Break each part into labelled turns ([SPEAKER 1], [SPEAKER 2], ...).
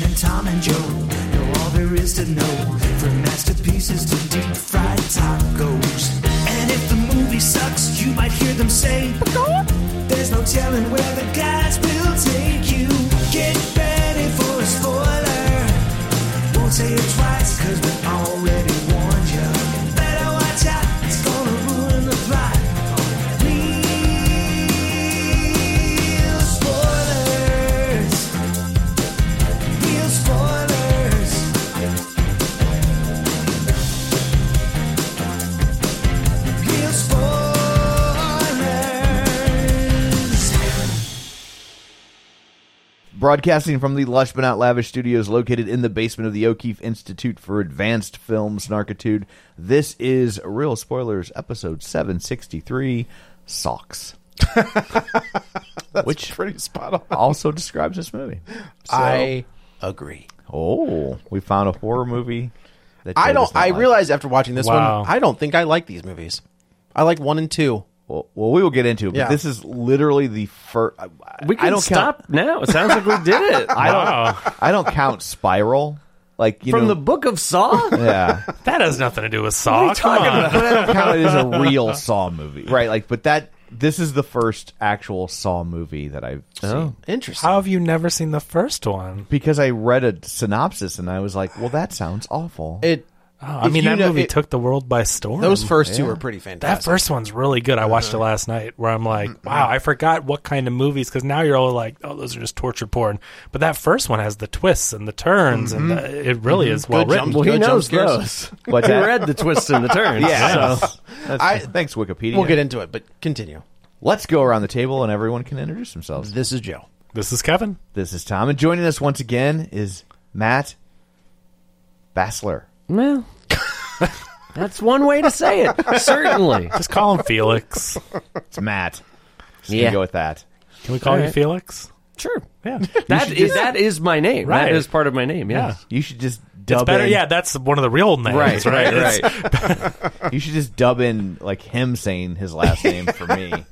[SPEAKER 1] and Joe know all there is to know, from masterpieces to deep fried tacos. And if the movie sucks, you might hear them say, There's no telling where the guys will take you. Get ready for a spoiler. Won't say it twice, cause we already warned you. Better watch out, it's gonna ruin the plot. Real spoilers. Real spoilers. Real spoilers.
[SPEAKER 2] Broadcasting from the lush but not lavish studios located in the basement of the O'Keefe Institute for Advanced Film Snarkitude, this is Real Spoilers, episode 763 Socks. Which
[SPEAKER 3] Pretty spot on.
[SPEAKER 2] also describes this movie. So-
[SPEAKER 3] I agree.
[SPEAKER 2] oh, we found a horror movie. That
[SPEAKER 3] I
[SPEAKER 2] Joe
[SPEAKER 3] don't.
[SPEAKER 2] does not
[SPEAKER 3] I
[SPEAKER 2] like.
[SPEAKER 3] realize after watching this
[SPEAKER 4] Wow.
[SPEAKER 3] one, I don't think I like these movies. I like one and two.
[SPEAKER 2] Well, well, we will get into it, but
[SPEAKER 3] Yeah.
[SPEAKER 2] this is literally the first.
[SPEAKER 5] We can
[SPEAKER 2] I don't
[SPEAKER 5] stop
[SPEAKER 2] Count,
[SPEAKER 5] now. It sounds like we did it.
[SPEAKER 2] I don't.
[SPEAKER 4] Wow.
[SPEAKER 2] I don't count Spiral. Like you
[SPEAKER 5] From
[SPEAKER 2] know,
[SPEAKER 5] the book of Saw?
[SPEAKER 2] yeah.
[SPEAKER 4] That has nothing to do with Saw. Come
[SPEAKER 5] talking
[SPEAKER 4] on.
[SPEAKER 2] but I don't count it as a real Saw movie, right? Like, but that this is the first actual Saw movie that I've seen
[SPEAKER 3] Interesting.
[SPEAKER 4] How have you never seen the first one?
[SPEAKER 2] because I read a synopsis and I was like, "Well, that sounds awful."
[SPEAKER 3] it.
[SPEAKER 4] Oh, I
[SPEAKER 3] If
[SPEAKER 4] mean,
[SPEAKER 3] you
[SPEAKER 4] that
[SPEAKER 3] know-
[SPEAKER 4] movie
[SPEAKER 3] it-
[SPEAKER 4] took the world by storm.
[SPEAKER 3] Those first two were pretty
[SPEAKER 4] that
[SPEAKER 3] fantastic.
[SPEAKER 4] first one's really good. I watched it last night, where I'm like, wow, I forgot what kind of movies because now you're all like, oh, those are just torture porn. But that first one has the twists and the turns, and the, it really is well written.
[SPEAKER 3] jump-
[SPEAKER 5] Well, he
[SPEAKER 3] Good jump
[SPEAKER 5] knows
[SPEAKER 3] scares.
[SPEAKER 5] those.
[SPEAKER 2] What's
[SPEAKER 5] he
[SPEAKER 2] that?
[SPEAKER 5] read the twists and the turns.
[SPEAKER 2] yeah.
[SPEAKER 5] so.
[SPEAKER 2] so- that's-
[SPEAKER 3] I-
[SPEAKER 2] thanks, Wikipedia.
[SPEAKER 3] We'll get into it, but continue.
[SPEAKER 2] Let's go around the table and everyone can introduce themselves.
[SPEAKER 3] This is Joe.
[SPEAKER 4] This is Kevin.
[SPEAKER 2] This is Tom, and joining us once again is Matt Bassler.
[SPEAKER 5] Well, that's one way to say it. Certainly.
[SPEAKER 4] Just call him Felix.
[SPEAKER 2] It's Matt. Just
[SPEAKER 5] Yeah.
[SPEAKER 2] gonna go with that.
[SPEAKER 4] Can we call you
[SPEAKER 5] right.
[SPEAKER 4] Felix?
[SPEAKER 5] Sure.
[SPEAKER 4] Yeah.
[SPEAKER 5] That is that is my name.
[SPEAKER 4] Right.
[SPEAKER 5] That is part of my name.
[SPEAKER 4] Yeah.
[SPEAKER 5] Yes.
[SPEAKER 2] You should just dub
[SPEAKER 4] It's better.
[SPEAKER 2] in.
[SPEAKER 4] Yeah, that's one of the real names, right? It's-
[SPEAKER 2] You should just dub in like him saying his last name for me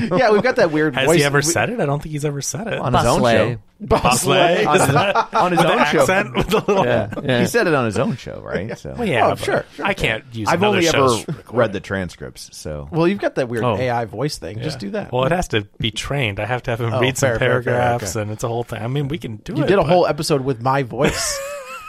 [SPEAKER 3] Yeah, we've got that weird
[SPEAKER 4] Has
[SPEAKER 3] voice.
[SPEAKER 4] he ever said it? I don't think he's ever said it.
[SPEAKER 2] on his own
[SPEAKER 5] Busley.
[SPEAKER 2] show.
[SPEAKER 4] Bosley?
[SPEAKER 2] On
[SPEAKER 4] Is
[SPEAKER 2] his,
[SPEAKER 4] that
[SPEAKER 2] on his
[SPEAKER 4] with the
[SPEAKER 2] own show.
[SPEAKER 4] accent? With the little,
[SPEAKER 2] Yeah.
[SPEAKER 5] Yeah.
[SPEAKER 2] He said it on his own show, right? So
[SPEAKER 4] Well, yeah,
[SPEAKER 3] Oh,
[SPEAKER 4] but
[SPEAKER 3] sure, sure.
[SPEAKER 4] I can't use.
[SPEAKER 2] I've
[SPEAKER 4] another
[SPEAKER 2] only ever
[SPEAKER 4] show's-
[SPEAKER 2] read the transcripts, so
[SPEAKER 3] Well, you've got that weird
[SPEAKER 5] Oh.
[SPEAKER 3] AI voice thing. Just
[SPEAKER 4] Yeah.
[SPEAKER 3] do that.
[SPEAKER 4] Well, it has to be trained. I have to have him
[SPEAKER 3] Oh,
[SPEAKER 4] read some
[SPEAKER 3] fair, fair, fair,
[SPEAKER 4] paragraphs,
[SPEAKER 3] okay.
[SPEAKER 4] and it's a whole thing. I mean, we can do it.
[SPEAKER 3] you did a
[SPEAKER 4] but-
[SPEAKER 3] whole episode with my voice.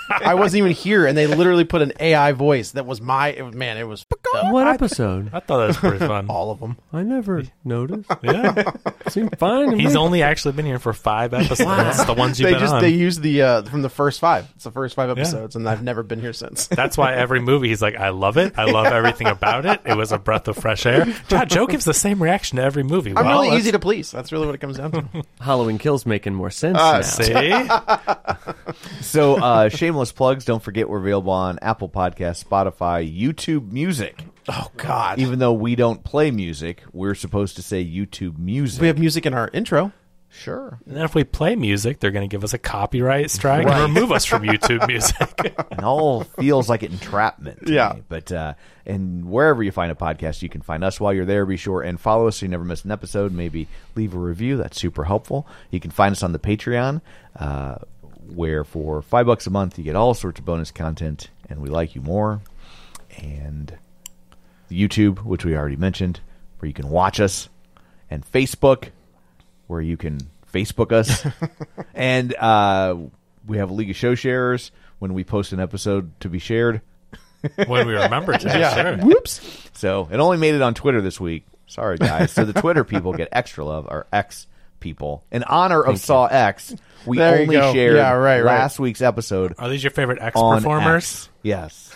[SPEAKER 3] I wasn't even here, and they literally put an AI voice that was my it was- man. It was f***ed up.
[SPEAKER 5] What episode?
[SPEAKER 4] I thought that was pretty fun.
[SPEAKER 3] all of them.
[SPEAKER 5] I never noticed.
[SPEAKER 4] yeah,
[SPEAKER 5] Seemed fine. to
[SPEAKER 4] he's
[SPEAKER 5] me.
[SPEAKER 4] only actually been here for five episodes. That's the ones you've
[SPEAKER 3] They
[SPEAKER 4] been
[SPEAKER 3] just
[SPEAKER 4] on.
[SPEAKER 3] they used the uh, from the first five. It's the first five episodes, and I've never been here since.
[SPEAKER 4] That's why every movie he's like, I love it. I love everything about it. It was a breath of fresh air. Yeah, Joe gives the same reaction to every movie.
[SPEAKER 3] I'm
[SPEAKER 4] Well,
[SPEAKER 3] really
[SPEAKER 4] that's-
[SPEAKER 3] easy to please. That's really what it comes down to.
[SPEAKER 5] Halloween Kills making more sense now.
[SPEAKER 4] See,
[SPEAKER 2] so uh, shameless plugs. Don't forget we're available on Apple Podcasts, Spotify, YouTube Music.
[SPEAKER 3] Oh God,
[SPEAKER 2] Even though we don't play music, we're supposed to say YouTube Music.
[SPEAKER 3] we have music in our intro.
[SPEAKER 2] sure.
[SPEAKER 4] and then if we play music, they're going to give us a copyright strike
[SPEAKER 2] Right.
[SPEAKER 4] and remove us from YouTube Music.
[SPEAKER 2] and all feels like entrapment. to
[SPEAKER 3] Yeah.
[SPEAKER 2] me. But uh, and wherever you find a podcast, you can find us while you're there. Be sure and follow us so you never miss an episode. Maybe leave a review. That's super helpful. You can find us on the Patreon, uh, where for five bucks a month you get all sorts of bonus content, and we like you more. And YouTube, which we already mentioned, where you can watch us, and Facebook, where you can Facebook us. and uh, we have a League of Show Sharers when we post an episode to be shared.
[SPEAKER 4] when we remember to, sure.
[SPEAKER 3] Whoops.
[SPEAKER 2] So it only made it on Twitter this week. Sorry, guys. so the Twitter people get extra love, or X people. In honor of Saw X, we
[SPEAKER 3] There you
[SPEAKER 2] only
[SPEAKER 3] go.
[SPEAKER 2] shared
[SPEAKER 3] Yeah, right, right.
[SPEAKER 2] last week's episode
[SPEAKER 4] Are these your favorite ex
[SPEAKER 2] on
[SPEAKER 4] performers?
[SPEAKER 2] X. Yes.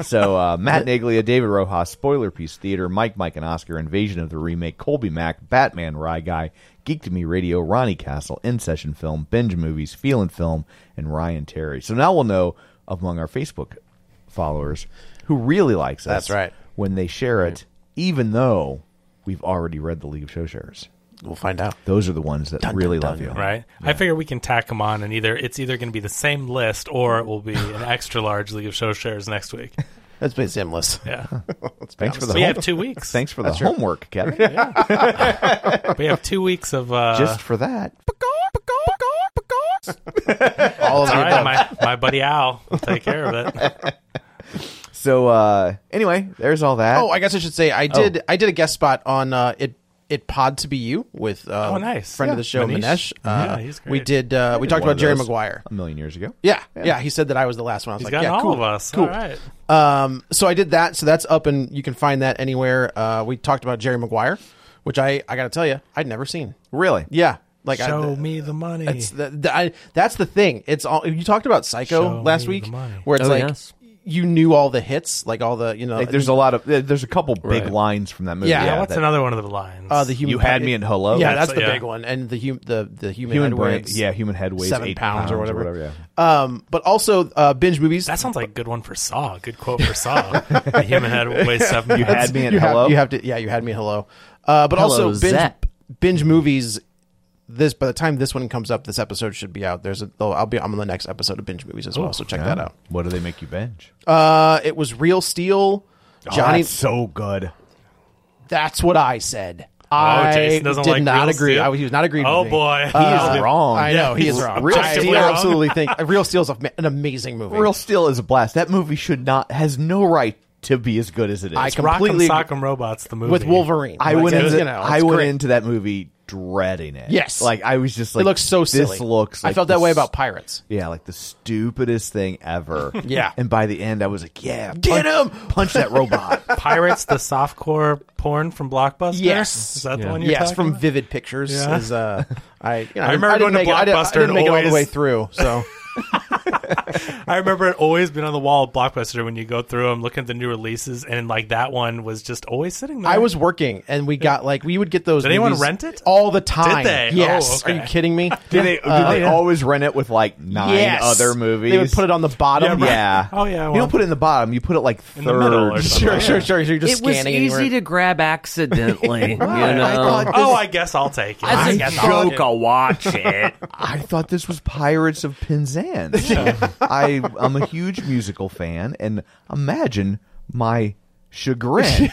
[SPEAKER 2] so uh, Matt Naglia, David Rojas, Spoiler Piece Theater, Mike, Mike, and Oscar, Invasion of the Remake, Colby Mack, Batman, Rye Guy, Geek to Me Radio, Ronnie Castle, In Session Film, Binge Movies, Feelin' Film, and Ryan Terry. So now we'll know among our Facebook followers who really likes us.
[SPEAKER 3] That's right.
[SPEAKER 2] When they share it, even though we've already read the League of Show Sharers.
[SPEAKER 3] We'll find out.
[SPEAKER 2] Those are the ones that really love you.
[SPEAKER 4] Right. I figure we can tack them on, and either it's either going to be the same list or it will be an extra large League of Show Shares next week.
[SPEAKER 3] That's been seamless.
[SPEAKER 4] Yeah,
[SPEAKER 2] Thanks for the
[SPEAKER 4] we
[SPEAKER 2] home-
[SPEAKER 4] have two weeks.
[SPEAKER 2] thanks for the homework, Kevin.
[SPEAKER 4] We have two weeks of uh,
[SPEAKER 2] Just for that.
[SPEAKER 3] All of
[SPEAKER 4] all
[SPEAKER 3] the
[SPEAKER 4] right,
[SPEAKER 3] above.
[SPEAKER 4] my Buddy Owl will take care of it.
[SPEAKER 2] So uh, anyway, there's all that.
[SPEAKER 3] Oh, I guess I should say I did. I did a guest spot on uh, it. It pod to be you with uh,
[SPEAKER 4] Oh, nice.
[SPEAKER 3] friend of
[SPEAKER 4] Yeah.
[SPEAKER 3] the show
[SPEAKER 4] Manish.
[SPEAKER 3] Manesh.
[SPEAKER 4] Yeah,
[SPEAKER 3] Uh,
[SPEAKER 4] he's
[SPEAKER 3] We
[SPEAKER 4] great.
[SPEAKER 3] did. Uh, we talked
[SPEAKER 2] One
[SPEAKER 3] about
[SPEAKER 2] of
[SPEAKER 3] Jerry
[SPEAKER 2] those
[SPEAKER 3] Maguire.
[SPEAKER 2] a million years ago.
[SPEAKER 3] Yeah, yeah, He said that I was the last one. I was
[SPEAKER 4] He's
[SPEAKER 3] like,
[SPEAKER 4] got
[SPEAKER 3] yeah,
[SPEAKER 4] all
[SPEAKER 3] cool.
[SPEAKER 4] of us.
[SPEAKER 3] Cool.
[SPEAKER 4] All right.
[SPEAKER 3] Um, so I did that. So that's up, and you can find that anywhere. Uh, we talked about Jerry Maguire, which I I got to tell you, I'd never seen.
[SPEAKER 2] Really?
[SPEAKER 3] Yeah, like I,
[SPEAKER 4] Show me the money.
[SPEAKER 3] That's the, the, I, that's the thing. It's all you talked about Psycho
[SPEAKER 4] Show
[SPEAKER 3] last
[SPEAKER 4] me
[SPEAKER 3] week,
[SPEAKER 4] the money.
[SPEAKER 3] where it's
[SPEAKER 5] Oh,
[SPEAKER 3] like
[SPEAKER 5] yes.
[SPEAKER 3] you knew all the hits, like all the you know.
[SPEAKER 2] Like, there's a lot of there- there's a couple big
[SPEAKER 5] Right.
[SPEAKER 2] lines from that movie.
[SPEAKER 3] Yeah,
[SPEAKER 4] yeah, what's
[SPEAKER 2] that-
[SPEAKER 4] another one of the lines?
[SPEAKER 3] uh, the human
[SPEAKER 2] You had
[SPEAKER 3] pi-
[SPEAKER 2] me in hello.
[SPEAKER 3] Yeah,
[SPEAKER 4] That's-
[SPEAKER 3] that's the
[SPEAKER 4] yeah.
[SPEAKER 3] big one, and the hum, the the human,
[SPEAKER 2] human
[SPEAKER 3] underwear,
[SPEAKER 2] brain.
[SPEAKER 3] it's-
[SPEAKER 2] Yeah, human head weighs
[SPEAKER 3] seven
[SPEAKER 2] eight
[SPEAKER 3] pounds or whatever.
[SPEAKER 2] yeah.
[SPEAKER 3] Um, but also uh, binge movies.
[SPEAKER 4] that sounds like a good one for Saw. Good quote for Saw. the human head weighs seven.
[SPEAKER 2] You
[SPEAKER 4] pounds.
[SPEAKER 2] had me in
[SPEAKER 3] you
[SPEAKER 2] hello.
[SPEAKER 3] Have, you have to. Yeah, you had me. Hello. Uh, but
[SPEAKER 5] Hello,
[SPEAKER 3] also binge,
[SPEAKER 5] Zep.
[SPEAKER 3] binge movies. This by the time this one comes up, this episode should be out. There's a. though I'll be. I'm on the next episode of binge movies as
[SPEAKER 2] Oh,
[SPEAKER 3] well. So check that out.
[SPEAKER 2] What do they make you binge?
[SPEAKER 3] Uh, it was Real Steel.
[SPEAKER 2] Oh,
[SPEAKER 3] Johnny, that's,
[SPEAKER 2] so good.
[SPEAKER 3] what I said.
[SPEAKER 4] Oh,
[SPEAKER 3] I
[SPEAKER 4] Jason doesn't
[SPEAKER 3] did
[SPEAKER 4] like
[SPEAKER 3] not
[SPEAKER 4] Real
[SPEAKER 3] agree.
[SPEAKER 4] Steel?
[SPEAKER 3] I was, he was not agreeing.
[SPEAKER 4] Oh
[SPEAKER 3] with me.
[SPEAKER 4] boy,
[SPEAKER 2] He
[SPEAKER 4] Uh,
[SPEAKER 2] is wrong.
[SPEAKER 3] I know he is
[SPEAKER 4] he's
[SPEAKER 3] wrong.
[SPEAKER 4] Real
[SPEAKER 3] I
[SPEAKER 4] Steel-
[SPEAKER 3] absolutely think Real Steel is an amazing movie.
[SPEAKER 2] Real Steel is a blast. That movie should not has no right to be as good as it is.
[SPEAKER 3] I
[SPEAKER 4] Rock 'em,
[SPEAKER 3] completely
[SPEAKER 4] Sock
[SPEAKER 3] agree-
[SPEAKER 4] 'em Robots. The movie
[SPEAKER 3] with Wolverine.
[SPEAKER 2] I
[SPEAKER 3] Like,
[SPEAKER 2] went
[SPEAKER 3] it's,
[SPEAKER 2] into
[SPEAKER 3] you know,
[SPEAKER 2] I
[SPEAKER 3] it's
[SPEAKER 2] went
[SPEAKER 3] great.
[SPEAKER 2] into that movie dreading it.
[SPEAKER 3] Yes.
[SPEAKER 2] like I was just like
[SPEAKER 3] it looks so silly.
[SPEAKER 2] This looks.
[SPEAKER 3] I
[SPEAKER 2] like
[SPEAKER 3] felt
[SPEAKER 2] the
[SPEAKER 3] that way
[SPEAKER 2] s-
[SPEAKER 3] about Pirates.
[SPEAKER 2] Yeah, like the stupidest thing ever.
[SPEAKER 3] Yeah.
[SPEAKER 2] and by the end, I was like, yeah,
[SPEAKER 3] Get
[SPEAKER 2] punch-
[SPEAKER 3] him!
[SPEAKER 2] punch that robot.
[SPEAKER 4] Pirates, the softcore porn from Blockbuster.
[SPEAKER 3] Yes.
[SPEAKER 4] is that the
[SPEAKER 5] Yeah.
[SPEAKER 4] one you're
[SPEAKER 3] Yes,
[SPEAKER 4] talking
[SPEAKER 3] from
[SPEAKER 4] about?
[SPEAKER 3] Vivid Pictures.
[SPEAKER 4] Yeah.
[SPEAKER 3] Is, uh, I, you know,
[SPEAKER 4] I remember
[SPEAKER 3] didn't
[SPEAKER 4] going to
[SPEAKER 3] make it- I didn't- I
[SPEAKER 4] Blockbuster
[SPEAKER 3] didn't
[SPEAKER 4] and
[SPEAKER 3] make it all the
[SPEAKER 4] always-
[SPEAKER 3] way through. So
[SPEAKER 4] I remember it always been on the wall of Blockbuster when you go through them, looking at the new releases, and like that one was just always sitting there.
[SPEAKER 3] I was working, and we got like we would get those.
[SPEAKER 4] Did anyone
[SPEAKER 3] movies
[SPEAKER 4] rent it?
[SPEAKER 3] all the time?
[SPEAKER 4] they?
[SPEAKER 3] Yes.
[SPEAKER 4] Oh, okay.
[SPEAKER 3] Are you kidding me?
[SPEAKER 2] Did they, did
[SPEAKER 3] Uh,
[SPEAKER 2] they always rent it with like nine
[SPEAKER 3] Oh, Yes.
[SPEAKER 2] other movies?
[SPEAKER 3] They would put it on the bottom.
[SPEAKER 4] Yeah, right.
[SPEAKER 2] Yeah.
[SPEAKER 4] Oh, yeah,
[SPEAKER 2] you
[SPEAKER 4] well.
[SPEAKER 2] don't put it in the bottom. You put it like third.
[SPEAKER 4] In the middle or something.
[SPEAKER 3] Sure, sure, sure. So you're just
[SPEAKER 5] it was
[SPEAKER 3] scanning
[SPEAKER 5] easy
[SPEAKER 3] anywhere.
[SPEAKER 5] to grab accidentally. you know,
[SPEAKER 2] I thought this-
[SPEAKER 4] Oh, I guess I'll take it.
[SPEAKER 5] As
[SPEAKER 4] I
[SPEAKER 5] a
[SPEAKER 4] guess I'll
[SPEAKER 5] joke, I'll watch it.
[SPEAKER 2] I thought this was Pirates of Penzance. I I'm a huge musical fan, and imagine my chagrin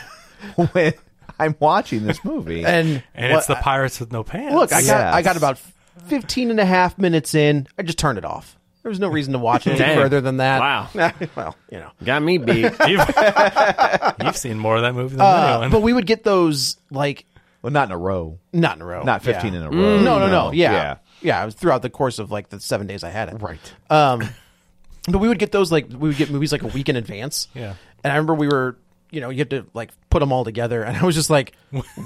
[SPEAKER 2] when I'm watching this movie.
[SPEAKER 3] And,
[SPEAKER 4] And
[SPEAKER 3] what-
[SPEAKER 4] it's the Pirates with no pants.
[SPEAKER 3] look, I got
[SPEAKER 2] Yes.
[SPEAKER 3] I got about 15 and a half minutes in. I just turned it off. There was no reason to watch it any
[SPEAKER 5] Dang.
[SPEAKER 3] further than that.
[SPEAKER 5] Wow.
[SPEAKER 3] well, you know.
[SPEAKER 5] Got me beat.
[SPEAKER 4] you've, you've seen more of that movie than
[SPEAKER 3] Uh,
[SPEAKER 4] anyone.
[SPEAKER 3] but we would get those like
[SPEAKER 2] well, not in a row,
[SPEAKER 3] not in a row,
[SPEAKER 2] not 15
[SPEAKER 3] yeah. Mm.
[SPEAKER 2] in a row.
[SPEAKER 3] No, no, no. Yeah. yeah. it was throughout the course of like the seven days I had it.
[SPEAKER 2] Right.
[SPEAKER 3] Um, but we would get those like we would get movies like a week in advance.
[SPEAKER 4] Yeah.
[SPEAKER 3] And I remember we were, you know, you had to like put them all together, and I was just like,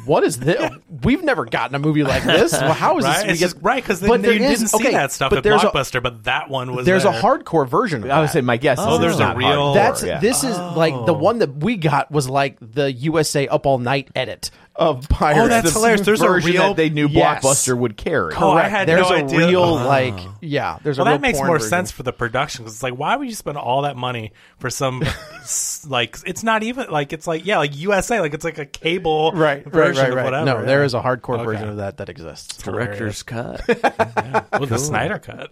[SPEAKER 3] "What is this? We've never gotten a movie like this. Well, how is
[SPEAKER 4] right?
[SPEAKER 3] this? we
[SPEAKER 4] It's
[SPEAKER 3] get-
[SPEAKER 4] just, right, because you
[SPEAKER 3] But there
[SPEAKER 4] didn't
[SPEAKER 3] is-
[SPEAKER 4] see
[SPEAKER 3] okay,
[SPEAKER 4] that stuff
[SPEAKER 3] but
[SPEAKER 4] at
[SPEAKER 3] there's a-
[SPEAKER 4] Blockbuster, but that one was
[SPEAKER 3] There's a
[SPEAKER 4] there.
[SPEAKER 3] hardcore version. Of
[SPEAKER 2] I would
[SPEAKER 3] that.
[SPEAKER 2] say my guess.
[SPEAKER 4] Oh,
[SPEAKER 2] is
[SPEAKER 4] there's
[SPEAKER 2] it's
[SPEAKER 4] a
[SPEAKER 2] not
[SPEAKER 4] real-
[SPEAKER 2] hardcore,
[SPEAKER 3] That's
[SPEAKER 2] yeah.
[SPEAKER 3] this is like
[SPEAKER 4] Oh.
[SPEAKER 3] the one that we got was like the USA Up All Night edit of Pirates.
[SPEAKER 4] Oh, that's
[SPEAKER 3] The
[SPEAKER 4] hilarious. There's a
[SPEAKER 2] version
[SPEAKER 4] real-
[SPEAKER 2] that they knew
[SPEAKER 3] Yes.
[SPEAKER 2] Blockbuster would carry.
[SPEAKER 4] Oh, I
[SPEAKER 3] Correct.
[SPEAKER 4] had
[SPEAKER 3] there's
[SPEAKER 4] no
[SPEAKER 3] a
[SPEAKER 4] idea.
[SPEAKER 3] real
[SPEAKER 5] Ah.
[SPEAKER 4] Oh.
[SPEAKER 3] like yeah. There's a
[SPEAKER 4] Well,
[SPEAKER 3] real
[SPEAKER 4] that makes
[SPEAKER 3] porn
[SPEAKER 4] more
[SPEAKER 3] version.
[SPEAKER 4] sense for the production because it's like, why would you spend all that money for some s- like? It's not even like it's like yeah, like USA, like it's like a cable
[SPEAKER 3] right, right,
[SPEAKER 4] version
[SPEAKER 3] right,
[SPEAKER 4] of
[SPEAKER 3] right.
[SPEAKER 4] whatever.
[SPEAKER 3] no,
[SPEAKER 4] yeah.
[SPEAKER 3] there is a hardcore
[SPEAKER 4] Okay.
[SPEAKER 3] version of that that exists.
[SPEAKER 5] Director's cut.
[SPEAKER 4] with the Snyder cut.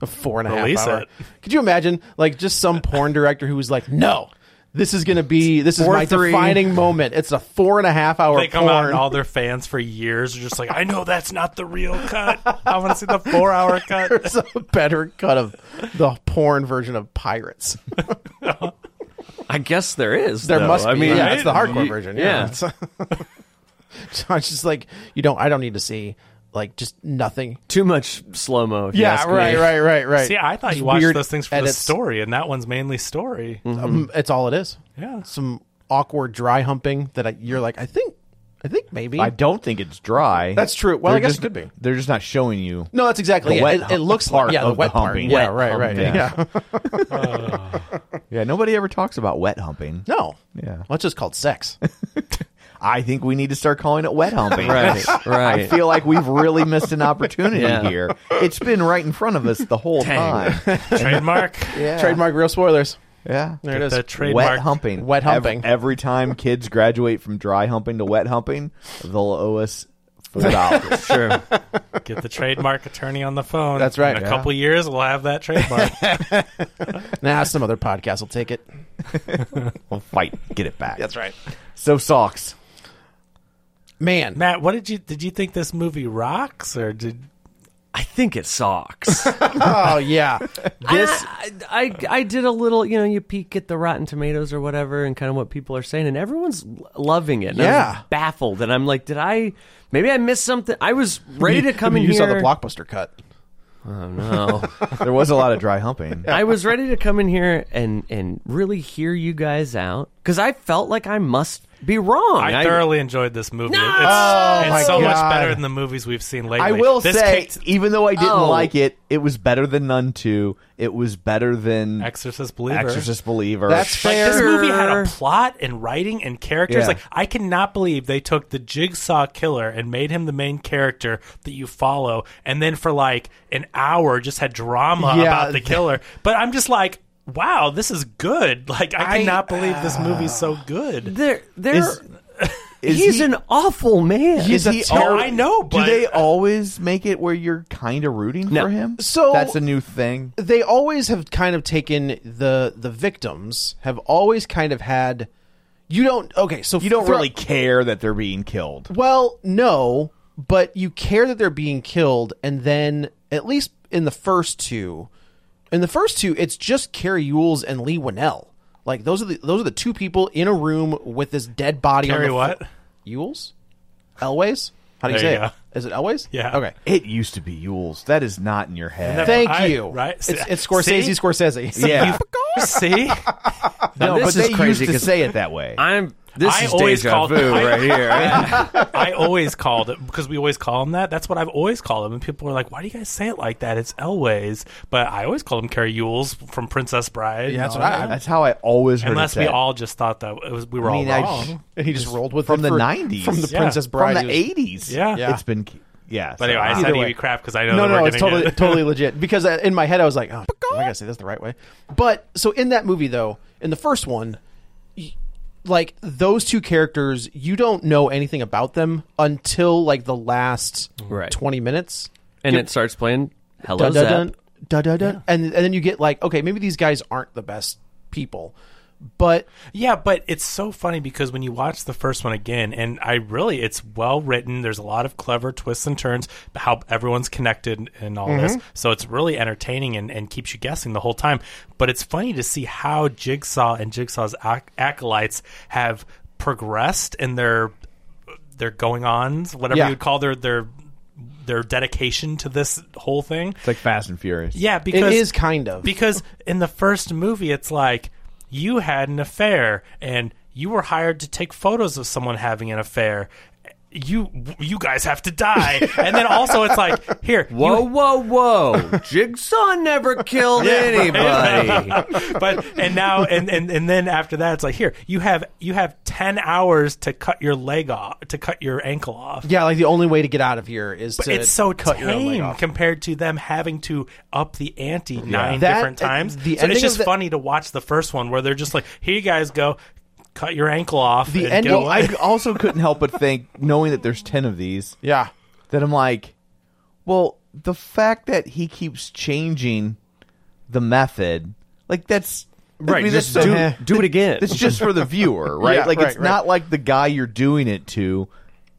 [SPEAKER 3] A four and a half
[SPEAKER 4] Release
[SPEAKER 3] hour.
[SPEAKER 4] it.
[SPEAKER 3] Could you imagine, like, just some porn director who was like, "No, this is going to be this is my
[SPEAKER 5] three.
[SPEAKER 3] defining moment. It's a four and a half hour
[SPEAKER 4] They come
[SPEAKER 3] porn."
[SPEAKER 4] out and all their fans for years are just like, I know that's not the real cut. I want to see the four hour cut.
[SPEAKER 3] There's a better cut of the porn version of Pirates.
[SPEAKER 5] I guess there is.
[SPEAKER 3] There
[SPEAKER 5] though.
[SPEAKER 3] must
[SPEAKER 5] I
[SPEAKER 3] be.
[SPEAKER 5] mean,
[SPEAKER 3] yeah, it's the hardcore
[SPEAKER 5] you-
[SPEAKER 3] version.
[SPEAKER 5] yeah.
[SPEAKER 3] Yeah. So I was just like, you don't. I don't need to see like just nothing.
[SPEAKER 5] too much slow mo.
[SPEAKER 3] Yeah, right, right, right, right.
[SPEAKER 4] See, I thought
[SPEAKER 3] Just
[SPEAKER 4] you watched
[SPEAKER 3] weird
[SPEAKER 4] those things for
[SPEAKER 3] edits.
[SPEAKER 4] the story, and that one's mainly story.
[SPEAKER 3] Um, it's all it is.
[SPEAKER 4] Yeah.
[SPEAKER 3] some awkward dry humping that I, you're like, I think, I think maybe.
[SPEAKER 2] I don't think it's dry.
[SPEAKER 3] That's true. Well, I guess it
[SPEAKER 2] just,
[SPEAKER 3] could be.
[SPEAKER 2] They're just not showing you.
[SPEAKER 3] no, that's exactly
[SPEAKER 2] The
[SPEAKER 3] it.
[SPEAKER 2] wet
[SPEAKER 3] it.
[SPEAKER 2] hu-
[SPEAKER 3] It looks
[SPEAKER 2] part
[SPEAKER 3] like yeah,
[SPEAKER 2] of
[SPEAKER 3] the wet
[SPEAKER 2] the humping.
[SPEAKER 3] part. Yeah,
[SPEAKER 2] Wet
[SPEAKER 3] right, right.
[SPEAKER 2] humping.
[SPEAKER 3] Yeah.
[SPEAKER 2] Yeah, nobody ever talks about wet humping.
[SPEAKER 3] no.
[SPEAKER 2] Yeah.
[SPEAKER 3] Well, it's just called sex.
[SPEAKER 2] I think we need to start calling it wet humping.
[SPEAKER 5] Right,
[SPEAKER 2] I
[SPEAKER 5] right.
[SPEAKER 2] feel like we've really missed an opportunity
[SPEAKER 5] Yeah.
[SPEAKER 2] here. It's been right in front of us the whole
[SPEAKER 5] Dang.
[SPEAKER 2] time.
[SPEAKER 4] Trademark.
[SPEAKER 2] Yeah.
[SPEAKER 3] Trademark real spoilers.
[SPEAKER 2] Yeah.
[SPEAKER 3] There it is.
[SPEAKER 4] The
[SPEAKER 2] Wet
[SPEAKER 4] trademark.
[SPEAKER 2] humping.
[SPEAKER 3] Wet
[SPEAKER 2] Ev-
[SPEAKER 3] humping.
[SPEAKER 2] Every, time kids graduate from dry humping to wet humping, they'll owe us four dollars.
[SPEAKER 5] Sure.
[SPEAKER 4] Get the trademark attorney on the phone.
[SPEAKER 3] That's right.
[SPEAKER 4] In a
[SPEAKER 3] Yeah.
[SPEAKER 4] couple years, we'll have that trademark.
[SPEAKER 3] Nah, some other podcast will take it.
[SPEAKER 2] we'll fight. Get it back.
[SPEAKER 3] That's right.
[SPEAKER 2] So socks.
[SPEAKER 3] Man,
[SPEAKER 4] Matt, what did you did you think this movie rocks or did
[SPEAKER 5] I think it socks.
[SPEAKER 3] Oh yeah,
[SPEAKER 5] this I, I I did a little, you know, you peek at the Rotten Tomatoes or whatever, and kind of what people are saying, and everyone's l- loving it. And I'm
[SPEAKER 3] Yeah.
[SPEAKER 5] baffled, and I'm like, did I? Maybe I missed something. I was ready to come in
[SPEAKER 3] you
[SPEAKER 5] here.
[SPEAKER 3] saw the blockbuster cut.
[SPEAKER 5] Oh no.
[SPEAKER 2] There was a lot of dry humping.
[SPEAKER 5] I was ready to come in here and and really hear you guys out because I felt like I must be wrong.
[SPEAKER 4] I thoroughly enjoyed this movie. It's,
[SPEAKER 3] my
[SPEAKER 4] it's so much
[SPEAKER 3] God.
[SPEAKER 4] better than the movies we've seen lately.
[SPEAKER 2] Oh I will
[SPEAKER 4] this
[SPEAKER 2] say,
[SPEAKER 4] kicked
[SPEAKER 2] even though I didn't
[SPEAKER 5] Oh.
[SPEAKER 2] like it, it was better than Nun Two. It was better than
[SPEAKER 4] Exorcist Believer.
[SPEAKER 2] Exorcist Believer.
[SPEAKER 3] That's
[SPEAKER 4] Like
[SPEAKER 3] fair.
[SPEAKER 4] this movie had a
[SPEAKER 5] Sure.
[SPEAKER 4] plot and writing and characters.
[SPEAKER 2] Yeah.
[SPEAKER 4] Like I cannot believe they took the Jigsaw killer and made him the main character that you follow, and then for like an hour just had drama
[SPEAKER 3] Yeah.
[SPEAKER 4] about the killer. But I'm just like, wow, this is good. Like I
[SPEAKER 3] I-
[SPEAKER 4] cannot believe this
[SPEAKER 2] uh,
[SPEAKER 4] movie's so good.
[SPEAKER 5] there there
[SPEAKER 2] Is- Is
[SPEAKER 5] he's
[SPEAKER 2] he-
[SPEAKER 5] an awful man.
[SPEAKER 2] is
[SPEAKER 3] a
[SPEAKER 2] he
[SPEAKER 3] terrible-
[SPEAKER 2] al-
[SPEAKER 4] No, I know,
[SPEAKER 2] do
[SPEAKER 4] but-
[SPEAKER 2] they always make it where you're kind of rooting
[SPEAKER 5] No.
[SPEAKER 2] for him?
[SPEAKER 3] So-
[SPEAKER 2] that's a new thing.
[SPEAKER 3] They always have kind of taken the the victims have always kind of had. You don't okay, so
[SPEAKER 2] You don't
[SPEAKER 3] thro-
[SPEAKER 2] really care that they're being killed.
[SPEAKER 3] Well, no, but you care that they're being killed, and then at least in the first two, in the first two, it's just Carrie Ewells and Lee Winnell. Like those are the those are the two people in a room with this dead body. on
[SPEAKER 4] Carrie
[SPEAKER 3] the
[SPEAKER 4] what?
[SPEAKER 3] fl- Ewells, Elways. How do you
[SPEAKER 4] There
[SPEAKER 3] say
[SPEAKER 4] you
[SPEAKER 3] it? Is it Elways?
[SPEAKER 4] Yeah.
[SPEAKER 3] Okay.
[SPEAKER 2] It used to be Yule's. That is not in your head.
[SPEAKER 3] Thank
[SPEAKER 4] I-
[SPEAKER 3] you.
[SPEAKER 4] right?
[SPEAKER 3] It's, it's Scorsese.
[SPEAKER 4] See?
[SPEAKER 3] Scorsese.
[SPEAKER 2] yeah,
[SPEAKER 4] See,
[SPEAKER 2] no,
[SPEAKER 5] this
[SPEAKER 2] but
[SPEAKER 5] is
[SPEAKER 2] they
[SPEAKER 5] crazy
[SPEAKER 2] used
[SPEAKER 5] 'cause
[SPEAKER 2] to say it that way.
[SPEAKER 5] I'm this
[SPEAKER 4] I
[SPEAKER 5] is
[SPEAKER 4] always
[SPEAKER 5] deja
[SPEAKER 4] called-
[SPEAKER 5] vu
[SPEAKER 4] I-
[SPEAKER 5] right here.
[SPEAKER 4] I always called it because we always call him that. That's what I've always called him. And people are like, why do you guys say it like that? It's Elways. But I always called him Carrie Ewells from Princess Bride.
[SPEAKER 3] Yeah, that's what I.
[SPEAKER 2] That's how I always heard.
[SPEAKER 4] Unless
[SPEAKER 2] it
[SPEAKER 4] we
[SPEAKER 2] said.
[SPEAKER 4] all just thought that it was, we were
[SPEAKER 2] I mean,
[SPEAKER 4] all
[SPEAKER 2] I-
[SPEAKER 4] wrong.
[SPEAKER 3] And he just rolled with
[SPEAKER 2] from
[SPEAKER 3] it
[SPEAKER 2] the
[SPEAKER 3] for-
[SPEAKER 2] 90s.
[SPEAKER 3] from the
[SPEAKER 4] Yeah.
[SPEAKER 3] Princess
[SPEAKER 2] from
[SPEAKER 3] Bride
[SPEAKER 2] the
[SPEAKER 3] he was-
[SPEAKER 2] eighties.
[SPEAKER 4] Yeah. Yeah.
[SPEAKER 2] it's been. Yeah.
[SPEAKER 4] But anyway, I
[SPEAKER 3] Either
[SPEAKER 4] said
[SPEAKER 3] way.
[SPEAKER 4] you crap because I know
[SPEAKER 3] no,
[SPEAKER 4] that
[SPEAKER 3] no,
[SPEAKER 4] we're
[SPEAKER 3] it's
[SPEAKER 4] gonna
[SPEAKER 3] totally
[SPEAKER 4] get-
[SPEAKER 3] totally legit. Because uh, in my head, I was like, "Oh, am I gotta say this the right way." But so in that movie, though, in the first one, y- like those two characters, you don't know anything about them until like the last
[SPEAKER 5] Right.
[SPEAKER 3] twenty minutes.
[SPEAKER 5] and it starts playing Hello
[SPEAKER 3] Dun, dun,
[SPEAKER 5] Zap.
[SPEAKER 3] dun, dun, dun, dun. and and then you get like, okay, maybe these guys aren't the best people, but
[SPEAKER 4] Yeah, but it's so funny because when you watch the first one again, and I really, it's well written. There's a lot of clever twists and turns, how everyone's connected and all this. So it's really entertaining and, and keeps you guessing the whole time. But it's funny to see how Jigsaw and Jigsaw's ac- acolytes have progressed in their their going ons, whatever
[SPEAKER 3] Yeah.
[SPEAKER 4] you'd call their their their dedication to this whole thing.
[SPEAKER 2] It's like Fast and Furious.
[SPEAKER 4] Yeah, because
[SPEAKER 3] is kind of.
[SPEAKER 4] because in the first movie, it's like you had an affair and you were hired to take photos of someone having an affair. You you guys have to die, and then also it's like here. you-
[SPEAKER 5] Whoa, whoa, whoa! Jigsaw never killed anybody.
[SPEAKER 4] but and now and, and and then after that it's like here you have you have 10 hours to cut your leg off to cut your ankle off
[SPEAKER 3] yeah, like the only way to get out of here is to
[SPEAKER 4] it's so
[SPEAKER 3] cut your own leg
[SPEAKER 4] tame
[SPEAKER 3] off.
[SPEAKER 4] compared to them having to up the ante nine
[SPEAKER 3] That- uh,
[SPEAKER 4] different times.
[SPEAKER 3] the
[SPEAKER 4] so
[SPEAKER 3] ending
[SPEAKER 4] it's
[SPEAKER 3] of
[SPEAKER 4] just
[SPEAKER 3] the-
[SPEAKER 4] funny to watch the first one where they're just like, "Here you guys go, cut your ankle off."
[SPEAKER 3] The
[SPEAKER 4] and
[SPEAKER 3] ending-
[SPEAKER 4] get
[SPEAKER 2] Well,
[SPEAKER 4] away."
[SPEAKER 2] I also couldn't help but think, knowing that there's ten of these,
[SPEAKER 3] Yeah,
[SPEAKER 2] that I'm like, well, the fact that he keeps changing the method, like that's I
[SPEAKER 5] Right,
[SPEAKER 2] mean,
[SPEAKER 5] just
[SPEAKER 2] that's so-
[SPEAKER 5] do, do it again.
[SPEAKER 2] It's just for the viewer, right?
[SPEAKER 3] Yeah,
[SPEAKER 2] like
[SPEAKER 3] right,
[SPEAKER 2] it's
[SPEAKER 3] right.
[SPEAKER 2] not like the guy you're doing it to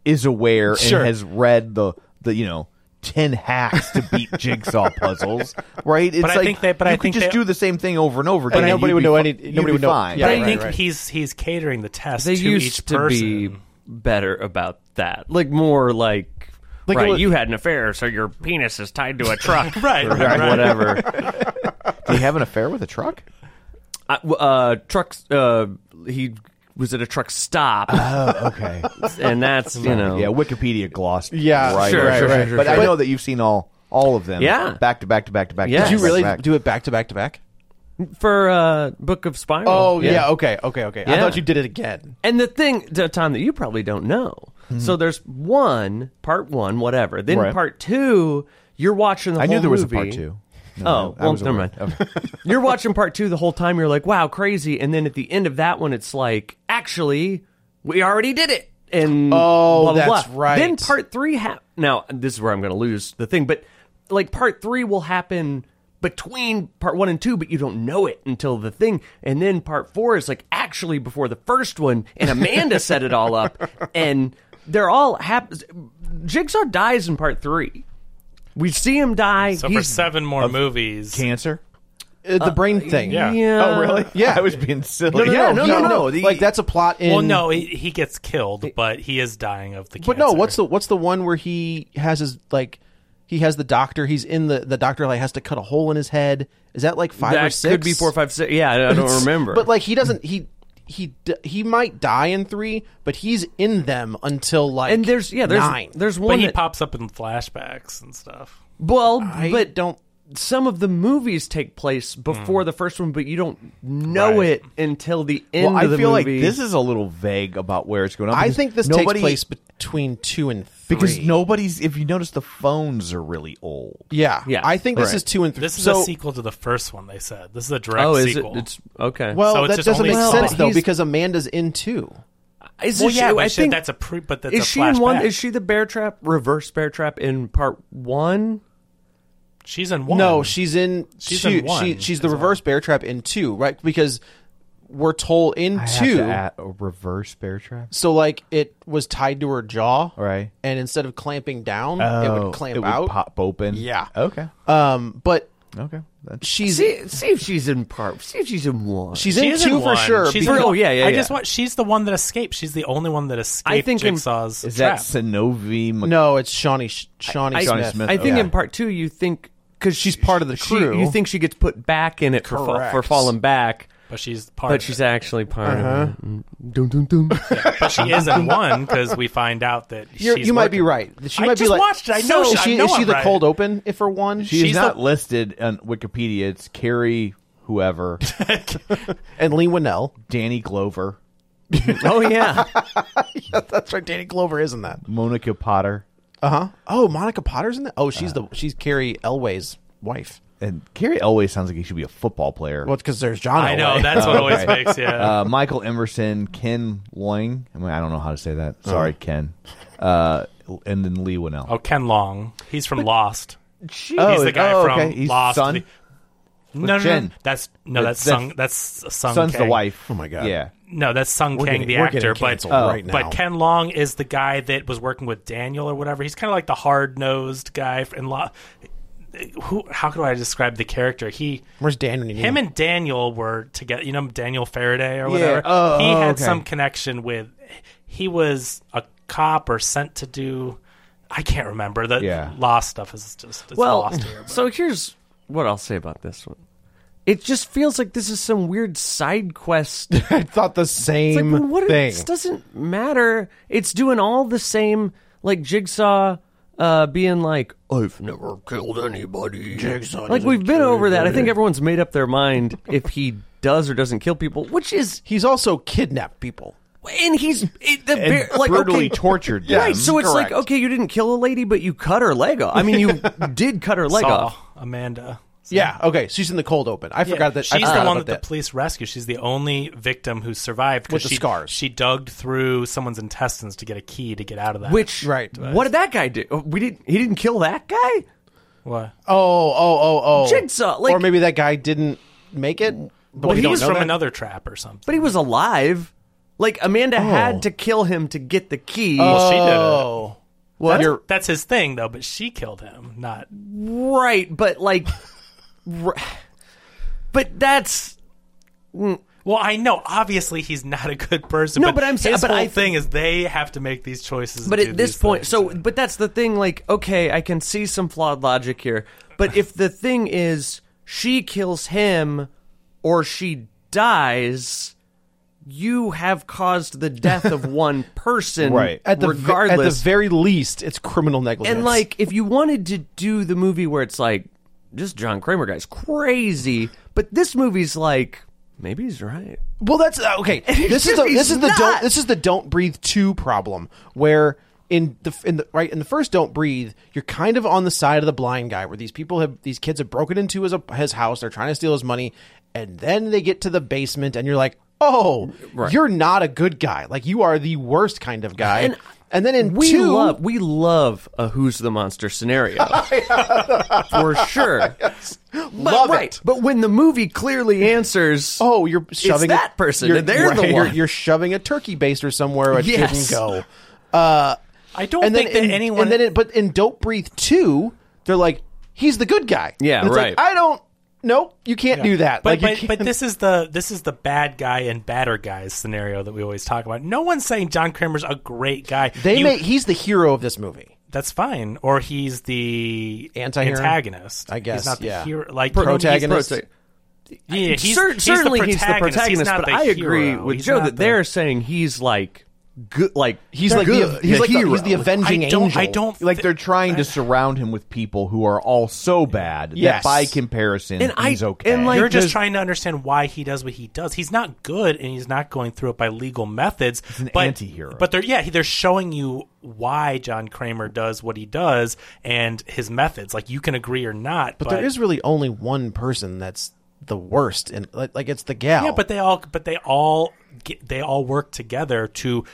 [SPEAKER 2] is aware
[SPEAKER 3] Sure.
[SPEAKER 2] and has read the the you know ten hacks to beat jigsaw puzzles, right? It's
[SPEAKER 4] I
[SPEAKER 2] like
[SPEAKER 4] think they- but
[SPEAKER 2] you
[SPEAKER 4] I
[SPEAKER 2] could
[SPEAKER 4] think
[SPEAKER 2] just
[SPEAKER 4] they-
[SPEAKER 2] do the same thing over and over again.
[SPEAKER 3] And nobody
[SPEAKER 2] you'd
[SPEAKER 3] would
[SPEAKER 2] be
[SPEAKER 3] know
[SPEAKER 2] fi-
[SPEAKER 3] any-
[SPEAKER 2] you'd
[SPEAKER 3] nobody
[SPEAKER 2] be
[SPEAKER 3] would know.
[SPEAKER 2] Fine.
[SPEAKER 3] Yeah,
[SPEAKER 4] But
[SPEAKER 3] right,
[SPEAKER 4] I
[SPEAKER 3] right,
[SPEAKER 4] think
[SPEAKER 3] right.
[SPEAKER 4] he's he's catering the test
[SPEAKER 5] they
[SPEAKER 4] to
[SPEAKER 5] used
[SPEAKER 4] each
[SPEAKER 5] to
[SPEAKER 4] person.
[SPEAKER 5] be better about that. Like more like,
[SPEAKER 3] Like
[SPEAKER 5] right,
[SPEAKER 3] it was-
[SPEAKER 5] you had an affair, so your penis is tied to a truck,
[SPEAKER 4] Right,
[SPEAKER 5] or
[SPEAKER 4] right, right.
[SPEAKER 5] Whatever.
[SPEAKER 2] Did he have an affair with a truck?
[SPEAKER 5] I- w- uh, trucks. Uh, he was at a truck stop,
[SPEAKER 2] Oh, okay.
[SPEAKER 5] and that's you know.
[SPEAKER 2] yeah, Wikipedia glossed.
[SPEAKER 3] Yeah,
[SPEAKER 2] right,
[SPEAKER 5] sure,
[SPEAKER 2] right,
[SPEAKER 5] sure,
[SPEAKER 2] right.
[SPEAKER 5] sure,
[SPEAKER 2] But
[SPEAKER 5] sure,
[SPEAKER 2] I
[SPEAKER 5] sure.
[SPEAKER 2] know that you've seen all all of them.
[SPEAKER 5] Yeah.
[SPEAKER 2] back to back to back to back. to
[SPEAKER 5] Did
[SPEAKER 2] back
[SPEAKER 3] did you
[SPEAKER 2] to
[SPEAKER 5] Yes.
[SPEAKER 3] really
[SPEAKER 2] back to back.
[SPEAKER 3] do it back to back to back?
[SPEAKER 5] for uh, Book of Spiral.
[SPEAKER 3] Oh yeah. okay, okay, okay. I
[SPEAKER 5] Yeah.
[SPEAKER 3] thought you did it again.
[SPEAKER 5] And the thing, the Tom, that you probably don't know. So there's one part one, whatever. Then
[SPEAKER 2] Hmm. Right.
[SPEAKER 5] part two, you're watching the
[SPEAKER 2] I
[SPEAKER 5] whole
[SPEAKER 2] knew there was a
[SPEAKER 5] movie.
[SPEAKER 2] part two. No,
[SPEAKER 5] Oh,
[SPEAKER 2] I- I
[SPEAKER 5] well,
[SPEAKER 2] was
[SPEAKER 5] never
[SPEAKER 2] aware.
[SPEAKER 5] mind. you're watching part two the whole time. You're like, wow, crazy. And then at the end of that one, it's like, actually, we already did it. And
[SPEAKER 3] Oh,
[SPEAKER 5] blah, blah,
[SPEAKER 3] that's
[SPEAKER 5] blah.
[SPEAKER 3] right.
[SPEAKER 5] Then part three hap Now this is where I'm going to lose the thing, but like part three will happen between part one and two, but you don't know it until the thing. And then part four is like actually before the first one, and Amanda set it all up, and they're all happens. Jigsaw dies in part three. We see him die.
[SPEAKER 4] So for
[SPEAKER 5] He's-
[SPEAKER 4] seven more movies,
[SPEAKER 2] Cancer?
[SPEAKER 3] Uh, the brain thing.
[SPEAKER 4] yeah.
[SPEAKER 5] Yeah.
[SPEAKER 2] oh, really?
[SPEAKER 3] Yeah.
[SPEAKER 2] I was being silly.
[SPEAKER 5] No,
[SPEAKER 3] Yeah, no,
[SPEAKER 5] no, no,
[SPEAKER 3] no,
[SPEAKER 5] no, the-
[SPEAKER 3] like that's a plot in.
[SPEAKER 4] Well, no, he, he gets killed, but he is dying of the.
[SPEAKER 3] but no. What's the what's the one where he has his like he has the doctor. He's in the the doctor like has to cut a hole in his head. Is that like five
[SPEAKER 5] that
[SPEAKER 3] or six?
[SPEAKER 5] could be four, five, six. Yeah, I- I don't remember.
[SPEAKER 3] But like he doesn't he he d- he might die in three, but he's in them until like
[SPEAKER 5] and there's yeah, there's
[SPEAKER 3] nine.
[SPEAKER 5] there's one.
[SPEAKER 4] But he
[SPEAKER 5] that-
[SPEAKER 4] pops up in flashbacks and stuff.
[SPEAKER 5] well,
[SPEAKER 3] I
[SPEAKER 5] but
[SPEAKER 3] don't
[SPEAKER 5] some of the movies take place before the first one, but you don't know
[SPEAKER 4] Right.
[SPEAKER 5] it until the end
[SPEAKER 2] Well, I
[SPEAKER 5] of the
[SPEAKER 2] feel like
[SPEAKER 5] movie.
[SPEAKER 2] this is a little vague about where it's going on.
[SPEAKER 3] I
[SPEAKER 2] because
[SPEAKER 3] think this
[SPEAKER 2] nobody-
[SPEAKER 3] takes place between two and three.
[SPEAKER 2] because nobody's. If you notice, the phones are really old.
[SPEAKER 3] yeah,
[SPEAKER 5] Yeah.
[SPEAKER 3] I think this
[SPEAKER 2] Right.
[SPEAKER 3] is two and three.
[SPEAKER 4] This is
[SPEAKER 3] so,
[SPEAKER 4] a sequel to the first one. They said this is a direct
[SPEAKER 5] oh, is it?
[SPEAKER 4] sequel.
[SPEAKER 5] It's okay.
[SPEAKER 3] Well,
[SPEAKER 4] So it's
[SPEAKER 3] that
[SPEAKER 4] just
[SPEAKER 3] doesn't
[SPEAKER 4] only
[SPEAKER 3] make
[SPEAKER 4] a
[SPEAKER 3] sense
[SPEAKER 4] couple.
[SPEAKER 3] though
[SPEAKER 5] He's-
[SPEAKER 3] because Amanda's in two.
[SPEAKER 5] is
[SPEAKER 4] well,
[SPEAKER 5] this-
[SPEAKER 4] yeah, but
[SPEAKER 5] I
[SPEAKER 4] shit,
[SPEAKER 5] think
[SPEAKER 4] that's a pre. But that's
[SPEAKER 5] is
[SPEAKER 4] a
[SPEAKER 5] she in one?
[SPEAKER 4] flashback.
[SPEAKER 5] Is she the bear trap? Reverse bear trap in part one.
[SPEAKER 4] She's in one.
[SPEAKER 3] No, she's in
[SPEAKER 4] She's
[SPEAKER 3] two.
[SPEAKER 4] in one
[SPEAKER 3] she, she's the
[SPEAKER 4] as well.
[SPEAKER 3] reverse bear trap in two, right? Because we're told in
[SPEAKER 2] I have
[SPEAKER 3] two.
[SPEAKER 2] to add a reverse bear trap.
[SPEAKER 3] So like it was tied to her jaw,
[SPEAKER 2] Right.
[SPEAKER 3] And instead of clamping down, it
[SPEAKER 2] Oh,
[SPEAKER 3] would clamp
[SPEAKER 2] it would
[SPEAKER 3] out.
[SPEAKER 2] pop open.
[SPEAKER 3] Yeah.
[SPEAKER 2] Okay.
[SPEAKER 3] Um, but
[SPEAKER 2] Okay. That's
[SPEAKER 3] she's
[SPEAKER 5] See, see if she's in part. See if she's in one.
[SPEAKER 3] she's
[SPEAKER 4] She
[SPEAKER 3] in
[SPEAKER 4] is
[SPEAKER 3] two
[SPEAKER 4] in
[SPEAKER 3] for
[SPEAKER 4] one.
[SPEAKER 3] sure.
[SPEAKER 4] She's
[SPEAKER 3] because-
[SPEAKER 4] in
[SPEAKER 5] Oh,
[SPEAKER 4] one.
[SPEAKER 5] yeah, yeah,
[SPEAKER 4] I
[SPEAKER 5] yeah.
[SPEAKER 4] just want. She's the one that escaped. She's the only one that escaped.
[SPEAKER 5] I think in-
[SPEAKER 4] Jigsaw's
[SPEAKER 2] is
[SPEAKER 4] trap.
[SPEAKER 2] that Sanovi Mc-
[SPEAKER 3] no, it's Shawnee Sh- Shawnee
[SPEAKER 5] I,
[SPEAKER 3] Smith.
[SPEAKER 2] Smith.
[SPEAKER 5] I think
[SPEAKER 2] okay.
[SPEAKER 5] in part two, you think because she's
[SPEAKER 3] part of the crew.
[SPEAKER 5] you think she gets put back in it for, fall,
[SPEAKER 3] Correct.
[SPEAKER 5] for falling back,
[SPEAKER 4] But she's part.
[SPEAKER 5] but
[SPEAKER 4] of
[SPEAKER 5] she's
[SPEAKER 4] it.
[SPEAKER 5] actually part of it. Mm, Dun, dun, dun.
[SPEAKER 4] But she is in one because we find out that
[SPEAKER 3] You're,
[SPEAKER 4] she's
[SPEAKER 3] you might be
[SPEAKER 4] working.
[SPEAKER 3] right. She
[SPEAKER 4] I
[SPEAKER 3] might be
[SPEAKER 4] just
[SPEAKER 3] like,
[SPEAKER 4] watched it. I
[SPEAKER 3] so
[SPEAKER 4] know she-
[SPEAKER 3] is
[SPEAKER 4] I
[SPEAKER 3] she
[SPEAKER 4] know
[SPEAKER 3] is she
[SPEAKER 4] I'm
[SPEAKER 3] the
[SPEAKER 4] right.
[SPEAKER 3] cold open if for one?
[SPEAKER 2] She's,
[SPEAKER 4] She's
[SPEAKER 2] not
[SPEAKER 4] the-
[SPEAKER 2] listed on Wikipedia. It's Carrie, whoever,
[SPEAKER 3] and Lee Winnell.
[SPEAKER 2] Danny Glover,
[SPEAKER 5] oh yeah,
[SPEAKER 3] That's right. Danny Glover isn't that?
[SPEAKER 2] Monica Potter,
[SPEAKER 3] Uh huh. Oh, Monica Potter's in that. Oh, she's
[SPEAKER 4] Uh.
[SPEAKER 3] the she's Carrie Elway's wife.
[SPEAKER 2] and Carrie always sounds like he should be a football player.
[SPEAKER 3] Well, because there's John.
[SPEAKER 4] I know
[SPEAKER 3] Elway.
[SPEAKER 4] that's what always
[SPEAKER 2] Okay.
[SPEAKER 4] makes yeah.
[SPEAKER 2] Uh, Michael Emerson, Ken Loing. I, mean, I don't know how to say that. Sorry, Ken. Uh, and then Lee Winnell.
[SPEAKER 4] Oh, Ken Long. He's from Lost.
[SPEAKER 2] Oh,
[SPEAKER 4] He's the guy
[SPEAKER 2] oh,
[SPEAKER 4] from
[SPEAKER 2] okay. He's
[SPEAKER 4] Lost.
[SPEAKER 2] son?
[SPEAKER 4] The- no, no, no,
[SPEAKER 2] Jen.
[SPEAKER 4] that's no,
[SPEAKER 2] That's-
[SPEAKER 4] that's Sung. That's Sung.
[SPEAKER 2] Son's
[SPEAKER 4] Kang.
[SPEAKER 2] the wife.
[SPEAKER 3] Oh, my God.
[SPEAKER 2] Yeah.
[SPEAKER 4] No, that's Sung
[SPEAKER 3] We're
[SPEAKER 4] Kang,
[SPEAKER 3] getting-
[SPEAKER 4] the
[SPEAKER 3] we're getting
[SPEAKER 4] actor. But
[SPEAKER 3] canceled right now.
[SPEAKER 4] but Ken Long is the guy that was working with Daniel or whatever. He's kind of like the hard nosed guy in Lo- Who? How could I describe the character? He.
[SPEAKER 3] Where's Dan when you need
[SPEAKER 4] Him
[SPEAKER 3] him?
[SPEAKER 4] and Daniel were together. You know Daniel Faraday or whatever.
[SPEAKER 2] Oh,
[SPEAKER 4] he
[SPEAKER 2] oh,
[SPEAKER 4] had
[SPEAKER 2] okay.
[SPEAKER 4] some connection with. He was a cop or sent to do. I can't remember. The
[SPEAKER 2] Yeah.
[SPEAKER 4] Lost stuff is just it's
[SPEAKER 5] well,
[SPEAKER 4] lost here.
[SPEAKER 5] so here's what I'll say about this one. It just feels like this is some weird side quest. It's
[SPEAKER 3] I thought the
[SPEAKER 5] like,
[SPEAKER 3] same
[SPEAKER 5] well, what
[SPEAKER 3] thing.
[SPEAKER 5] It doesn't matter. It's doing all the same, like Jigsaw uh, being like, I've never killed anybody. Jigsaw like, we've been over that. I think everyone's made up their mind if he does or doesn't kill people, which is
[SPEAKER 3] He's also kidnapped people.
[SPEAKER 5] and he's it, the bear, like
[SPEAKER 2] brutally
[SPEAKER 5] okay,
[SPEAKER 2] tortured them.
[SPEAKER 5] Right, so it's
[SPEAKER 3] Correct.
[SPEAKER 5] like okay, you didn't kill a lady, but you cut her leg off. I mean, you did cut her leg
[SPEAKER 4] Saw
[SPEAKER 5] off.
[SPEAKER 4] Amanda.
[SPEAKER 3] Yeah. Okay. She's in the cold open. I forgot that. I
[SPEAKER 4] she's
[SPEAKER 3] forgot
[SPEAKER 4] the one
[SPEAKER 3] about
[SPEAKER 4] that, the police rescued. She's the only victim who survived 'cause
[SPEAKER 3] With the
[SPEAKER 4] she,
[SPEAKER 3] scars.
[SPEAKER 4] She dug through someone's intestines to get a key to get out of that.
[SPEAKER 5] Which
[SPEAKER 3] Right.
[SPEAKER 5] What did that guy do? Oh, We didn't. He didn't kill that guy.
[SPEAKER 4] what?
[SPEAKER 3] Oh, oh, oh, oh.
[SPEAKER 5] Jigsaw, like-
[SPEAKER 3] or maybe that guy didn't make it. But
[SPEAKER 4] Well,
[SPEAKER 3] we
[SPEAKER 4] he
[SPEAKER 3] don't
[SPEAKER 4] was
[SPEAKER 3] know
[SPEAKER 4] from
[SPEAKER 3] that.
[SPEAKER 4] another trap or something.
[SPEAKER 5] But he was alive. Like Amanda
[SPEAKER 3] Oh.
[SPEAKER 5] had to kill him to get the key.
[SPEAKER 4] well, she did it.
[SPEAKER 3] Oh, what?
[SPEAKER 4] That's,
[SPEAKER 3] You're,
[SPEAKER 4] that's his thing though. But she killed him. Not
[SPEAKER 5] Right, but like, r- but that's
[SPEAKER 4] well. I know. Obviously, he's not a good person.
[SPEAKER 5] No,
[SPEAKER 4] but,
[SPEAKER 5] but I'm saying-
[SPEAKER 4] his
[SPEAKER 5] but
[SPEAKER 4] whole
[SPEAKER 5] I-
[SPEAKER 4] thing is they have to make these choices.
[SPEAKER 5] but
[SPEAKER 4] and
[SPEAKER 5] at
[SPEAKER 4] do
[SPEAKER 5] this
[SPEAKER 4] these
[SPEAKER 5] point,
[SPEAKER 4] things.
[SPEAKER 5] so but that's the thing. Like, okay, I can see some flawed logic here, but if the thing is she kills him or she dies. You have caused the death of one person,
[SPEAKER 2] Right.
[SPEAKER 3] at the
[SPEAKER 5] regardless,
[SPEAKER 3] at the very least, it's criminal negligence.
[SPEAKER 5] And like, if you wanted to do the movie where it's like, this John Kramer guy's crazy, but this movie's like, maybe he's right.
[SPEAKER 3] well, that's uh, okay. This is the
[SPEAKER 5] He's
[SPEAKER 3] this is the
[SPEAKER 5] not.
[SPEAKER 3] don't this is the don't breathe two problem where. In the in the right in the first don't breathe you're kind of on the side of the blind guy where these people have these kids have broken into his his house they're trying to steal his money and then they get to the basement and you're like oh you're not a good guy like you are the worst kind of guy and, then in
[SPEAKER 5] We
[SPEAKER 3] two
[SPEAKER 5] love we love a who's the monster scenario for sure. But,
[SPEAKER 3] Love it.
[SPEAKER 5] But when the movie clearly answers,
[SPEAKER 3] Oh, you're shoving
[SPEAKER 5] that
[SPEAKER 3] a,
[SPEAKER 5] person,
[SPEAKER 3] You're,
[SPEAKER 5] and they're the
[SPEAKER 3] right,
[SPEAKER 5] one.
[SPEAKER 3] You're, you're shoving a turkey baster somewhere it
[SPEAKER 5] Yes.
[SPEAKER 3] shouldn't go.
[SPEAKER 4] I don't
[SPEAKER 3] And then
[SPEAKER 4] think that
[SPEAKER 3] in,
[SPEAKER 4] anyone.
[SPEAKER 3] And then, it, but in Don't Breathe Two, they're like, he's the good guy.
[SPEAKER 5] Yeah,
[SPEAKER 3] And it's like,
[SPEAKER 5] right.
[SPEAKER 3] I don't. Nope, you can't do that.
[SPEAKER 4] But
[SPEAKER 3] like, you
[SPEAKER 4] but, but
[SPEAKER 3] can't-
[SPEAKER 4] this is the this is the bad guy and badder guys scenario that we always talk about. No one's saying John Kramer's a great guy.
[SPEAKER 3] they
[SPEAKER 4] You-
[SPEAKER 3] make he's the hero of this movie.
[SPEAKER 4] that's fine, or he's the
[SPEAKER 3] Antihero?
[SPEAKER 4] antagonist.
[SPEAKER 3] I guess,
[SPEAKER 4] he's not the
[SPEAKER 3] yeah.
[SPEAKER 4] hero. Like
[SPEAKER 3] Protagonist.
[SPEAKER 4] he's- Yeah, he's,
[SPEAKER 5] Cer-
[SPEAKER 4] he's
[SPEAKER 5] certainly
[SPEAKER 4] the protagonist,
[SPEAKER 5] he's the protagonist,
[SPEAKER 4] he's not
[SPEAKER 5] but
[SPEAKER 4] the
[SPEAKER 5] I agree
[SPEAKER 4] hero.
[SPEAKER 5] with
[SPEAKER 4] He's
[SPEAKER 5] Joe
[SPEAKER 4] not
[SPEAKER 5] that
[SPEAKER 4] the-
[SPEAKER 5] they're saying he's like good, like
[SPEAKER 3] He's
[SPEAKER 5] they're
[SPEAKER 3] like
[SPEAKER 5] good,
[SPEAKER 3] the he's like the, he's the
[SPEAKER 5] hero.
[SPEAKER 3] avenging
[SPEAKER 4] I don't.
[SPEAKER 3] angel.
[SPEAKER 4] I don't
[SPEAKER 2] like
[SPEAKER 4] thi-
[SPEAKER 2] they're trying to surround him with people who are all so bad
[SPEAKER 3] Yes.
[SPEAKER 2] that by comparison
[SPEAKER 5] And I-
[SPEAKER 2] he's okay.
[SPEAKER 5] and, like,
[SPEAKER 4] You're just
[SPEAKER 5] does-
[SPEAKER 4] trying to understand why he does what he does. He's not good, and he's not going through it by legal methods. He's
[SPEAKER 2] an anti-hero.
[SPEAKER 4] But they're yeah, he- they're showing you why John Kramer does what he does and his methods. Like you can agree or not, but,
[SPEAKER 3] but there is really only one person that's the worst, and like, like it's the gal.
[SPEAKER 4] yeah. But they all but they all get, they all work together to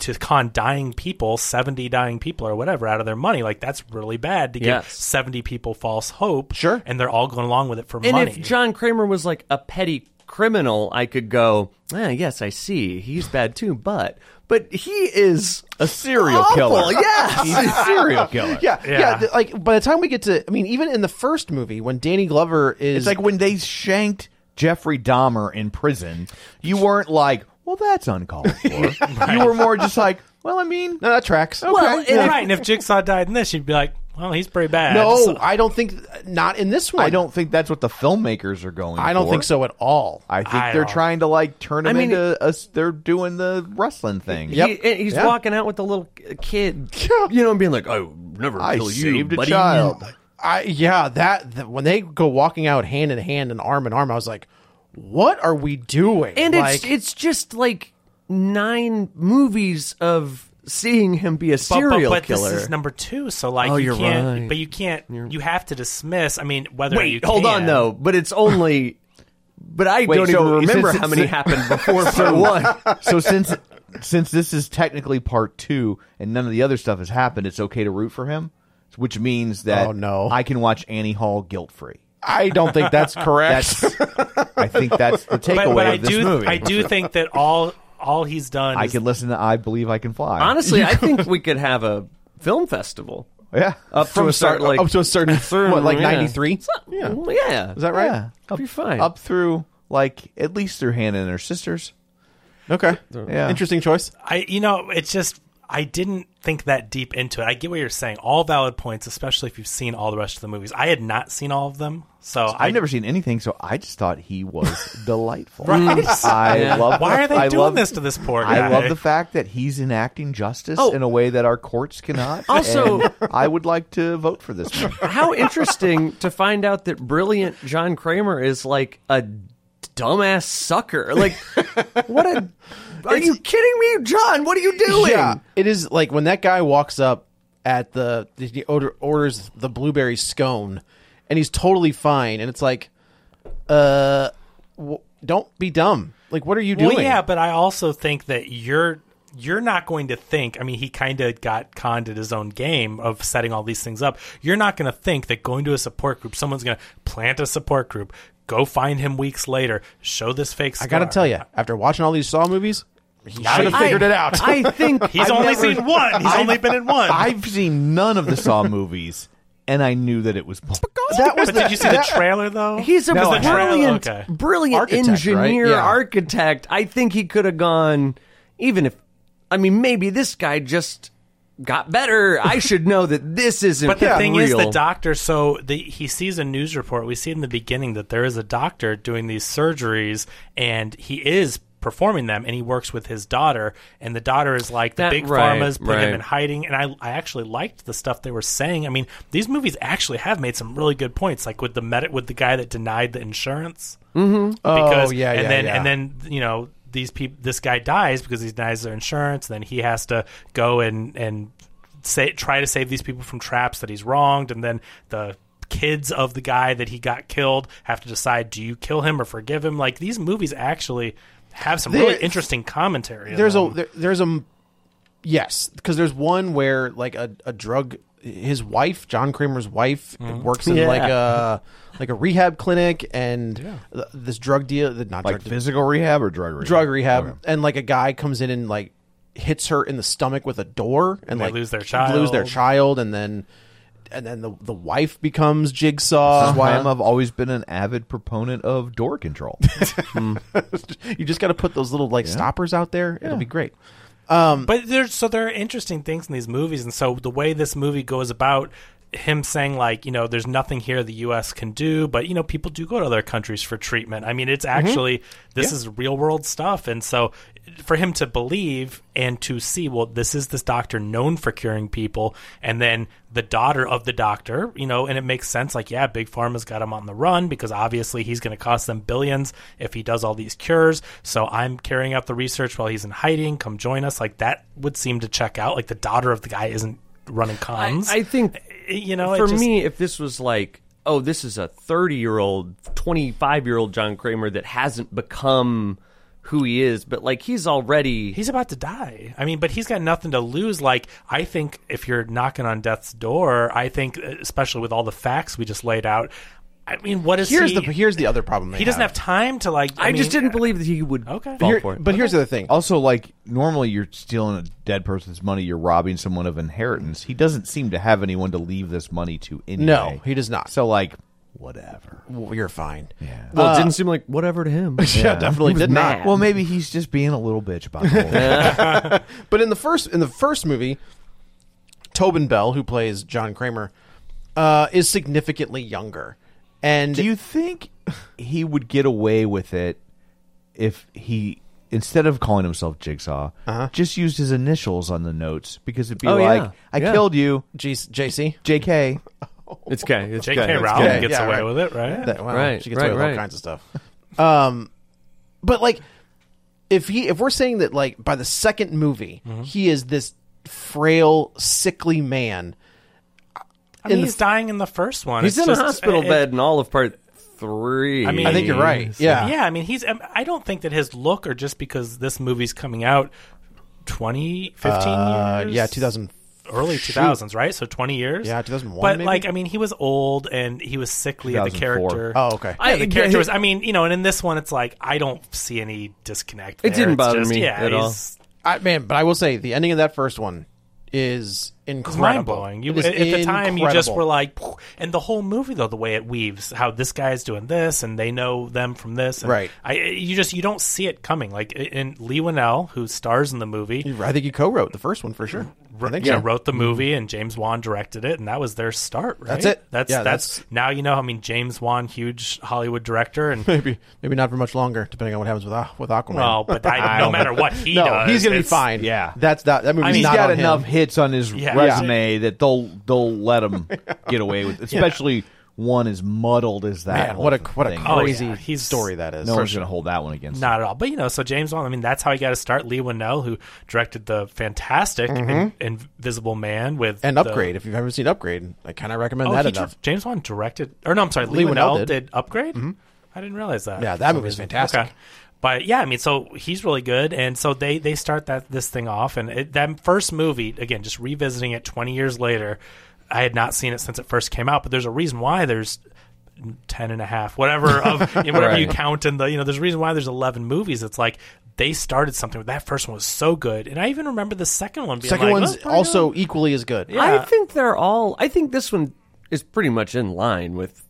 [SPEAKER 4] to con dying people, seventy dying people or whatever, out of their money. Like that's really bad to give
[SPEAKER 5] Yes.
[SPEAKER 4] seventy people false hope.
[SPEAKER 3] Sure.
[SPEAKER 4] and they're all going along with it for
[SPEAKER 5] And
[SPEAKER 4] money.
[SPEAKER 5] if John Kramer was like a petty criminal, I could go, ah, yes, I see, he's bad too, but but he is
[SPEAKER 2] a serial
[SPEAKER 5] awful,
[SPEAKER 2] killer.
[SPEAKER 5] yes.
[SPEAKER 2] he's a serial killer.
[SPEAKER 3] yeah, yeah.
[SPEAKER 4] Yeah.
[SPEAKER 3] th- like by the time we get to, I mean, even in the first movie when Danny Glover is
[SPEAKER 2] It's like when they shanked Jeffrey Dahmer in prison, you weren't like, well, that's uncalled for. You were more just like, well, I mean,
[SPEAKER 3] no, that tracks.
[SPEAKER 5] Well,
[SPEAKER 3] Okay.
[SPEAKER 5] and
[SPEAKER 4] right, and if Jigsaw died in this, you'd be like, well, he's pretty bad. So-
[SPEAKER 3] no, oh, I don't think not in this one.
[SPEAKER 2] I don't think that's what the filmmakers are going
[SPEAKER 3] I don't
[SPEAKER 2] for.
[SPEAKER 3] think so at all.
[SPEAKER 2] I think
[SPEAKER 4] I
[SPEAKER 2] they're
[SPEAKER 4] don't-
[SPEAKER 2] trying to like turn him
[SPEAKER 5] mean,
[SPEAKER 2] into us. They're doing the wrestling thing.
[SPEAKER 5] He- and he's
[SPEAKER 3] Yeah.
[SPEAKER 5] walking out with the little kid, you know, and being like, "Oh, never
[SPEAKER 2] I
[SPEAKER 5] kill you,
[SPEAKER 2] saved a
[SPEAKER 5] buddy."
[SPEAKER 2] child.
[SPEAKER 3] I yeah, that, that when they go walking out hand in hand and arm in arm, I was like, what are we doing?
[SPEAKER 5] And
[SPEAKER 3] like,
[SPEAKER 5] it's it's just like nine movies of seeing him be a
[SPEAKER 4] But- but-
[SPEAKER 5] serial
[SPEAKER 4] but,
[SPEAKER 5] killer.
[SPEAKER 4] This is number two, so like
[SPEAKER 5] Oh,
[SPEAKER 4] you
[SPEAKER 5] you're
[SPEAKER 4] can't.
[SPEAKER 5] right.
[SPEAKER 4] But you can't. You have to dismiss. I mean, whether you
[SPEAKER 5] Wait, hold
[SPEAKER 4] can.
[SPEAKER 5] on though. But it's only. But I
[SPEAKER 2] Wait,
[SPEAKER 5] don't
[SPEAKER 2] so
[SPEAKER 5] even
[SPEAKER 2] is
[SPEAKER 5] remember
[SPEAKER 2] this-
[SPEAKER 5] how many happened before part one.
[SPEAKER 2] so since since this is technically part two and none of the other stuff has happened, it's okay to root for him, which means that
[SPEAKER 3] Oh, no.
[SPEAKER 2] I can watch Annie Hall guilt free.
[SPEAKER 3] I don't think that's correct.
[SPEAKER 2] That's I think that's the takeaway
[SPEAKER 4] But, but
[SPEAKER 2] of
[SPEAKER 4] I
[SPEAKER 2] this
[SPEAKER 4] do.
[SPEAKER 2] movie.
[SPEAKER 4] I do think that all all he's done.
[SPEAKER 2] I
[SPEAKER 4] is,
[SPEAKER 2] can listen to I Believe I Can Fly.
[SPEAKER 5] Honestly, I think we could have a film festival.
[SPEAKER 2] yeah.
[SPEAKER 5] Up
[SPEAKER 3] From
[SPEAKER 5] to a start,
[SPEAKER 3] certain-
[SPEAKER 5] like
[SPEAKER 3] up to a certain- what, like 93?
[SPEAKER 5] Yeah, Well,
[SPEAKER 3] Is
[SPEAKER 5] yeah.
[SPEAKER 3] that right?
[SPEAKER 2] Yeah. Up,
[SPEAKER 5] Be fine.
[SPEAKER 2] up through like at least through Hannah and her sisters.
[SPEAKER 3] Okay.
[SPEAKER 2] Yeah.
[SPEAKER 3] Interesting choice.
[SPEAKER 4] I you know it's just I didn't think that deep into it. I get what you're saying. All valid points, especially if you've seen all the rest of the movies. I had not seen all of them, so I
[SPEAKER 2] I've never seen anything, so I just thought he was delightful. Mm, I love.
[SPEAKER 4] Why are they
[SPEAKER 2] I
[SPEAKER 4] doing
[SPEAKER 2] love-
[SPEAKER 4] this to this poor
[SPEAKER 2] I
[SPEAKER 4] guy?
[SPEAKER 2] love the fact that he's enacting justice
[SPEAKER 5] Oh.
[SPEAKER 2] in a way that our courts cannot.
[SPEAKER 5] Also-
[SPEAKER 2] and I would like to vote for this. One.
[SPEAKER 5] How interesting to find out that brilliant John Kramer is like a dumbass sucker. Like, what a. Are you kidding me, John? What are you doing?
[SPEAKER 3] Yeah, it is like when that guy walks up at the he order, orders the blueberry scone, and he's totally fine, and it's like, uh, w- don't be dumb. Like, what are you doing?
[SPEAKER 4] Well, yeah, but I also think that you're you're not going to think. I mean, he kind of got conned at his own game of setting all these things up. You're not going to think that going to a support group, someone's going to plant a support group, go find him weeks later, show this fake.
[SPEAKER 3] I gotta
[SPEAKER 4] scar.
[SPEAKER 3] tell you, after watching all these Saw movies, he
[SPEAKER 4] I-
[SPEAKER 3] should have figured it out.
[SPEAKER 5] I think
[SPEAKER 4] he's
[SPEAKER 5] I've
[SPEAKER 4] only
[SPEAKER 5] never-
[SPEAKER 4] seen one. He's only been in one.
[SPEAKER 2] I've seen none of the Saw movies, and I knew that it was.
[SPEAKER 3] that was
[SPEAKER 4] but did you see the trailer though?
[SPEAKER 5] He's a
[SPEAKER 4] Because the trailer-
[SPEAKER 5] brilliant,
[SPEAKER 4] okay.
[SPEAKER 5] brilliant
[SPEAKER 3] Architect,
[SPEAKER 5] engineer,
[SPEAKER 3] right? Yeah.
[SPEAKER 5] architect. I think he could have gone, even if, I mean, maybe this guy just got better. I should know that this isn't.
[SPEAKER 4] But the thing is,
[SPEAKER 5] real.
[SPEAKER 4] the doctor. So the, he sees a news report. We see in the beginning that there is a doctor doing these surgeries, and he is performing them, and he works with his daughter. And the daughter is like the
[SPEAKER 5] That-
[SPEAKER 4] big
[SPEAKER 5] right,
[SPEAKER 4] pharma's put
[SPEAKER 5] right.
[SPEAKER 4] him in hiding. And I, I actually liked the stuff they were saying. I mean, these movies actually have made some really good points, like with the med- with the guy that denied the insurance. Because,
[SPEAKER 3] oh yeah, yeah,
[SPEAKER 4] and then
[SPEAKER 3] yeah.
[SPEAKER 4] and then you know these people, this guy dies because he denies their insurance. Then he has to go and and say try to save these people from traps that he's wronged, and then the kids of the guy that he got killed have to decide do you kill him or forgive him. Like these movies actually have some really
[SPEAKER 3] There-
[SPEAKER 4] interesting commentary. in
[SPEAKER 3] there's a
[SPEAKER 4] them.
[SPEAKER 3] there, there's a m- yes because there's one where like a, a drug his wife john kramer's wife
[SPEAKER 4] Mm-hmm.
[SPEAKER 3] works in
[SPEAKER 5] Yeah.
[SPEAKER 3] like a like a rehab clinic and th- this drug deal th- not
[SPEAKER 2] like
[SPEAKER 3] drug deal,
[SPEAKER 2] physical rehab or drug rehab?
[SPEAKER 3] drug rehab and like a guy comes in and like hits her in the stomach with a door and
[SPEAKER 4] They
[SPEAKER 3] like
[SPEAKER 4] lose their
[SPEAKER 3] lose their
[SPEAKER 4] child.
[SPEAKER 3] child and then and then the the wife becomes Jigsaw. Uh-huh.
[SPEAKER 2] That's why I'm, I've always been an avid proponent of door control.
[SPEAKER 3] you just got to put those little like stoppers out there. It'll be great.
[SPEAKER 4] But there's so there are interesting things in these movies, and so the way this movie goes about him saying like you know there's nothing here the U.S. can do, but you know people do go to other countries for treatment. I mean, it's actually this is real world stuff, and so for him to believe and to see, well, this is this doctor known for curing people, and then the daughter of the doctor, you know, and it makes sense. Like, yeah, Big Pharma's got him on the run because obviously he's going to cost them billions if he does all these cures. So I'm carrying out the research while he's in hiding. Come join us. Like that would seem to check out. Like the daughter of the guy isn't running cons. Eh,
[SPEAKER 5] I think
[SPEAKER 4] you know, it
[SPEAKER 5] for
[SPEAKER 4] just-
[SPEAKER 5] me, if this was like, oh, this is a thirty-year-old, twenty-five-year-old John Kramer that hasn't become who he is, but like he's already
[SPEAKER 4] he's about to die. I mean, but he's got nothing to lose. Like, I think if you're knocking on death's door, I think, especially with all the facts we just laid out, I mean, what is
[SPEAKER 3] Here's
[SPEAKER 4] he?
[SPEAKER 3] the here's the other problem. They
[SPEAKER 4] he doesn't have time to like.
[SPEAKER 5] I, just
[SPEAKER 4] mean,
[SPEAKER 5] didn't believe that he would
[SPEAKER 4] Okay.
[SPEAKER 5] fall
[SPEAKER 3] Here-
[SPEAKER 5] for it.
[SPEAKER 3] but here's the other thing.
[SPEAKER 2] also, like normally you're stealing a dead person's money, you're robbing someone of inheritance. He doesn't seem to have anyone to leave this money to anyway.
[SPEAKER 3] No, he does not.
[SPEAKER 2] So like whatever.
[SPEAKER 3] Well, You're fine. Yeah,
[SPEAKER 5] well,
[SPEAKER 4] Uh,
[SPEAKER 5] it didn't seem like whatever to him.
[SPEAKER 3] definitely
[SPEAKER 5] He was
[SPEAKER 3] did not.
[SPEAKER 5] mad.
[SPEAKER 2] Well, maybe he's just being a little bitch about the whole thing.
[SPEAKER 3] But in the first in the first movie, Tobin Bell, who plays John Kramer, uh, is significantly younger. And
[SPEAKER 2] Do you think he would get away with it if he instead of calling himself Jigsaw,
[SPEAKER 3] Uh-huh.
[SPEAKER 2] just used his initials on the notes because it'd be
[SPEAKER 5] Oh,
[SPEAKER 2] like,
[SPEAKER 5] yeah.
[SPEAKER 2] "I
[SPEAKER 5] Yeah.
[SPEAKER 2] killed you,
[SPEAKER 3] J- JC,
[SPEAKER 2] J.K."
[SPEAKER 5] It's okay. It's
[SPEAKER 4] J.K.
[SPEAKER 5] okay.
[SPEAKER 4] Rowling
[SPEAKER 3] good.
[SPEAKER 4] gets
[SPEAKER 3] Yeah,
[SPEAKER 4] away
[SPEAKER 3] right.
[SPEAKER 4] with it, right?
[SPEAKER 3] That- well,
[SPEAKER 5] Right,
[SPEAKER 3] she gets
[SPEAKER 5] right,
[SPEAKER 3] away with all
[SPEAKER 5] right.
[SPEAKER 3] kinds of stuff. Um, but like, if he if we're saying that like by the second movie
[SPEAKER 5] Mm-hmm.
[SPEAKER 3] he is this frail, sickly man.
[SPEAKER 4] I mean,
[SPEAKER 3] in the-
[SPEAKER 4] he's dying in the first one.
[SPEAKER 5] He's
[SPEAKER 4] It's
[SPEAKER 5] in a
[SPEAKER 4] just-
[SPEAKER 5] hospital
[SPEAKER 4] it-
[SPEAKER 5] bed in all of part three.
[SPEAKER 4] I mean,
[SPEAKER 3] I think you're right. Yeah.
[SPEAKER 4] Yeah, I mean, he's. um, I don't think that his look, or just because this movie's coming out 20, 15
[SPEAKER 3] Uh,
[SPEAKER 4] years?
[SPEAKER 3] yeah, two thousand.
[SPEAKER 4] Early 2000s, right? So 20 years?
[SPEAKER 3] Yeah, 2001
[SPEAKER 4] But,
[SPEAKER 3] maybe?
[SPEAKER 4] like, I mean, he was old and he was sickly, and the
[SPEAKER 2] 2004.
[SPEAKER 4] character.
[SPEAKER 3] Oh, okay.
[SPEAKER 4] Yeah, the
[SPEAKER 5] I-
[SPEAKER 4] character
[SPEAKER 5] yeah,
[SPEAKER 4] was. I mean, you know, and in this one, it's like I don't see any disconnect. There.
[SPEAKER 5] didn't
[SPEAKER 4] It's
[SPEAKER 5] bother
[SPEAKER 4] just,
[SPEAKER 5] me
[SPEAKER 4] yeah,
[SPEAKER 5] at all.
[SPEAKER 4] he's-
[SPEAKER 3] I, man, but I will say the ending of that first one is incredible.
[SPEAKER 4] mind blowing. You
[SPEAKER 3] It is
[SPEAKER 4] at the time you just
[SPEAKER 3] incredible.
[SPEAKER 4] were like, "Phew." and the whole movie though, the way it weaves, how this guy's doing this and they know them from this, and
[SPEAKER 3] Right.
[SPEAKER 4] I, you just you don't see it coming. Like in Lee Winnell, who stars in the movie,
[SPEAKER 3] I think you co-wrote the first one for sure. I think
[SPEAKER 4] yeah,
[SPEAKER 3] so. Mm-hmm.
[SPEAKER 4] wrote the movie and James Wan directed it, and that was their start. Right?
[SPEAKER 3] That's it.
[SPEAKER 4] That's
[SPEAKER 3] Yeah,
[SPEAKER 4] that's,
[SPEAKER 3] that's-
[SPEAKER 4] now you know. I mean, James Wan, huge Hollywood director, and
[SPEAKER 3] Maybe, maybe not for much longer, depending on what happens with Aqu- with Aquaman.
[SPEAKER 4] well, but I, no matter what he
[SPEAKER 3] no,
[SPEAKER 4] does,
[SPEAKER 3] he's gonna be
[SPEAKER 4] it's-
[SPEAKER 3] fine.
[SPEAKER 2] yeah.
[SPEAKER 3] that's that. That movie's
[SPEAKER 4] mean,
[SPEAKER 2] He's
[SPEAKER 3] not
[SPEAKER 2] got
[SPEAKER 3] on him.
[SPEAKER 2] enough hits on his
[SPEAKER 4] Yeah.
[SPEAKER 2] resume that they'll they'll let him get away with, especially one as muddled as that.
[SPEAKER 3] Man,
[SPEAKER 2] whole
[SPEAKER 3] what a what a
[SPEAKER 2] thing.
[SPEAKER 4] Oh,
[SPEAKER 3] crazy
[SPEAKER 4] yeah, he's-
[SPEAKER 3] story that is.
[SPEAKER 2] no one's gonna hold that one against. him.
[SPEAKER 4] Not at all. But you know, so James Wan. I mean, that's how he got to start. Lee Winnell, who directed the fantastic In- Invisible Man with
[SPEAKER 3] Mm-hmm. and
[SPEAKER 4] the-
[SPEAKER 3] Upgrade. if you've ever seen Upgrade, I kind of recommend
[SPEAKER 4] oh,
[SPEAKER 3] that
[SPEAKER 4] he dir-
[SPEAKER 3] enough.
[SPEAKER 4] James Wan directed, or no, I'm sorry, Lee,
[SPEAKER 3] Lee
[SPEAKER 4] Winnell,
[SPEAKER 3] Winnell
[SPEAKER 4] did.
[SPEAKER 3] did. Mm-hmm.
[SPEAKER 4] Upgrade. I didn't realize that.
[SPEAKER 3] Yeah,
[SPEAKER 4] for
[SPEAKER 3] that
[SPEAKER 4] some
[SPEAKER 3] movie's
[SPEAKER 4] reason.
[SPEAKER 3] fantastic.
[SPEAKER 4] Okay. But yeah, I mean, so he's really good, and so they they start that this thing off, and it, that first movie again, just revisiting it 20 years later. I had not seen it since it first came out, but there's a reason why there's 10 and a half whatever of you know, whatever you count in the you know there's a reason why there's 11 movies it's like they started something that first one was so good and i even remember the second one being
[SPEAKER 3] Second
[SPEAKER 4] like,
[SPEAKER 3] one's
[SPEAKER 4] "Oh, pretty
[SPEAKER 3] also
[SPEAKER 4] good."
[SPEAKER 3] equally as good.
[SPEAKER 4] Yeah.
[SPEAKER 5] I think they're all. I think this one is pretty much in line with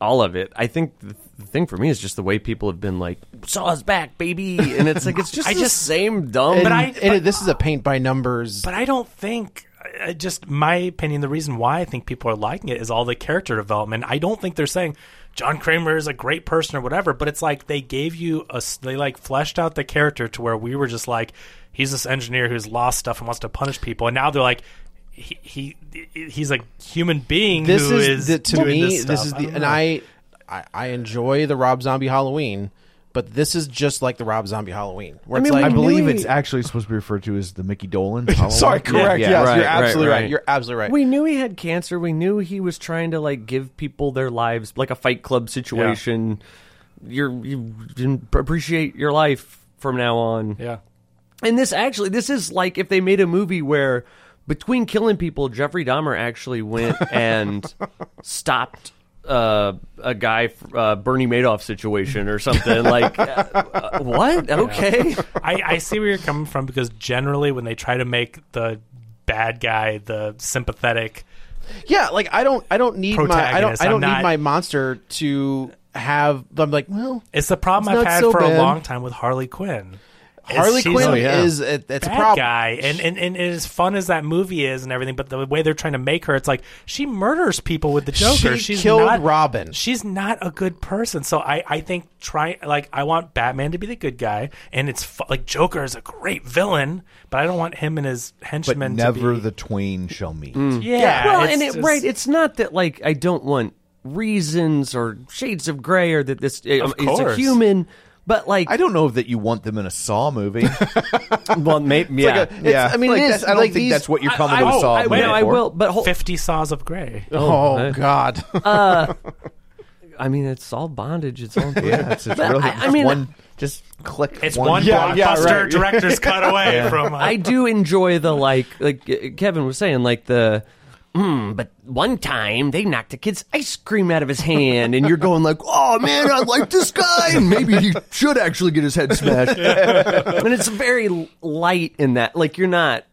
[SPEAKER 5] all of it. I think the, the thing for me is just the way people have been like, "Saw us back, baby," and it's like it's just
[SPEAKER 4] I
[SPEAKER 5] the
[SPEAKER 4] just-
[SPEAKER 5] same dumb.
[SPEAKER 4] But
[SPEAKER 3] And-
[SPEAKER 4] I-
[SPEAKER 3] and it- this is a paint by numbers.
[SPEAKER 4] but i don't think I- I just my opinion the reason why i think people are liking it is all the character development i don't think they're saying john kramer is a great person or whatever but it's like they gave you a s- they like fleshed out the character to where we were just like he's this engineer who's lost stuff and wants to punish people and now they're like he, he he's a human being
[SPEAKER 3] this
[SPEAKER 4] who
[SPEAKER 3] is,
[SPEAKER 4] is
[SPEAKER 3] the, to
[SPEAKER 4] doing
[SPEAKER 3] me.
[SPEAKER 4] this,
[SPEAKER 3] This,
[SPEAKER 4] stuff.
[SPEAKER 3] is
[SPEAKER 4] I
[SPEAKER 3] the
[SPEAKER 4] don't
[SPEAKER 3] and
[SPEAKER 4] know.
[SPEAKER 3] I, I I enjoy the Rob Zombie Halloween, but this is just like the Rob Zombie Halloween. Where it's
[SPEAKER 5] mean,
[SPEAKER 3] like
[SPEAKER 2] I
[SPEAKER 5] we
[SPEAKER 2] believe
[SPEAKER 5] knew
[SPEAKER 2] it's
[SPEAKER 5] he-
[SPEAKER 2] actually supposed to be referred to as the Mickey Dolan. Halloween.
[SPEAKER 3] sorry, correct.
[SPEAKER 2] Yeah,
[SPEAKER 3] yes,
[SPEAKER 5] right,
[SPEAKER 3] you're
[SPEAKER 5] right,
[SPEAKER 3] absolutely right,
[SPEAKER 5] right.
[SPEAKER 3] You're absolutely right.
[SPEAKER 5] We knew he had cancer. We knew he was trying to like give people their lives, like a Fight Club situation. You're you didn't appreciate your life from now on.
[SPEAKER 4] yeah
[SPEAKER 5] And this actually, this is like if they made a movie where between killing people, Jeffrey Dahmer actually went and stopped uh, a guy, uh, Bernie Madoff situation or something. like, uh, uh, what? Okay.
[SPEAKER 4] I, I see where you're coming from because generally when they try to make the bad guy the sympathetic
[SPEAKER 3] Yeah, like I don't, I don't need my, I don't,
[SPEAKER 4] Protagonist,
[SPEAKER 3] I don't
[SPEAKER 4] I'm
[SPEAKER 3] need
[SPEAKER 4] not-
[SPEAKER 3] my monster to have. I'm like, well,
[SPEAKER 4] It's the problem
[SPEAKER 3] It's
[SPEAKER 4] I've
[SPEAKER 3] not
[SPEAKER 4] had
[SPEAKER 3] so
[SPEAKER 4] for
[SPEAKER 3] bad.
[SPEAKER 4] a long time with Harley Quinn. Is
[SPEAKER 3] Harley
[SPEAKER 4] she's
[SPEAKER 3] Quinn
[SPEAKER 4] a
[SPEAKER 2] yeah.
[SPEAKER 3] is a, it's a
[SPEAKER 4] bad
[SPEAKER 3] problem.
[SPEAKER 4] guy, and, and and as fun as that movie is and everything, but the way they're trying to make her, it's like she murders people with the Joker.
[SPEAKER 3] She
[SPEAKER 4] she's
[SPEAKER 3] killed
[SPEAKER 4] not,
[SPEAKER 3] Robin.
[SPEAKER 4] She's not a good person. So I I think try like I want Batman to be the good guy, and it's fu- like Joker is a great villain, but I don't want him and his
[SPEAKER 2] but
[SPEAKER 4] henchmen
[SPEAKER 2] never
[SPEAKER 4] to
[SPEAKER 2] the twain shall meet.
[SPEAKER 3] Mm.
[SPEAKER 4] be. yeah,
[SPEAKER 5] well,
[SPEAKER 4] it's
[SPEAKER 5] and it,
[SPEAKER 4] just-
[SPEAKER 5] right, it's not that like I don't want reasons or shades of gray or that this
[SPEAKER 4] Of
[SPEAKER 5] it's a
[SPEAKER 4] course.
[SPEAKER 5] human, but like
[SPEAKER 2] I don't know that you want them in a Saw movie.
[SPEAKER 5] well, maybe yeah.
[SPEAKER 3] It's- I mean,
[SPEAKER 2] Like,
[SPEAKER 3] it is.
[SPEAKER 2] that's- I don't
[SPEAKER 3] like
[SPEAKER 2] think
[SPEAKER 3] these-
[SPEAKER 2] that's what you're coming
[SPEAKER 4] I-
[SPEAKER 2] to a
[SPEAKER 4] oh,
[SPEAKER 2] Saw
[SPEAKER 4] I-
[SPEAKER 2] movie
[SPEAKER 5] no, I
[SPEAKER 2] for.
[SPEAKER 5] will, but hold,
[SPEAKER 4] fifty saws of gray.
[SPEAKER 3] Oh God,
[SPEAKER 5] I mean, it's all bondage. It's all
[SPEAKER 2] Yeah, it's, it's really
[SPEAKER 5] I- I
[SPEAKER 2] just
[SPEAKER 5] mean-
[SPEAKER 2] one. Just click.
[SPEAKER 4] It's one
[SPEAKER 2] Yeah,
[SPEAKER 4] blockbuster
[SPEAKER 2] yeah, right.
[SPEAKER 4] director's cut away from. uh,
[SPEAKER 5] I do enjoy the like like uh, Kevin was saying like the mm, but one time they knocked a kid's ice cream out of his hand and you're going like oh man I like this guy and maybe he should actually get his head smashed and it's very l- light in that like you're not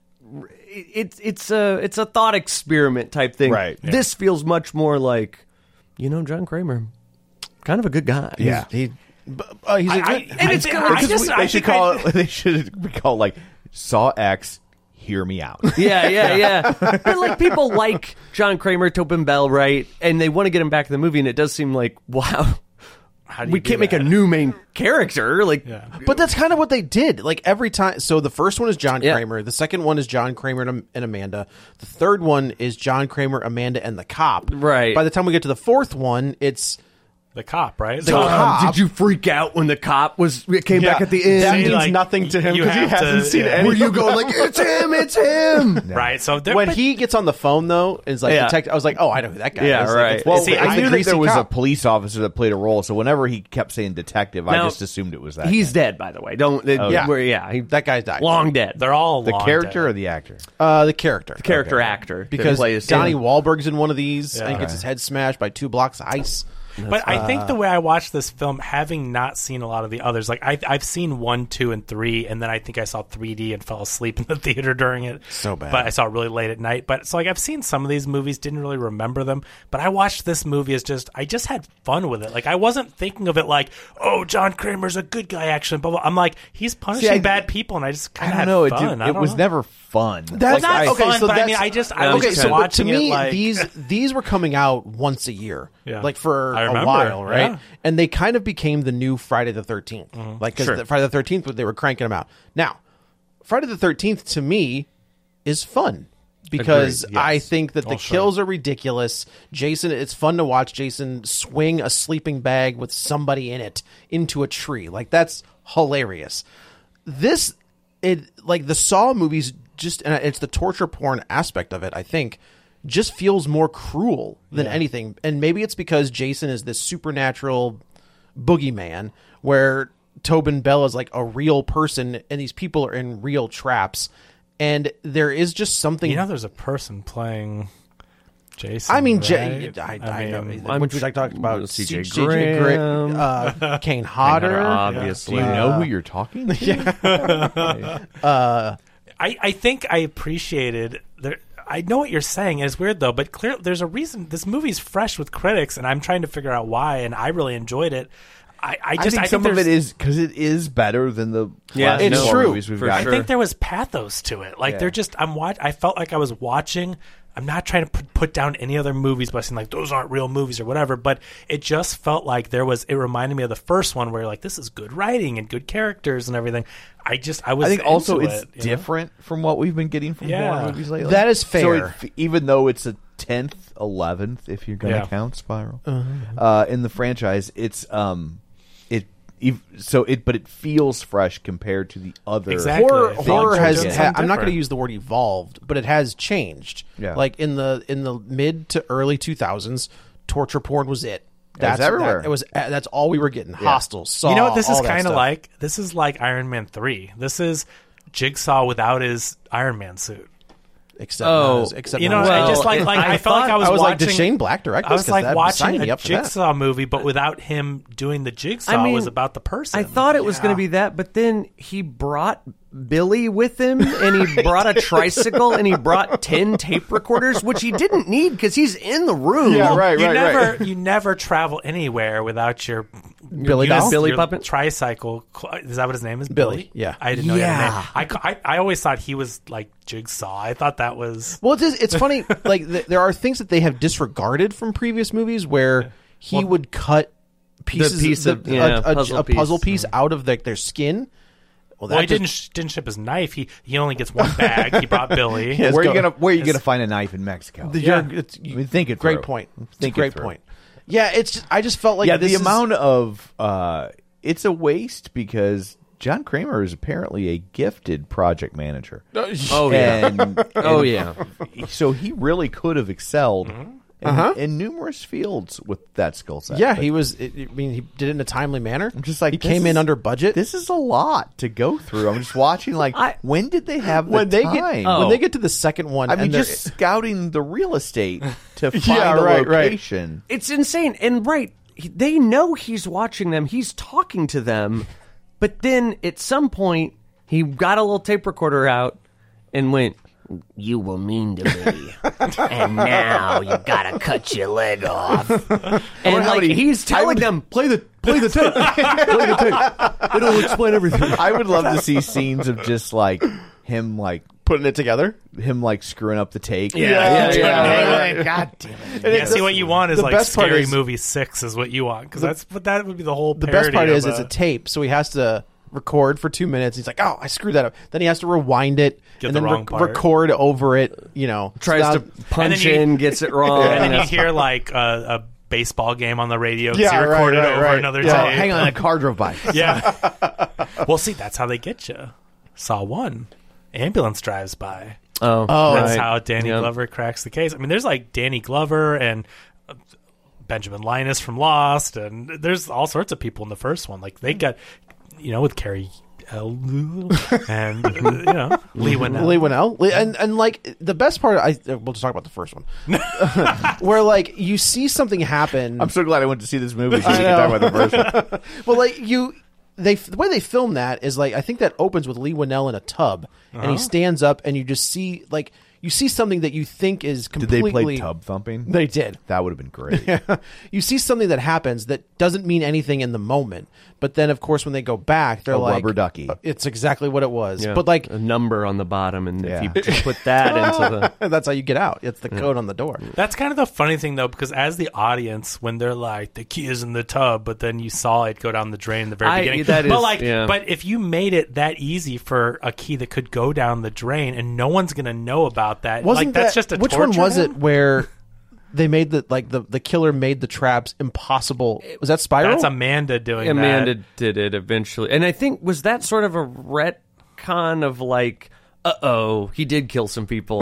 [SPEAKER 5] it- it's it's a it's a thought experiment type thing
[SPEAKER 2] Right, yeah.
[SPEAKER 5] this feels much more like you know John Kramer kind of a good guy
[SPEAKER 2] Yeah.
[SPEAKER 3] he, b- oh, he's a
[SPEAKER 4] I-
[SPEAKER 3] good-
[SPEAKER 4] and it's- I
[SPEAKER 2] Because
[SPEAKER 4] just-
[SPEAKER 2] we-
[SPEAKER 4] I
[SPEAKER 2] they should
[SPEAKER 4] think I-
[SPEAKER 2] call it. They should be called like Saw X. Hear me out.
[SPEAKER 5] Yeah, yeah, yeah. but like people like John Kramer, Tobin Bell, right? And they want to get him back in the movie, and it does seem like wow,
[SPEAKER 4] How do you
[SPEAKER 5] we
[SPEAKER 4] do
[SPEAKER 5] can't make a
[SPEAKER 4] that?
[SPEAKER 5] new main character. Like, um,
[SPEAKER 4] Yeah.
[SPEAKER 3] But that's kind of what they did. Like every time. So the first one is John
[SPEAKER 5] Yeah.
[SPEAKER 3] Kramer. The second one is John Kramer and, Am- and Amanda. The third one is John Kramer, Amanda, and the cop.
[SPEAKER 5] Right.
[SPEAKER 3] By the time we get to the fourth one, it's
[SPEAKER 4] The cop, right?
[SPEAKER 3] The
[SPEAKER 4] So-
[SPEAKER 3] cop.
[SPEAKER 5] um, did you freak out when the cop was came back
[SPEAKER 2] Yeah.
[SPEAKER 5] at the end? uh,
[SPEAKER 3] that
[SPEAKER 4] See,
[SPEAKER 3] means
[SPEAKER 4] like,
[SPEAKER 3] nothing to him
[SPEAKER 4] you
[SPEAKER 3] because he
[SPEAKER 4] have to-
[SPEAKER 3] hasn't seen
[SPEAKER 4] yeah.
[SPEAKER 3] any.
[SPEAKER 5] Were you going like it's him? It's him.
[SPEAKER 4] right? So there-
[SPEAKER 3] when
[SPEAKER 4] but-
[SPEAKER 3] he gets on the phone though, and is like
[SPEAKER 5] Yeah.
[SPEAKER 3] detective. I was like, oh, I know who that guy
[SPEAKER 5] Yeah,
[SPEAKER 3] is.
[SPEAKER 5] right.
[SPEAKER 3] Like, it's-
[SPEAKER 2] Well,
[SPEAKER 4] See,
[SPEAKER 2] I
[SPEAKER 4] I
[SPEAKER 2] knew that
[SPEAKER 3] think
[SPEAKER 2] there
[SPEAKER 3] the
[SPEAKER 2] was
[SPEAKER 3] cop-
[SPEAKER 2] a police officer that played a role. So whenever he kept saying detective, I
[SPEAKER 5] Now,
[SPEAKER 2] just assumed it was that.
[SPEAKER 5] He's
[SPEAKER 2] guy.
[SPEAKER 5] dead, by the way. Don't. They,
[SPEAKER 3] Oh, yeah.
[SPEAKER 5] we're- yeah, he,
[SPEAKER 3] that guy's died.
[SPEAKER 5] long dead.
[SPEAKER 4] they're all
[SPEAKER 2] the
[SPEAKER 4] long
[SPEAKER 2] character
[SPEAKER 4] dead.
[SPEAKER 2] or the actor.
[SPEAKER 3] Uh, the character. The
[SPEAKER 5] character actor
[SPEAKER 3] Because
[SPEAKER 5] plays
[SPEAKER 3] Donnie
[SPEAKER 5] him.
[SPEAKER 3] Wahlberg's in one of these and
[SPEAKER 4] Yeah.
[SPEAKER 3] gets his head smashed by two blocks of ice.
[SPEAKER 4] But
[SPEAKER 3] uh,
[SPEAKER 4] I think the way I watched this film, having not seen a lot of the others, like I, I've seen one, two, and three, and then I think I saw 3D and fell asleep in the theater during it.
[SPEAKER 3] So bad.
[SPEAKER 4] But I saw it really late at night. But so like I've seen some of these movies, didn't really remember them. But I watched this movie as just I just had fun with it. Like I wasn't thinking of it like, oh, John Kramer's a good guy, action. Blah, blah. I'm like, he's punishing
[SPEAKER 2] I-
[SPEAKER 4] bad people, and I just kind
[SPEAKER 2] I don't
[SPEAKER 4] of had
[SPEAKER 2] know. It,
[SPEAKER 4] fun.
[SPEAKER 2] did-
[SPEAKER 4] I
[SPEAKER 2] it
[SPEAKER 4] don't
[SPEAKER 2] was
[SPEAKER 4] know.
[SPEAKER 2] never fun.
[SPEAKER 3] That's
[SPEAKER 2] Like, I-
[SPEAKER 4] not fun, but I
[SPEAKER 3] that's-
[SPEAKER 4] mean, I just- I was
[SPEAKER 3] okay,
[SPEAKER 4] just
[SPEAKER 3] so, but to
[SPEAKER 4] watching it
[SPEAKER 3] me,
[SPEAKER 4] like-
[SPEAKER 3] these these were coming out once a year,
[SPEAKER 4] Yeah.
[SPEAKER 3] like for
[SPEAKER 4] I
[SPEAKER 3] a
[SPEAKER 4] remember,
[SPEAKER 3] while, right?
[SPEAKER 4] yeah. Mm-hmm.
[SPEAKER 3] And they kind of became the new Friday the 13th like because Friday the Thirteenth, they were cranking them out. Now, Friday the Thirteenth to me is fun because
[SPEAKER 2] Agreed, yes.
[SPEAKER 3] I think that the kills are ridiculous. Jason, it's fun to watch Jason swing a sleeping bag with somebody in it into a tree, like that's hilarious this it like the saw movies just and it's the torture porn aspect of it i think just feels more cruel than anything and maybe it's because jason is this supernatural boogeyman where tobin bell is like a real person and these people are in real traps and there is just something
[SPEAKER 4] You know, there's a person playing Jason.
[SPEAKER 3] I mean, J-
[SPEAKER 4] right?
[SPEAKER 3] I, I, know.
[SPEAKER 4] mean,
[SPEAKER 3] Which we like talked about
[SPEAKER 5] C.J.
[SPEAKER 3] Gra-
[SPEAKER 5] Graham.
[SPEAKER 3] uh, Kane Hodder,
[SPEAKER 5] obviously.
[SPEAKER 2] Do you know who you're talking? to?
[SPEAKER 4] I, I think I appreciated there. I know what you're saying. It's weird though, but clear there's a reason this movie's fresh with critics, and I'm trying to figure out why. And I really enjoyed it. I, I
[SPEAKER 2] I
[SPEAKER 4] just
[SPEAKER 2] think some of
[SPEAKER 4] there's-
[SPEAKER 2] it is because it is better than the
[SPEAKER 5] Yeah,
[SPEAKER 2] last
[SPEAKER 5] it's
[SPEAKER 2] four
[SPEAKER 3] true,
[SPEAKER 2] movies we've
[SPEAKER 5] for
[SPEAKER 2] got.
[SPEAKER 4] I think there was pathos to it. Like
[SPEAKER 2] Yeah.
[SPEAKER 4] they're just I'm watch. I felt like I was watching. I'm not trying to put, put down any other movies by saying like those aren't real movies or whatever, but it just felt like there was. It reminded me of the first one where you're like this is good writing and good characters and everything. I just I was.
[SPEAKER 2] I think also
[SPEAKER 4] into
[SPEAKER 2] it's
[SPEAKER 4] it, you know?
[SPEAKER 2] different from what we've been getting from
[SPEAKER 4] Yeah.
[SPEAKER 2] horror movies lately.
[SPEAKER 3] That is
[SPEAKER 2] So
[SPEAKER 3] fair.
[SPEAKER 2] it- even though it's a tenth, eleventh, if you're going to
[SPEAKER 4] Yeah.
[SPEAKER 2] count Spiral
[SPEAKER 3] Uh-huh.
[SPEAKER 2] uh in the franchise, it's um, it ev- so it but it feels fresh compared to the other
[SPEAKER 4] Exactly.
[SPEAKER 3] horror
[SPEAKER 4] Things
[SPEAKER 3] horror
[SPEAKER 2] are
[SPEAKER 3] has
[SPEAKER 2] just
[SPEAKER 3] ha- I'm not
[SPEAKER 4] different.
[SPEAKER 3] going to use the word evolved, but it has changed.
[SPEAKER 2] Yeah.
[SPEAKER 3] Like in the in the mid to early 2000s, torture porn was it. That's
[SPEAKER 2] everywhere.
[SPEAKER 3] That, it was uh, that's all we were getting. Hostile, Saw.
[SPEAKER 4] you know what this is
[SPEAKER 3] all that
[SPEAKER 4] kind of
[SPEAKER 3] stuff.
[SPEAKER 4] like? This is like Iron Man 3. This is Jigsaw without his Iron Man suit.
[SPEAKER 3] except
[SPEAKER 5] Oh,
[SPEAKER 3] not as- except
[SPEAKER 4] You know,
[SPEAKER 3] not as-
[SPEAKER 5] Well,
[SPEAKER 4] I just like, like I, felt like I was,
[SPEAKER 3] I was like,
[SPEAKER 4] watching
[SPEAKER 3] did Shane Black direct?
[SPEAKER 4] I was
[SPEAKER 3] this? 'Cause
[SPEAKER 4] like
[SPEAKER 3] that- sign
[SPEAKER 4] watching
[SPEAKER 3] me
[SPEAKER 4] a
[SPEAKER 3] up for that.
[SPEAKER 4] Jigsaw movie, but without him doing the Jigsaw
[SPEAKER 5] I mean,
[SPEAKER 4] was about the person.
[SPEAKER 5] I thought it was going to be that, but then he brought Billy with him, and he brought a tricycle, and he brought ten tape recorders, which he didn't need because he's in the room.
[SPEAKER 2] Yeah, right,
[SPEAKER 4] you
[SPEAKER 2] right,
[SPEAKER 4] never
[SPEAKER 2] right.
[SPEAKER 4] you never travel anywhere without your
[SPEAKER 3] Billy
[SPEAKER 4] your
[SPEAKER 3] doll?
[SPEAKER 5] Billy
[SPEAKER 4] your
[SPEAKER 5] puppet?
[SPEAKER 4] tricycle. cl- Is that what his name is?
[SPEAKER 3] Billy, yeah.
[SPEAKER 4] I didn't know. Yeah,
[SPEAKER 5] Yeah.
[SPEAKER 4] name. I, ca- I I always thought he was like Jigsaw. I thought that was
[SPEAKER 3] Well, it's, it's funny. like th- there are things that they have disregarded from previous movies where he would cut pieces,
[SPEAKER 5] piece
[SPEAKER 3] the-
[SPEAKER 5] of- yeah,
[SPEAKER 3] a, a-
[SPEAKER 5] puzzle
[SPEAKER 3] a puzzle
[SPEAKER 5] piece.
[SPEAKER 3] piece out of like their skin. Well, that
[SPEAKER 4] well, he
[SPEAKER 3] just-
[SPEAKER 4] didn't sh- didn't ship his knife. He he only gets one bag. he brought Billy.
[SPEAKER 3] Yes.
[SPEAKER 2] where are you
[SPEAKER 3] go-
[SPEAKER 2] gonna Where are you gonna find a knife in Mexico?
[SPEAKER 3] the-
[SPEAKER 4] Yeah.
[SPEAKER 3] you're- it's-
[SPEAKER 2] I mean, think it
[SPEAKER 3] Great
[SPEAKER 2] through.
[SPEAKER 3] point. It's
[SPEAKER 2] Think it
[SPEAKER 3] a great
[SPEAKER 2] through.
[SPEAKER 3] point. Yeah, it's just I just felt like
[SPEAKER 2] yeah,
[SPEAKER 3] this
[SPEAKER 2] the
[SPEAKER 3] is-
[SPEAKER 2] amount of uh, it's a waste because John Kramer is apparently a gifted project manager.
[SPEAKER 5] Oh yeah.
[SPEAKER 2] and, and
[SPEAKER 5] Oh yeah.
[SPEAKER 2] so he really could have excelled
[SPEAKER 5] Mm-hmm.
[SPEAKER 2] in, in numerous fields with that skill set.
[SPEAKER 3] Uh-huh. Yeah,
[SPEAKER 2] But
[SPEAKER 3] he was. It, I mean, he did it in a timely manner. I'm
[SPEAKER 2] just like,
[SPEAKER 3] he
[SPEAKER 2] this
[SPEAKER 3] came
[SPEAKER 2] is-
[SPEAKER 3] in under budget.
[SPEAKER 2] this is a lot to go through. I'm just watching. Like,
[SPEAKER 5] I-
[SPEAKER 2] when did they have the
[SPEAKER 3] when they
[SPEAKER 2] time?
[SPEAKER 3] get when
[SPEAKER 4] Oh.
[SPEAKER 3] they get to the second one,
[SPEAKER 2] I mean,
[SPEAKER 3] and they're-
[SPEAKER 2] just scouting the real estate to find
[SPEAKER 3] Yeah,
[SPEAKER 2] a
[SPEAKER 3] right, right.
[SPEAKER 2] location.
[SPEAKER 5] It's insane. And right, he- they know he's watching them. He's talking to them. But then at some point, he got a little tape recorder out and went, "You were mean to me, and now you gotta cut your leg off." And like
[SPEAKER 2] many-
[SPEAKER 5] he's
[SPEAKER 2] I
[SPEAKER 5] telling
[SPEAKER 2] would-
[SPEAKER 5] them, "Play the play the tape.
[SPEAKER 2] It'll explain everything. I would love to see scenes of just like him, like
[SPEAKER 3] putting it together.
[SPEAKER 2] him, like screwing up the take.
[SPEAKER 4] Yeah,
[SPEAKER 5] yeah,
[SPEAKER 4] yeah.
[SPEAKER 2] God damn it!
[SPEAKER 4] Yeah, see what you want is
[SPEAKER 3] the
[SPEAKER 4] like
[SPEAKER 3] best part
[SPEAKER 4] scary
[SPEAKER 3] is-
[SPEAKER 4] movie six is what you want because that's but that would be the whole.
[SPEAKER 3] The best part is it's
[SPEAKER 4] it's
[SPEAKER 3] a tape, so he has to record for two minutes. He's like, "Oh, I screwed that up." Then he has to rewind it
[SPEAKER 4] Get
[SPEAKER 3] and
[SPEAKER 4] the
[SPEAKER 3] then
[SPEAKER 4] wrong
[SPEAKER 3] rec-
[SPEAKER 4] part.
[SPEAKER 3] record over it. You know,
[SPEAKER 5] Tries
[SPEAKER 3] So
[SPEAKER 5] to
[SPEAKER 3] now-
[SPEAKER 5] punch
[SPEAKER 4] you-
[SPEAKER 5] in, gets it wrong.
[SPEAKER 4] and then you hear like a, a baseball game on the radio. 'cause
[SPEAKER 3] Yeah,
[SPEAKER 4] he
[SPEAKER 3] right,
[SPEAKER 4] recorded
[SPEAKER 3] right,
[SPEAKER 4] over
[SPEAKER 3] right.
[SPEAKER 4] another
[SPEAKER 3] Yeah.
[SPEAKER 4] tape.
[SPEAKER 2] Oh, hang on, a car drove by.
[SPEAKER 4] Yeah. well, see, that's how they get you. Saw one. Ambulance drives by.
[SPEAKER 5] oh,
[SPEAKER 4] that's
[SPEAKER 5] right.
[SPEAKER 4] how Danny
[SPEAKER 5] Yeah.
[SPEAKER 4] Glover cracks the case. I mean, there's like Danny Glover and uh, Benjamin Linus from Lost, and there's all sorts of people in the first one. Like they got, you know, with Carrie. L- and uh, you
[SPEAKER 5] Mm-hmm.
[SPEAKER 4] know Lee Winnell.
[SPEAKER 3] Lee Winnell, Lee- and and like the best part, I we'll just talk about the first one, where like you see something happen.
[SPEAKER 2] I'm so glad I went to see this movie. So we
[SPEAKER 3] I
[SPEAKER 2] can
[SPEAKER 3] know.
[SPEAKER 2] talk about the first one.
[SPEAKER 3] Well, like you, they the way they film that is like I think that opens with Lee Winnell in a tub, and
[SPEAKER 2] Uh-huh.
[SPEAKER 3] he stands up, and you just see like you see something that you think is
[SPEAKER 2] Did they play
[SPEAKER 3] completely.
[SPEAKER 2] tub thumping?
[SPEAKER 3] They did.
[SPEAKER 2] That would have been great.
[SPEAKER 3] you see something that happens that doesn't mean anything in the moment, but then of course when they go back, they're
[SPEAKER 2] A
[SPEAKER 3] like
[SPEAKER 2] rubber ducky.
[SPEAKER 3] It's exactly what it was,
[SPEAKER 5] Yeah.
[SPEAKER 3] but like
[SPEAKER 5] a number on the bottom, and
[SPEAKER 2] Yeah.
[SPEAKER 5] if you just put that into the
[SPEAKER 3] that's how you get out. It's the code on the door.
[SPEAKER 4] That's kind of the funny thing though, because as the audience, when they're like the key is in the tub, but then you saw it go down the drain in the very
[SPEAKER 5] I-
[SPEAKER 4] beginning.
[SPEAKER 5] that
[SPEAKER 4] but
[SPEAKER 5] is-
[SPEAKER 4] like,
[SPEAKER 5] yeah.
[SPEAKER 4] but if you made it that easy for a key that could go down the drain, and no one's gonna know about that,
[SPEAKER 3] Wasn't
[SPEAKER 4] like that's
[SPEAKER 3] that,
[SPEAKER 4] just a
[SPEAKER 3] which one
[SPEAKER 4] torture
[SPEAKER 3] was it
[SPEAKER 4] room?
[SPEAKER 3] where they made the like the the killer made the traps impossible? Was that Spiral?
[SPEAKER 4] That's Amanda doing
[SPEAKER 5] Amanda
[SPEAKER 4] that.
[SPEAKER 5] did it eventually, and I think was that sort of a retcon of like, uh oh, he did kill some people,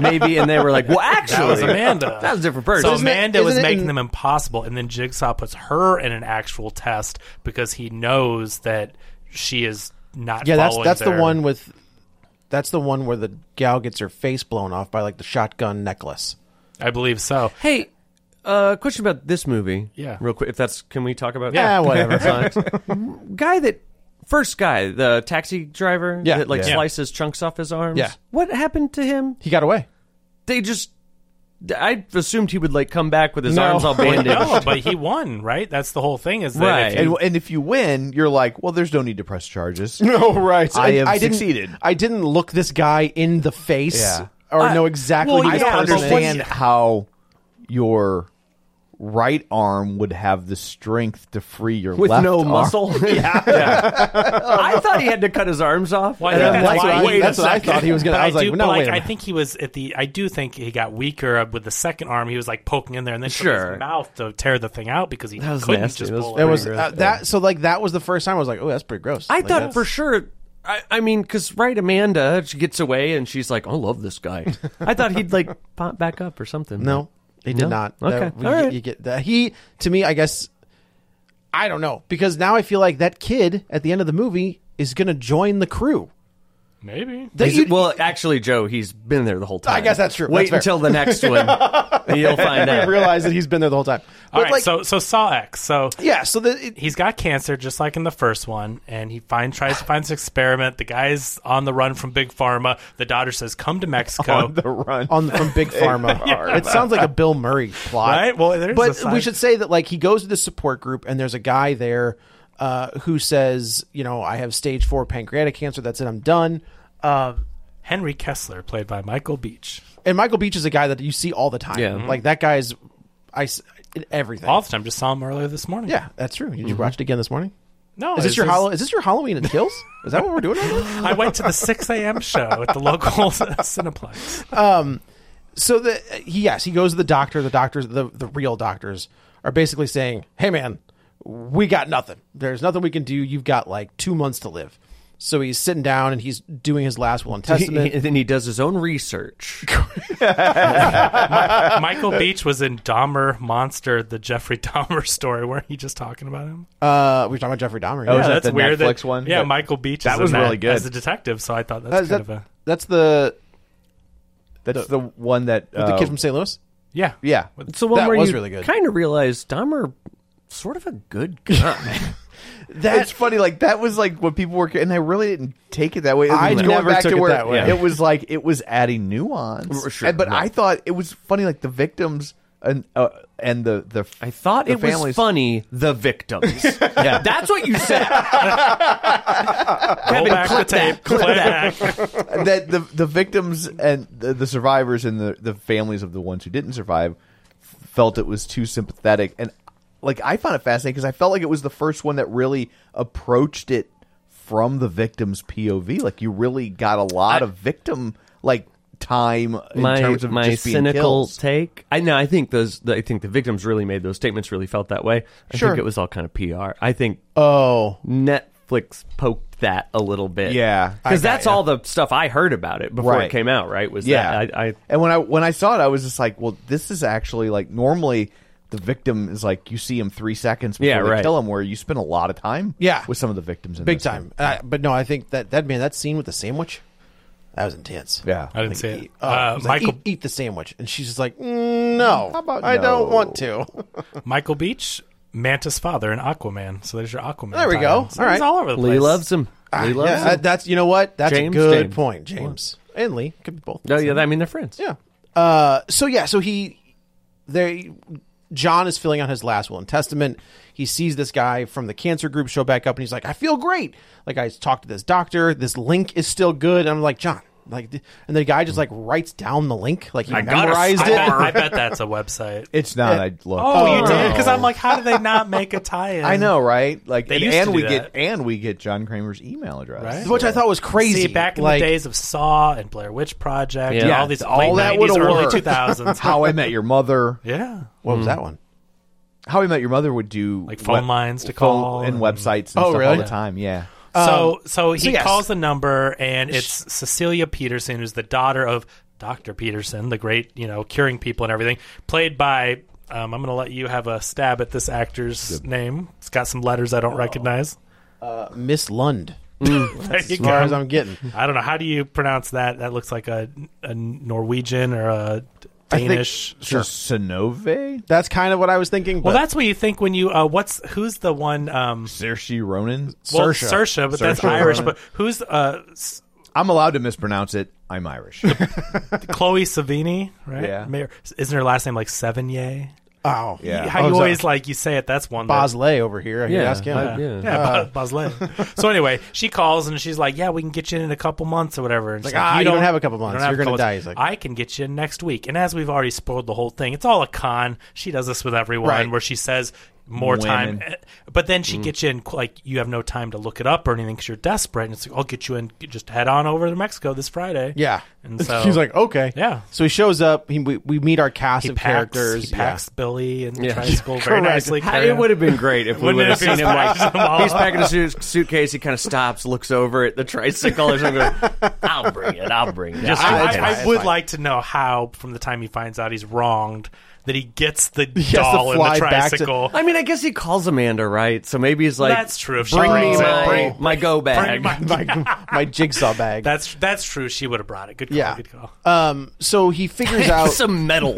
[SPEAKER 5] maybe, and they were like, well, actually,
[SPEAKER 4] That was Amanda.
[SPEAKER 5] that was a different person.
[SPEAKER 4] So
[SPEAKER 5] Isn't it-
[SPEAKER 4] Amanda was
[SPEAKER 3] isn't it
[SPEAKER 4] making
[SPEAKER 3] in-
[SPEAKER 4] them impossible, and then Jigsaw puts her in an actual test because he knows that she is not.
[SPEAKER 3] yeah, that's
[SPEAKER 4] following
[SPEAKER 3] that's
[SPEAKER 4] their-
[SPEAKER 3] the one with that's the one where the gal gets her face blown off by like the shotgun necklace.
[SPEAKER 4] I believe so.
[SPEAKER 5] Hey, uh, question about this movie,
[SPEAKER 4] Yeah.
[SPEAKER 5] real quick. If that's, can we talk about?
[SPEAKER 3] Yeah, whatever.
[SPEAKER 5] guy that first guy, the taxi driver,
[SPEAKER 3] Yeah.
[SPEAKER 5] that like
[SPEAKER 3] Yeah.
[SPEAKER 5] slices chunks off his arms.
[SPEAKER 3] Yeah.
[SPEAKER 5] what happened to him?
[SPEAKER 3] he got away.
[SPEAKER 5] They just. I assumed he would like come back with his
[SPEAKER 3] No.
[SPEAKER 5] arms all bandaged.
[SPEAKER 4] No, but he won, right? That's the whole thing. Is that
[SPEAKER 5] Right.
[SPEAKER 4] if you
[SPEAKER 2] and, and if you win, you're like, well, there's no need to press charges.
[SPEAKER 3] No, Oh, right.
[SPEAKER 2] I have
[SPEAKER 3] didn't-
[SPEAKER 2] succeeded.
[SPEAKER 3] I didn't look this guy in the face
[SPEAKER 2] Yeah.
[SPEAKER 3] or
[SPEAKER 4] Uh,
[SPEAKER 5] I-
[SPEAKER 3] know exactly
[SPEAKER 5] well,
[SPEAKER 3] who
[SPEAKER 5] you
[SPEAKER 2] I
[SPEAKER 3] this
[SPEAKER 2] don't
[SPEAKER 5] Yeah,
[SPEAKER 3] person is.
[SPEAKER 2] understand
[SPEAKER 4] what's-
[SPEAKER 2] how your right arm would have the strength to free your
[SPEAKER 5] with
[SPEAKER 2] left
[SPEAKER 5] no
[SPEAKER 2] arm.
[SPEAKER 5] muscle. yeah. I thought he had to cut his arms off.
[SPEAKER 4] Well, I
[SPEAKER 5] And
[SPEAKER 4] think
[SPEAKER 5] I'm
[SPEAKER 4] that's
[SPEAKER 5] like,
[SPEAKER 4] why-
[SPEAKER 5] wait
[SPEAKER 3] that's
[SPEAKER 5] a
[SPEAKER 3] what I
[SPEAKER 5] second.
[SPEAKER 3] thought he was gonna.
[SPEAKER 4] But
[SPEAKER 3] I was
[SPEAKER 4] do,
[SPEAKER 3] like, no,
[SPEAKER 4] but
[SPEAKER 3] wait. a
[SPEAKER 4] I
[SPEAKER 3] minute.
[SPEAKER 4] think he was at the. I do think he got weaker uh, with the second arm. He was like poking in there and then took
[SPEAKER 5] Sure.
[SPEAKER 4] his mouth to tear the thing out because he
[SPEAKER 5] was
[SPEAKER 4] couldn't
[SPEAKER 5] nasty.
[SPEAKER 4] just
[SPEAKER 5] That was
[SPEAKER 4] pull
[SPEAKER 3] It
[SPEAKER 4] it.
[SPEAKER 3] was
[SPEAKER 5] Pretty
[SPEAKER 3] uh,
[SPEAKER 5] gross.
[SPEAKER 3] that. So like that was the first time I was like, oh, that's pretty gross.
[SPEAKER 5] I
[SPEAKER 3] Like,
[SPEAKER 5] thought
[SPEAKER 3] that's-
[SPEAKER 5] for sure. I, I mean, because right, Amanda, she gets away and she's like, "I love this guy." I thought he'd like pop back up or something.
[SPEAKER 3] No, he did
[SPEAKER 5] No?
[SPEAKER 3] not.
[SPEAKER 5] Okay.
[SPEAKER 3] That- we-
[SPEAKER 5] All right.
[SPEAKER 3] you get that. He to me, I guess. I don't know because now I feel like that kid at the end of the movie is going to join the crew.
[SPEAKER 4] Maybe.
[SPEAKER 3] That
[SPEAKER 5] He's-
[SPEAKER 3] you-
[SPEAKER 5] well, actually, Joe, he's been there the whole time.
[SPEAKER 3] I guess that's true. That's
[SPEAKER 5] Wait
[SPEAKER 3] fair.
[SPEAKER 5] until the next one. and you'll find
[SPEAKER 3] I
[SPEAKER 5] out.
[SPEAKER 3] realize that he's been there the whole time. But
[SPEAKER 4] All right.
[SPEAKER 3] like,
[SPEAKER 4] so so Saw X. So
[SPEAKER 3] yeah, so the it,
[SPEAKER 4] he's got cancer just like in the first one and he find tries to find this experiment the guy's on the run from big pharma the daughter says come to mexico
[SPEAKER 2] the run.
[SPEAKER 3] on from Big Pharma, it sounds like a Bill Murray plot.
[SPEAKER 4] Right? Well, there's a
[SPEAKER 3] but
[SPEAKER 4] side-
[SPEAKER 3] we should say that like he goes to the support group and there's a guy there uh, who says, you know, I have stage four pancreatic cancer. That's it. I'm done. Uh,
[SPEAKER 4] henry kessler played by michael beach
[SPEAKER 3] and Michael Beach is a guy that you see all the time.
[SPEAKER 5] Yeah.
[SPEAKER 3] Like that guy's, I s- in everything.
[SPEAKER 4] all the time just saw him earlier this morning
[SPEAKER 3] yeah, that's true. Did you watch it again this morning?
[SPEAKER 4] no
[SPEAKER 3] Is this
[SPEAKER 4] it's
[SPEAKER 3] your
[SPEAKER 4] just-
[SPEAKER 3] Hall- Is this your Halloween and Kills? Is that what we're doing? Right now?
[SPEAKER 4] i went to the 6 a.m show at the local cineplex
[SPEAKER 3] so the he yes he goes to the doctor the doctors the, the real doctors are basically saying hey man we got nothing there's nothing we can do you've got like two months to live so he's sitting down and he's doing his last will and
[SPEAKER 5] He- he-
[SPEAKER 3] testament
[SPEAKER 5] and then he does his own research.
[SPEAKER 4] michael
[SPEAKER 2] Uh,
[SPEAKER 4] beach was in dahmer monster the jeffrey dahmer story weren't he just talking about him
[SPEAKER 3] uh we we're talking about jeffrey dahmer
[SPEAKER 2] is
[SPEAKER 3] yeah.
[SPEAKER 2] that
[SPEAKER 4] that's
[SPEAKER 2] Oh, the
[SPEAKER 4] weird
[SPEAKER 2] Netflix
[SPEAKER 4] that,
[SPEAKER 2] one?
[SPEAKER 4] yeah
[SPEAKER 2] That-
[SPEAKER 4] michael beach
[SPEAKER 2] that
[SPEAKER 4] is in
[SPEAKER 2] was really good. Oh,
[SPEAKER 4] as a detective so i thought that's
[SPEAKER 3] That's,
[SPEAKER 4] kind
[SPEAKER 3] that-
[SPEAKER 4] of a
[SPEAKER 3] that's the
[SPEAKER 2] That's the one that
[SPEAKER 3] the
[SPEAKER 2] uh,
[SPEAKER 3] kid from st louis
[SPEAKER 4] yeah
[SPEAKER 2] yeah.
[SPEAKER 5] It's the one
[SPEAKER 3] That
[SPEAKER 5] where
[SPEAKER 3] was
[SPEAKER 5] you
[SPEAKER 3] really good.
[SPEAKER 5] kind of realize Dahmer, sort of a good guy.
[SPEAKER 2] It's funny, like that was like what people were, and I really didn't take it that way. It was
[SPEAKER 3] I
[SPEAKER 2] going
[SPEAKER 3] never
[SPEAKER 2] back
[SPEAKER 3] took
[SPEAKER 2] to
[SPEAKER 3] it
[SPEAKER 2] where
[SPEAKER 3] that way.
[SPEAKER 2] It was like it was adding nuance,
[SPEAKER 5] R- sure,
[SPEAKER 2] And- but
[SPEAKER 5] right.
[SPEAKER 2] I thought it was funny, like the victims and uh, and the the
[SPEAKER 5] I thought
[SPEAKER 2] the
[SPEAKER 5] it was
[SPEAKER 2] families-
[SPEAKER 5] funny. The victims. yeah, that's what you said.
[SPEAKER 4] roll back the
[SPEAKER 5] clip that,
[SPEAKER 4] tape play it back.
[SPEAKER 2] that the the victims and the, the survivors and the, the families of the ones who didn't survive f- felt it was too sympathetic and like I found it fascinating because I felt like it was the first one that really approached it from the victim's POV. Like you really got a lot of victim like time in
[SPEAKER 5] my
[SPEAKER 2] terms of
[SPEAKER 5] my
[SPEAKER 2] just being
[SPEAKER 5] cynical
[SPEAKER 2] kills.
[SPEAKER 5] take. I know. I think those. I think the victims really made those statements. Really felt that way. I
[SPEAKER 2] Sure.
[SPEAKER 5] think it was all kind of PR. I think
[SPEAKER 3] oh
[SPEAKER 5] Netflix poked that a little bit.
[SPEAKER 2] Yeah. I
[SPEAKER 5] because that's all the stuff I heard about it before
[SPEAKER 2] Right.
[SPEAKER 5] it came out. Right? Was
[SPEAKER 2] Yeah,
[SPEAKER 5] that I, I
[SPEAKER 2] and when I when I saw it, I was just like, well, this is actually like normally. The victim is like you see him three seconds before
[SPEAKER 5] Yeah,
[SPEAKER 2] they
[SPEAKER 5] right.
[SPEAKER 2] kill him. Where you spend a lot of time,
[SPEAKER 3] Yeah.
[SPEAKER 2] with some of the victims, in
[SPEAKER 3] big
[SPEAKER 2] this
[SPEAKER 3] time uh, but no i think that that man that scene with the sandwich that was intense
[SPEAKER 2] Yeah,
[SPEAKER 4] i didn't see it
[SPEAKER 3] Oh,
[SPEAKER 4] uh,
[SPEAKER 3] he's like,
[SPEAKER 4] michael
[SPEAKER 3] eat, eat the sandwich and she's just like "Mm, no
[SPEAKER 2] How about
[SPEAKER 3] i don't
[SPEAKER 2] no?"
[SPEAKER 3] want to
[SPEAKER 4] Michael Beach, Mantis father, and Aquaman. So there's your Aquaman.
[SPEAKER 3] There we
[SPEAKER 4] tie-in.
[SPEAKER 3] go.
[SPEAKER 4] So
[SPEAKER 3] All right.
[SPEAKER 4] He's all over the place.
[SPEAKER 5] Lee loves him.
[SPEAKER 2] Ah,
[SPEAKER 5] Lee loves
[SPEAKER 3] Yeah, that-
[SPEAKER 5] him.
[SPEAKER 3] that's you know what? That's
[SPEAKER 5] James,
[SPEAKER 3] a good
[SPEAKER 5] James.
[SPEAKER 3] point, James and Lee could be both.
[SPEAKER 5] No, yeah, I mean they're friends.
[SPEAKER 3] Yeah. Uh, so yeah, so he there. John is filling out his last will and testament. He sees this guy from the cancer group show back up, and he's like, "I feel great." Like I talked to this doctor. This link is still good. I'm like, John. Like, th- and the guy just like writes down the link. Like he
[SPEAKER 5] got a
[SPEAKER 3] memorized
[SPEAKER 4] I,
[SPEAKER 3] it.
[SPEAKER 4] bet- I bet that's a website.
[SPEAKER 2] It's not. I look.
[SPEAKER 4] oh, you did? Because I'm like, how do they not make a tie-in?
[SPEAKER 2] I know, right? Like,
[SPEAKER 4] They
[SPEAKER 2] and,
[SPEAKER 4] used to
[SPEAKER 2] and
[SPEAKER 4] do
[SPEAKER 2] we
[SPEAKER 4] that.
[SPEAKER 2] get and we get John Kramer's email address,
[SPEAKER 4] Right?
[SPEAKER 3] Which I thought was crazy.
[SPEAKER 4] See, back in
[SPEAKER 3] like,
[SPEAKER 4] the days of Saw and Blair Witch Project, and
[SPEAKER 5] Yeah.
[SPEAKER 4] all these
[SPEAKER 2] all
[SPEAKER 4] late
[SPEAKER 2] that
[SPEAKER 4] 90s,
[SPEAKER 2] would've
[SPEAKER 4] early
[SPEAKER 2] worked.
[SPEAKER 4] 2000s.
[SPEAKER 2] How I Met Your Mother.
[SPEAKER 4] yeah.
[SPEAKER 3] What was that one?
[SPEAKER 2] How I Met Your Mother would do
[SPEAKER 4] Like phone
[SPEAKER 2] web-
[SPEAKER 4] lines to
[SPEAKER 2] phone
[SPEAKER 4] call
[SPEAKER 2] and
[SPEAKER 4] and-
[SPEAKER 2] websites and
[SPEAKER 3] Oh,
[SPEAKER 2] stuff all
[SPEAKER 3] really?
[SPEAKER 2] the time. Yeah,
[SPEAKER 4] So, so he
[SPEAKER 3] so yes.
[SPEAKER 4] calls the number, and it's Cecilia Peterson, who's the daughter of Doctor Peterson, the great, you know, curing people and everything, played by. Um, I'm going to let you have a stab at this actor's name. It's got some letters I don't recognize.
[SPEAKER 3] Miss Lund.
[SPEAKER 4] There you
[SPEAKER 3] As far
[SPEAKER 4] go.
[SPEAKER 3] as I'm getting.
[SPEAKER 4] I don't know. How do you pronounce that? That looks like a, a Norwegian or a Danish.
[SPEAKER 2] sure. Sinove,
[SPEAKER 3] That's kind of what I was thinking. But
[SPEAKER 4] well, that's what you think when you. Uh, what's who's the one? Um,
[SPEAKER 2] Saoirse Ronan.
[SPEAKER 4] well,
[SPEAKER 3] Saoirse.
[SPEAKER 4] Saoirse, but that's
[SPEAKER 2] Saoirse
[SPEAKER 4] Irish.
[SPEAKER 2] Ronan.
[SPEAKER 4] But who's uh, S-
[SPEAKER 2] I'm allowed to mispronounce it. I'm Irish.
[SPEAKER 4] Chloe Savini? Right?
[SPEAKER 2] Yeah.
[SPEAKER 4] Mayor, isn't her last name like Sevigny?
[SPEAKER 3] oh
[SPEAKER 2] Yeah.
[SPEAKER 4] How
[SPEAKER 3] Oh,
[SPEAKER 4] you
[SPEAKER 3] sorry.
[SPEAKER 4] always like you say it? That's one. that-
[SPEAKER 3] Bosley over here. I yeah, ask him.
[SPEAKER 5] I- yeah.
[SPEAKER 4] Yeah, uh, so anyway, she calls and she's like, "Yeah, we can get you in in a couple months or whatever." And she's
[SPEAKER 3] Like, "Ah, you don't have a couple months.
[SPEAKER 4] have
[SPEAKER 3] You're
[SPEAKER 4] a
[SPEAKER 3] gonna
[SPEAKER 4] couple
[SPEAKER 3] die."
[SPEAKER 4] months."
[SPEAKER 3] He's like-
[SPEAKER 4] "I can get you in next week." And as we've already spoiled the whole thing, it's all a con. She does this with everyone,
[SPEAKER 3] Right.
[SPEAKER 4] where she says more time,
[SPEAKER 2] Women.
[SPEAKER 4] eh, but then she gets you in like you have no time to look it up or anything because you're desperate. And it's like, "I'll get you in. Just head on over to Mexico this Friday."
[SPEAKER 3] Yeah.
[SPEAKER 4] And so-
[SPEAKER 3] he's like, okay.
[SPEAKER 4] Yeah.
[SPEAKER 3] So he shows up. He, we, we meet our cast
[SPEAKER 4] He
[SPEAKER 3] of
[SPEAKER 4] packs,
[SPEAKER 3] characters.
[SPEAKER 4] he packs Billy and
[SPEAKER 5] Yeah.
[SPEAKER 4] tries to go very
[SPEAKER 3] Correct.
[SPEAKER 4] nicely. carry
[SPEAKER 5] It
[SPEAKER 4] on.
[SPEAKER 5] would have been great if we
[SPEAKER 4] Wouldn't
[SPEAKER 5] would
[SPEAKER 4] it
[SPEAKER 5] have seen
[SPEAKER 4] have
[SPEAKER 5] him
[SPEAKER 4] been
[SPEAKER 5] like
[SPEAKER 4] just them all?
[SPEAKER 5] he's packing a suit- suitcase. He kind of stops, looks over at the tricycle, or something. goes, I'll bring it. I'll bring it.
[SPEAKER 4] Just-
[SPEAKER 5] I'll
[SPEAKER 4] I,
[SPEAKER 5] bring
[SPEAKER 4] I
[SPEAKER 5] it."
[SPEAKER 4] would like to know how, from the time he finds out he's wronged, that he gets the
[SPEAKER 3] to
[SPEAKER 4] doll in
[SPEAKER 3] fly
[SPEAKER 4] the
[SPEAKER 3] back to-
[SPEAKER 4] tricycle.
[SPEAKER 5] I mean, I guess he calls Amanda, right? So maybe he's like,
[SPEAKER 4] That's true. If she
[SPEAKER 5] Bring me
[SPEAKER 4] brings it,
[SPEAKER 5] my,
[SPEAKER 4] bring-
[SPEAKER 5] my go bag.
[SPEAKER 4] my-
[SPEAKER 3] my, my jigsaw bag.
[SPEAKER 4] that's that's true. She would have brought it. Good call.
[SPEAKER 3] yeah.
[SPEAKER 4] Good call.
[SPEAKER 3] Um. So he figures out
[SPEAKER 5] some metal.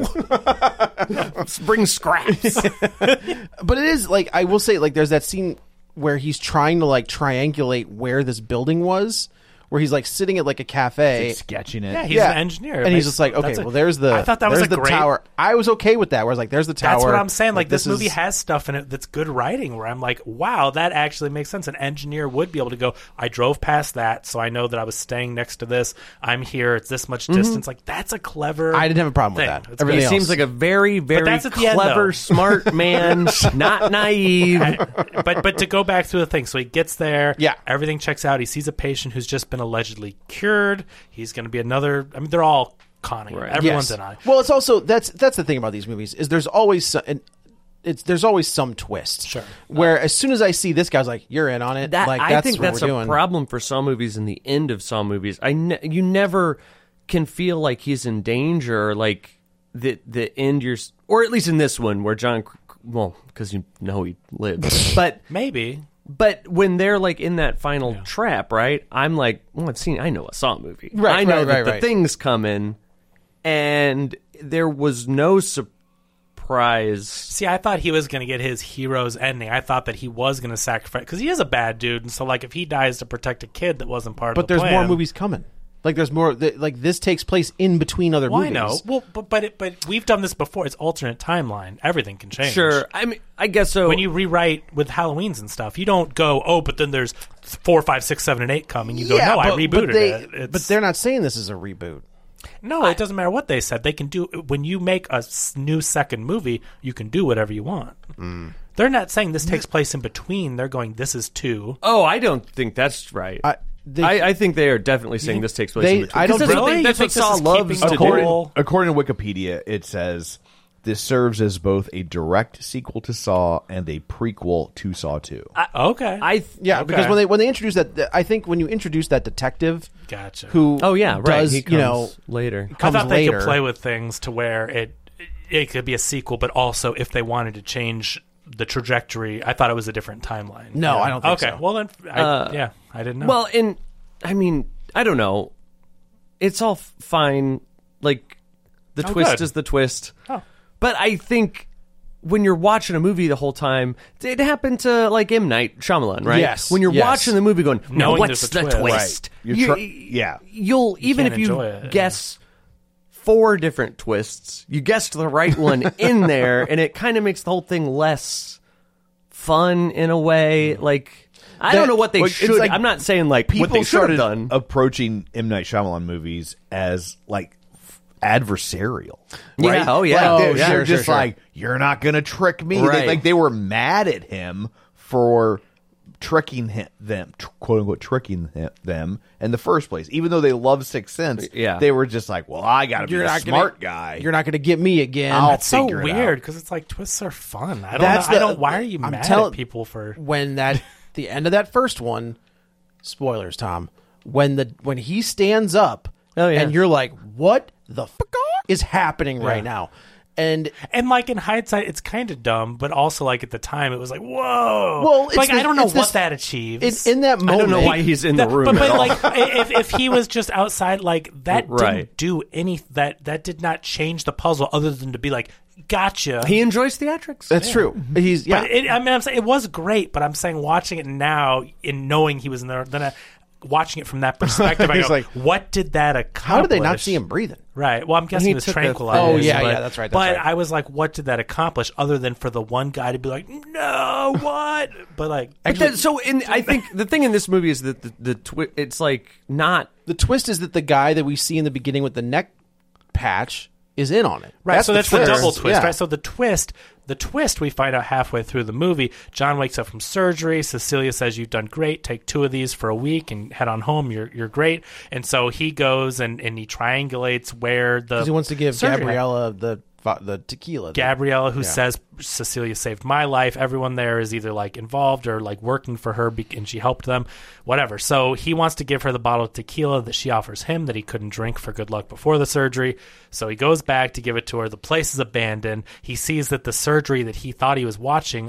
[SPEAKER 5] Bring scraps.
[SPEAKER 3] but it is like I will say like there's that scene where he's trying to like triangulate where this building was, where he's like sitting at like a cafe.
[SPEAKER 2] sketching it.
[SPEAKER 4] Yeah, he's an engineer,
[SPEAKER 3] and
[SPEAKER 4] Makes-
[SPEAKER 3] he's just like, okay,
[SPEAKER 4] that's a-
[SPEAKER 3] well, there's the.
[SPEAKER 4] I thought that was
[SPEAKER 3] there's
[SPEAKER 4] a
[SPEAKER 3] the
[SPEAKER 4] great-
[SPEAKER 3] tower. I was okay with that. Where I was like, there's the tower.
[SPEAKER 4] That's what I'm saying. Like, this, movie
[SPEAKER 3] is-
[SPEAKER 4] has stuff in it that's good writing. Where I'm like, wow, that actually makes sense. An engineer would be able to go. I drove past that, so I know that I was staying next to this. I'm here. It's this much distance. Like, that's a clever.
[SPEAKER 3] Mm-hmm. I didn't have a problem with
[SPEAKER 4] thing.
[SPEAKER 3] that.
[SPEAKER 4] It's
[SPEAKER 3] Everything
[SPEAKER 5] He
[SPEAKER 4] good.
[SPEAKER 3] else.
[SPEAKER 5] seems like a very, very
[SPEAKER 4] that's at the end,
[SPEAKER 5] clever,
[SPEAKER 4] though.
[SPEAKER 5] smart man, not naive.
[SPEAKER 4] but but to go back through the thing, so he gets there.
[SPEAKER 3] Yeah.
[SPEAKER 4] everything checks out. He sees a patient who's just been allegedly cured. He's going to be another. I mean, they're all conning. him. Everyone's
[SPEAKER 3] Yes.
[SPEAKER 4] an eye.
[SPEAKER 3] Well, it's also that's that's the thing about these movies is there's always so- and it's there's always some twist.
[SPEAKER 4] Sure.
[SPEAKER 3] Where as soon as I see this guy, I was like, you're in on it.
[SPEAKER 5] That
[SPEAKER 3] like, that's
[SPEAKER 5] I think
[SPEAKER 3] what
[SPEAKER 5] that's
[SPEAKER 3] we're
[SPEAKER 5] a
[SPEAKER 3] doing.
[SPEAKER 5] problem for Saw movies and the end of Saw movies. I ne- you never can feel like he's in danger, or like the the end you're, s- or at least in this one where John, C- well, because you know he lives, but
[SPEAKER 4] Maybe
[SPEAKER 5] but when they're like in that final trap, right? I'm like, well, I've seen, I know a Saw movie.
[SPEAKER 3] Right,
[SPEAKER 5] I know
[SPEAKER 3] right,
[SPEAKER 5] that
[SPEAKER 3] right,
[SPEAKER 5] the
[SPEAKER 3] right.
[SPEAKER 5] thing's coming, and there was no surprise.
[SPEAKER 4] See, I thought he was going to get his hero's ending. I thought that he was going to sacrifice because he is a bad dude, and so like if he dies to protect a kid that wasn't part
[SPEAKER 3] But
[SPEAKER 4] of the
[SPEAKER 3] there's
[SPEAKER 4] plan,
[SPEAKER 3] more movies coming. Like there's more. Th- like this takes place in between other
[SPEAKER 4] Well, I
[SPEAKER 3] movies.
[SPEAKER 4] know. Well, but but it, but we've done this before. It's alternate timeline. Everything can change.
[SPEAKER 5] Sure, I mean, I guess so.
[SPEAKER 4] When you rewrite with Halloween's and stuff, you don't go, oh, but then there's four, five, six, seven, and eight coming. You go, no, Oh, I rebooted
[SPEAKER 3] they,
[SPEAKER 4] it. It's-
[SPEAKER 3] But they're not saying this is a reboot.
[SPEAKER 4] no, it doesn't matter what they said. They can do when you make a s- new second movie, you can do whatever you want. They're not saying this takes place in between. They're going, this is two.
[SPEAKER 5] oh, I don't think that's right.
[SPEAKER 3] I-
[SPEAKER 5] I,
[SPEAKER 3] they-
[SPEAKER 5] I, think they are definitely saying this takes place.
[SPEAKER 3] they-
[SPEAKER 5] in between.
[SPEAKER 3] I don't
[SPEAKER 5] 'Cause that's what
[SPEAKER 4] really-
[SPEAKER 5] they, that's
[SPEAKER 4] you
[SPEAKER 5] what
[SPEAKER 4] think this
[SPEAKER 5] Saw
[SPEAKER 4] is
[SPEAKER 5] loves
[SPEAKER 4] keeping to
[SPEAKER 5] to do.
[SPEAKER 4] goal?
[SPEAKER 2] According, according to Wikipedia, it says this serves as both a direct sequel to Saw and a prequel to Saw Two.
[SPEAKER 4] Uh, okay,
[SPEAKER 5] I th-
[SPEAKER 3] Yeah, because
[SPEAKER 4] Okay.
[SPEAKER 3] when they when they introduce that, th- I think when you introduce that detective,
[SPEAKER 4] Gotcha.
[SPEAKER 3] Who?
[SPEAKER 5] oh yeah, right.
[SPEAKER 3] Does
[SPEAKER 5] he
[SPEAKER 3] you know?
[SPEAKER 5] comes later?
[SPEAKER 3] comes
[SPEAKER 4] I thought they
[SPEAKER 3] later.
[SPEAKER 4] could play with things to where it it could be a sequel, but also if they wanted to change the trajectory, I thought it was a different timeline.
[SPEAKER 3] No,
[SPEAKER 4] Yeah.
[SPEAKER 3] I don't think
[SPEAKER 4] okay.
[SPEAKER 3] so. Uh,
[SPEAKER 4] well then, I, yeah, I didn't know.
[SPEAKER 5] Well, and I mean, I don't know. It's all f- fine. Like the
[SPEAKER 4] Oh,
[SPEAKER 5] twist
[SPEAKER 4] good.
[SPEAKER 5] is the twist. But I think when you're watching a movie the whole time, it happened to like M Night Shyamalan, right?
[SPEAKER 3] Yes,
[SPEAKER 5] When you're
[SPEAKER 3] yes.
[SPEAKER 5] watching the movie, going, "Now
[SPEAKER 4] Knowing
[SPEAKER 5] what's
[SPEAKER 4] there's a
[SPEAKER 5] the
[SPEAKER 4] twist."
[SPEAKER 5] twist?"
[SPEAKER 2] Right. You're tr- yeah.
[SPEAKER 5] You'll even
[SPEAKER 4] can't
[SPEAKER 5] if you
[SPEAKER 4] enjoy it, yeah.
[SPEAKER 5] guess four different twists, you guessed the right one in there, and it kind of makes the whole thing less fun in a way.
[SPEAKER 4] Hmm.
[SPEAKER 5] Like. I
[SPEAKER 2] That-
[SPEAKER 5] don't know what they
[SPEAKER 2] well, it's
[SPEAKER 5] should.
[SPEAKER 2] like
[SPEAKER 5] I'm not saying like
[SPEAKER 2] People
[SPEAKER 5] what they should
[SPEAKER 2] started
[SPEAKER 5] have done.
[SPEAKER 2] approaching M Night Shyamalan movies as like f- adversarial.
[SPEAKER 5] Yeah.
[SPEAKER 2] right?
[SPEAKER 5] Oh, yeah.
[SPEAKER 2] Like, they-
[SPEAKER 5] Oh,
[SPEAKER 2] they're,
[SPEAKER 5] yeah. Sure,
[SPEAKER 2] just
[SPEAKER 5] sure, sure.
[SPEAKER 2] like you're not gonna trick me. They,
[SPEAKER 5] Right.
[SPEAKER 2] like they were mad at him for tricking him, them, tr- quote unquote, tricking him, them in the first place. Even though they love Sixth Sense,
[SPEAKER 5] Yeah.
[SPEAKER 2] they were just like, well, I got to be
[SPEAKER 3] You're
[SPEAKER 2] a
[SPEAKER 3] not
[SPEAKER 2] smart
[SPEAKER 3] gonna, e-,
[SPEAKER 2] guy.
[SPEAKER 3] You're not going to get me again.
[SPEAKER 2] I'll
[SPEAKER 4] that's so
[SPEAKER 2] figure it out.
[SPEAKER 4] weird because it's like twists are fun. I don't.
[SPEAKER 3] That's
[SPEAKER 4] know,
[SPEAKER 3] the-
[SPEAKER 4] I don't. Why are you
[SPEAKER 3] I'm
[SPEAKER 4] mad
[SPEAKER 3] tell-
[SPEAKER 4] at people for?
[SPEAKER 3] when that the end of that first one. Spoilers, Tom. When the when he stands up,
[SPEAKER 5] Oh, yeah.
[SPEAKER 3] and you're like, what the f- is happening right now? And
[SPEAKER 4] And like in hindsight, it's kind of dumb, but also like at the time, it was like, whoa.
[SPEAKER 3] Well, it's
[SPEAKER 4] like
[SPEAKER 3] the-
[SPEAKER 4] I don't know
[SPEAKER 3] it's
[SPEAKER 4] what
[SPEAKER 3] this-
[SPEAKER 4] that achieves.
[SPEAKER 3] in, in that moment,
[SPEAKER 5] I don't know why he's in the
[SPEAKER 4] That-
[SPEAKER 5] room.
[SPEAKER 4] But,
[SPEAKER 5] at
[SPEAKER 4] but
[SPEAKER 5] all.
[SPEAKER 4] like, i- if, if he was just outside, like that
[SPEAKER 5] Right.
[SPEAKER 4] didn't do any. That that did not change the puzzle, other than to be like, gotcha.
[SPEAKER 5] he enjoys theatrics.
[SPEAKER 3] that's true. Mhm. He's yeah.
[SPEAKER 4] But it, I mean, I'm saying it was great, but I'm saying watching it now and knowing he was in there, then I, watching it from that perspective, I
[SPEAKER 3] He's
[SPEAKER 4] go,
[SPEAKER 3] like,
[SPEAKER 4] what did that accomplish?
[SPEAKER 3] How did they not see him breathing?
[SPEAKER 4] Right. Well, I'm guessing
[SPEAKER 5] He
[SPEAKER 4] he was
[SPEAKER 5] took the-
[SPEAKER 4] tranquilized.
[SPEAKER 3] Oh, yeah,
[SPEAKER 4] but-
[SPEAKER 3] yeah, that's right, that's
[SPEAKER 4] but
[SPEAKER 3] right.
[SPEAKER 4] I was like, what did that accomplish other than for the one guy to be like, no, what? But like,
[SPEAKER 5] But then, so in, I think the thing in this movie is that the, the twi- it's like not
[SPEAKER 3] The twist is that the guy that we see in the beginning with the neck patch is in on it.
[SPEAKER 4] Right, so
[SPEAKER 3] the
[SPEAKER 4] that's the,
[SPEAKER 3] twist.
[SPEAKER 4] double twist,
[SPEAKER 3] Yeah.
[SPEAKER 4] right? So the twist, the twist we find out halfway through the movie, John wakes up from surgery, Cecilia says you've done great, take two of these for a week and head on home, you're you're great. And so he goes and, and he triangulates where the
[SPEAKER 3] he wants to give
[SPEAKER 4] surgery happened.
[SPEAKER 3] Gabriella the fi- the tequila. the-
[SPEAKER 4] Gabriella, who says Cecilia saved my life. Everyone there is either like involved or like working for her, be- and she helped them, whatever. So he wants to give her the bottle of tequila that she offers him that he couldn't drink for good luck before the surgery. So he goes back to give it to her. The place is abandoned. He sees that the surgery that he thought he was watching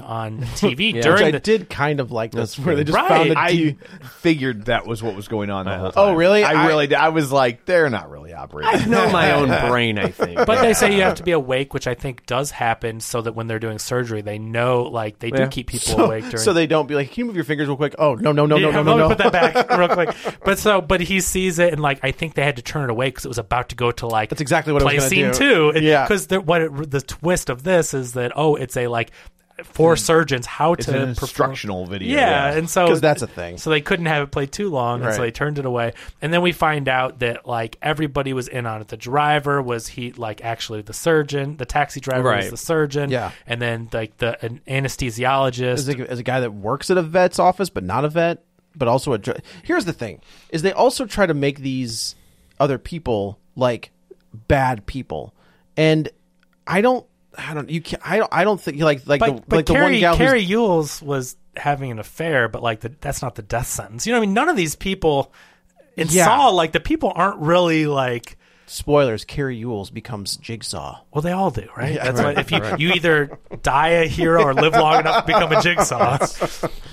[SPEAKER 4] on TV
[SPEAKER 3] which
[SPEAKER 4] during
[SPEAKER 3] I
[SPEAKER 4] the
[SPEAKER 3] did kind of like this, where they just
[SPEAKER 4] Right.
[SPEAKER 3] found the
[SPEAKER 4] I-
[SPEAKER 3] D-
[SPEAKER 2] Figured that was what was going on the whole time.
[SPEAKER 3] Oh, really?
[SPEAKER 2] I,
[SPEAKER 3] I-
[SPEAKER 2] really did. I was like, they're not really
[SPEAKER 5] I
[SPEAKER 2] operating.
[SPEAKER 5] know my own brain, I think.
[SPEAKER 4] But they say you have to be awake, which I think does happen, so that when they're doing surgery, they know like they do keep people awake during.
[SPEAKER 3] so they don't be like, "Can you move your fingers real quick?" Oh no, no, no, no, no,
[SPEAKER 4] Yeah, let me
[SPEAKER 3] no, no.
[SPEAKER 4] put that back real quick. But so, but he sees it, and like I think they had to turn it away because it was about to go to like
[SPEAKER 3] That's exactly what I was
[SPEAKER 4] play
[SPEAKER 3] gonna
[SPEAKER 4] scene
[SPEAKER 3] do.
[SPEAKER 4] two. And-
[SPEAKER 3] Yeah.
[SPEAKER 4] because what it, the twist of this is that oh, it's a like for
[SPEAKER 3] Hmm.
[SPEAKER 4] surgeons how
[SPEAKER 2] It's
[SPEAKER 4] to
[SPEAKER 2] an
[SPEAKER 4] perform-
[SPEAKER 2] instructional video.
[SPEAKER 4] yeah, and so
[SPEAKER 3] 'Cause that's a thing.
[SPEAKER 4] So they couldn't have it played too long, and so
[SPEAKER 3] Right.
[SPEAKER 4] they turned it away. And then we find out that like everybody was in on it. The driver was he like actually the surgeon. The taxi driver was
[SPEAKER 5] Right.
[SPEAKER 4] the surgeon.
[SPEAKER 3] Yeah.
[SPEAKER 4] and then like the an anesthesiologist.
[SPEAKER 3] as a, as a guy that works at a vet's office, but not a vet, but also a. dr- Here's the thing: is they also try to make these other people like bad people, and I don't, I don't, you can I don't, I don't think like like
[SPEAKER 4] but,
[SPEAKER 3] the,
[SPEAKER 4] but
[SPEAKER 3] like
[SPEAKER 4] Carrie,
[SPEAKER 3] the one gal who's
[SPEAKER 4] Carrie Ewells was having an affair, but like the, that's not the death sentence. You know, what I mean, none of these people in
[SPEAKER 3] Yeah.
[SPEAKER 4] Saw like the people aren't really like.
[SPEAKER 3] spoilers. Carrie Ewells becomes Jigsaw.
[SPEAKER 4] Well, they all do, right? That's what if you, you either die a hero or live long enough to become a jigsaw.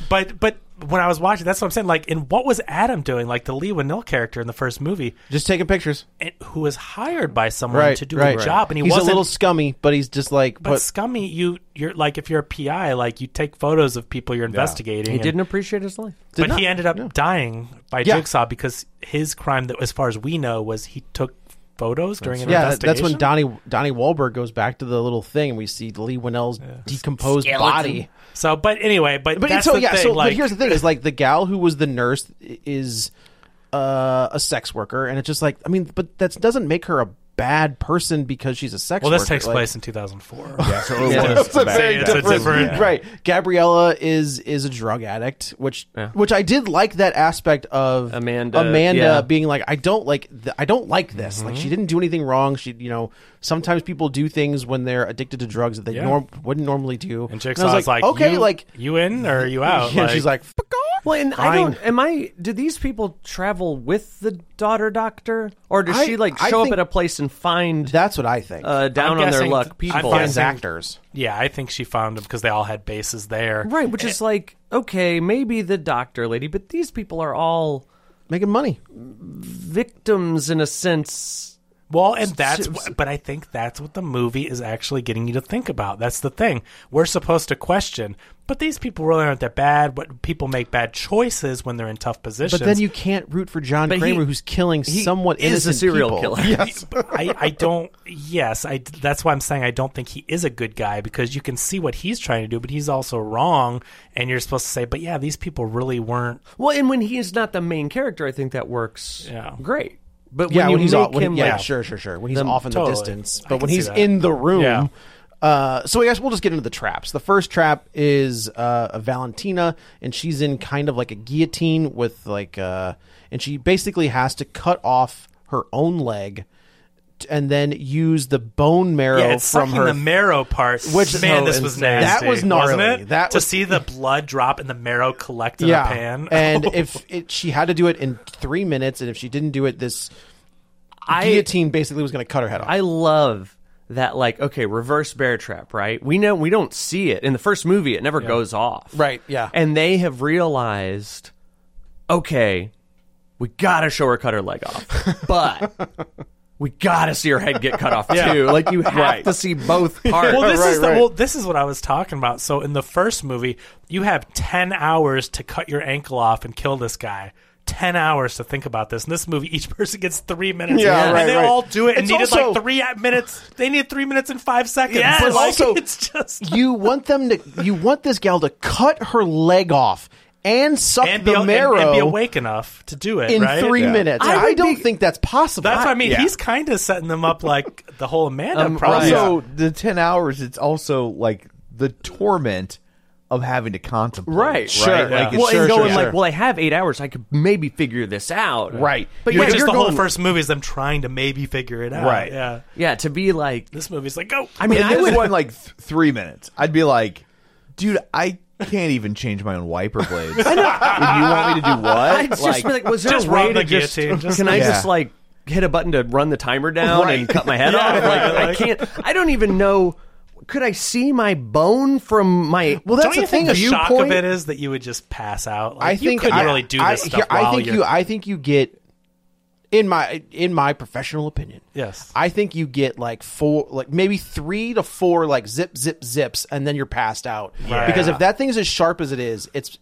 [SPEAKER 4] but but when I was watching, that's what I'm saying. Like, and what was Adam doing? Like the Lee Winnell character in the first movie,
[SPEAKER 3] Just taking pictures,
[SPEAKER 4] and, who was hired by someone
[SPEAKER 3] right?
[SPEAKER 4] to do
[SPEAKER 3] right,
[SPEAKER 4] a job, and he
[SPEAKER 3] he's a
[SPEAKER 4] wasn't
[SPEAKER 3] little scummy, but he's just like,
[SPEAKER 4] But,
[SPEAKER 3] but,
[SPEAKER 4] scummy, you you're like if you're a PI, like you take photos of people you're investigating.
[SPEAKER 5] he
[SPEAKER 4] and-
[SPEAKER 5] didn't appreciate his life.
[SPEAKER 3] did
[SPEAKER 4] but
[SPEAKER 3] not-
[SPEAKER 4] he ended up dying by
[SPEAKER 3] Yeah.
[SPEAKER 4] Jigsaw because his crime, that as far as we know, was he took photos during an
[SPEAKER 3] yeah, that-
[SPEAKER 4] investigation.
[SPEAKER 3] that's when Donnie Donnie Wahlberg goes back to the little thing, and we see Lee Winnell's decomposed body.
[SPEAKER 4] So, but anyway, but,
[SPEAKER 3] But
[SPEAKER 4] that's
[SPEAKER 3] so
[SPEAKER 4] the
[SPEAKER 3] yeah,
[SPEAKER 4] thing.
[SPEAKER 3] so
[SPEAKER 4] like,
[SPEAKER 3] but here's the thing: is like the gal who was the nurse i- is uh, a sex worker, and it's just like I mean, but that doesn't make her a bad person because she's a sex.
[SPEAKER 4] well,
[SPEAKER 3] worker.
[SPEAKER 4] this takes
[SPEAKER 3] like-
[SPEAKER 4] place in 2004.
[SPEAKER 2] so it was
[SPEAKER 3] That's a
[SPEAKER 2] back
[SPEAKER 3] very
[SPEAKER 2] then.
[SPEAKER 4] It's a
[SPEAKER 3] different-
[SPEAKER 4] different-
[SPEAKER 2] Yeah.
[SPEAKER 3] right. Gabriella is is a drug addict, which which I did like that aspect of
[SPEAKER 5] Amanda,
[SPEAKER 3] Amanda
[SPEAKER 5] yeah.
[SPEAKER 3] being like, I don't like th- I don't like this. Like she didn't do anything wrong. She you know sometimes people do things when they're addicted to drugs that they
[SPEAKER 4] Yeah.
[SPEAKER 3] norm- wouldn't normally do.
[SPEAKER 4] And
[SPEAKER 3] I was
[SPEAKER 4] Jigsaw's like,
[SPEAKER 3] okay,
[SPEAKER 4] you,
[SPEAKER 3] like
[SPEAKER 4] you in or are you
[SPEAKER 3] yeah,
[SPEAKER 4] out?
[SPEAKER 3] and she's like, "Fuck off."
[SPEAKER 5] Well, and I
[SPEAKER 3] Fine.
[SPEAKER 5] don't. Am I? Do these people travel with the daughter doctor, or does
[SPEAKER 3] I-
[SPEAKER 5] she like
[SPEAKER 3] I
[SPEAKER 5] show up
[SPEAKER 3] think-
[SPEAKER 5] at a place and find
[SPEAKER 3] That's what I think.
[SPEAKER 5] uh, down on their
[SPEAKER 4] guessing-
[SPEAKER 5] luck
[SPEAKER 4] I'm
[SPEAKER 5] people?
[SPEAKER 4] guessing-
[SPEAKER 3] Finds actors.
[SPEAKER 4] yeah, I think she found him because they all had bases there.
[SPEAKER 5] Right, which is like okay, maybe the doctor lady, but these people are all
[SPEAKER 3] making money.
[SPEAKER 5] victims in a sense.
[SPEAKER 4] Well, and that's
[SPEAKER 5] so-
[SPEAKER 4] what, but I think that's what the movie is actually getting you to think about. That's the thing. We're supposed to question, but these people really aren't that bad. But people make bad choices when they're in tough positions.
[SPEAKER 3] But then you can't root for John
[SPEAKER 5] he-
[SPEAKER 3] Kramer, who's killing
[SPEAKER 5] he
[SPEAKER 3] somewhat
[SPEAKER 5] is a
[SPEAKER 3] innocent
[SPEAKER 5] serial
[SPEAKER 3] people.
[SPEAKER 5] killer.
[SPEAKER 4] I, I don't. Yes, I. That's why I'm saying I don't think he is a good guy because you can see what he's trying to do, but he's also wrong. And you're supposed to say, but yeah, these people really weren't.
[SPEAKER 5] Well, and when he is not the main character, I think that works
[SPEAKER 4] Yeah.
[SPEAKER 5] great. But when
[SPEAKER 3] Yeah,
[SPEAKER 5] you
[SPEAKER 3] when, he's
[SPEAKER 5] make
[SPEAKER 3] off, when,
[SPEAKER 5] him
[SPEAKER 3] yeah,
[SPEAKER 5] like
[SPEAKER 3] sure, sure, sure. When he's off in the
[SPEAKER 4] totally.
[SPEAKER 3] distance,
[SPEAKER 4] I
[SPEAKER 3] but
[SPEAKER 4] can
[SPEAKER 3] when
[SPEAKER 4] see
[SPEAKER 3] he's
[SPEAKER 4] that.
[SPEAKER 3] in the room.
[SPEAKER 4] Yeah.
[SPEAKER 3] Uh, so I guess we'll just get into the traps. The first trap is uh, a Valentina, and she's in kind of like a guillotine with like, uh, and she basically has to cut off her own leg, t- and then use the bone marrow
[SPEAKER 4] Yeah, it's
[SPEAKER 3] from
[SPEAKER 4] from
[SPEAKER 3] her
[SPEAKER 4] the marrow part.
[SPEAKER 3] Which-
[SPEAKER 4] Which man,
[SPEAKER 3] so
[SPEAKER 4] this was
[SPEAKER 3] insane.
[SPEAKER 4] nasty.
[SPEAKER 3] That was
[SPEAKER 4] wasn't
[SPEAKER 3] gnarly.
[SPEAKER 4] it?
[SPEAKER 3] That
[SPEAKER 4] to
[SPEAKER 3] was-
[SPEAKER 4] see the blood drop and the marrow collect in a pan.
[SPEAKER 3] and if it, she had to do it in three minutes, and if she didn't do it, this
[SPEAKER 5] I
[SPEAKER 3] guillotine basically was going to cut her head off.
[SPEAKER 5] I love that like okay reverse bear trap right we know we don't see it in the first movie it never goes off
[SPEAKER 3] Right, yeah.
[SPEAKER 5] and they have realized okay we gotta show her cut her leg off but we gotta see her head get cut off too like you have to see both parts
[SPEAKER 4] well, this is the,
[SPEAKER 3] right.
[SPEAKER 4] well, this is what I was talking about. So in the first movie, you have ten hours to cut your ankle off and kill this guy. Ten hours to think about this. In this movie, each person gets three minutes,
[SPEAKER 3] Yeah,
[SPEAKER 4] and
[SPEAKER 3] right,
[SPEAKER 4] they
[SPEAKER 3] right.
[SPEAKER 4] all do it. And
[SPEAKER 3] It's
[SPEAKER 4] needed
[SPEAKER 3] also-
[SPEAKER 4] like three minutes. They need three minutes and five seconds.
[SPEAKER 5] Yes.
[SPEAKER 4] But
[SPEAKER 5] But
[SPEAKER 4] like,
[SPEAKER 3] also-
[SPEAKER 4] it's just
[SPEAKER 3] you want them to you want this gal to cut her leg off and suck
[SPEAKER 4] and be,
[SPEAKER 3] the
[SPEAKER 4] and,
[SPEAKER 3] marrow
[SPEAKER 4] and be awake enough to do it
[SPEAKER 3] in
[SPEAKER 4] right?
[SPEAKER 3] three minutes.
[SPEAKER 5] I
[SPEAKER 3] I,
[SPEAKER 5] would
[SPEAKER 3] don't
[SPEAKER 5] be-
[SPEAKER 3] think that's possible.
[SPEAKER 4] That's what I mean.
[SPEAKER 2] Yeah.
[SPEAKER 4] He's kind of setting them up like the whole Amanda
[SPEAKER 5] Um,
[SPEAKER 4] problem.
[SPEAKER 5] right.
[SPEAKER 2] Also, the 10 hours, it's also like the torment of having to contemplate.
[SPEAKER 5] Right,
[SPEAKER 3] Sure,
[SPEAKER 5] right.
[SPEAKER 3] yeah.
[SPEAKER 5] Like, well,
[SPEAKER 3] Sure,
[SPEAKER 5] and
[SPEAKER 3] sure,
[SPEAKER 5] going
[SPEAKER 3] sure.
[SPEAKER 5] like, well, I have eight hours. I could maybe figure this out.
[SPEAKER 3] Right.
[SPEAKER 5] but
[SPEAKER 4] Which
[SPEAKER 5] yeah,
[SPEAKER 4] is
[SPEAKER 5] you're
[SPEAKER 4] the whole
[SPEAKER 5] going-
[SPEAKER 4] first movie is them trying to maybe figure it out.
[SPEAKER 2] Right.
[SPEAKER 4] Yeah.
[SPEAKER 5] Yeah, to be like,
[SPEAKER 4] This movie's like, go.
[SPEAKER 5] I mean,
[SPEAKER 2] If
[SPEAKER 5] I
[SPEAKER 2] this
[SPEAKER 5] would.
[SPEAKER 2] won like th- three minutes, I'd be like, dude, I can't even change my own wiper blades. I know. you want me to do what?
[SPEAKER 5] I'd just be like, was there
[SPEAKER 4] just
[SPEAKER 5] a way
[SPEAKER 4] run the
[SPEAKER 5] to just,
[SPEAKER 4] guillotine, just-
[SPEAKER 5] Can I
[SPEAKER 2] Yeah.
[SPEAKER 5] just like hit a button to run the timer down and cut my head off? Like, I can't. I don't even know. Could I see my bone from my? Well,
[SPEAKER 4] Don't you think the shock of
[SPEAKER 5] viewpoint-
[SPEAKER 4] it is that you would just pass out? Like,
[SPEAKER 3] I think
[SPEAKER 4] you couldn't
[SPEAKER 3] I,
[SPEAKER 4] really do this
[SPEAKER 3] I,
[SPEAKER 4] stuff
[SPEAKER 3] here-
[SPEAKER 4] while
[SPEAKER 3] I think
[SPEAKER 4] you're.
[SPEAKER 3] you. I think you get in my in my professional opinion.
[SPEAKER 4] Yes.
[SPEAKER 3] I think you get like four, like maybe three to four, like zip, zip, zips, and then you're passed out.
[SPEAKER 4] Yeah.
[SPEAKER 3] Because if that thing's as sharp as it is, it's.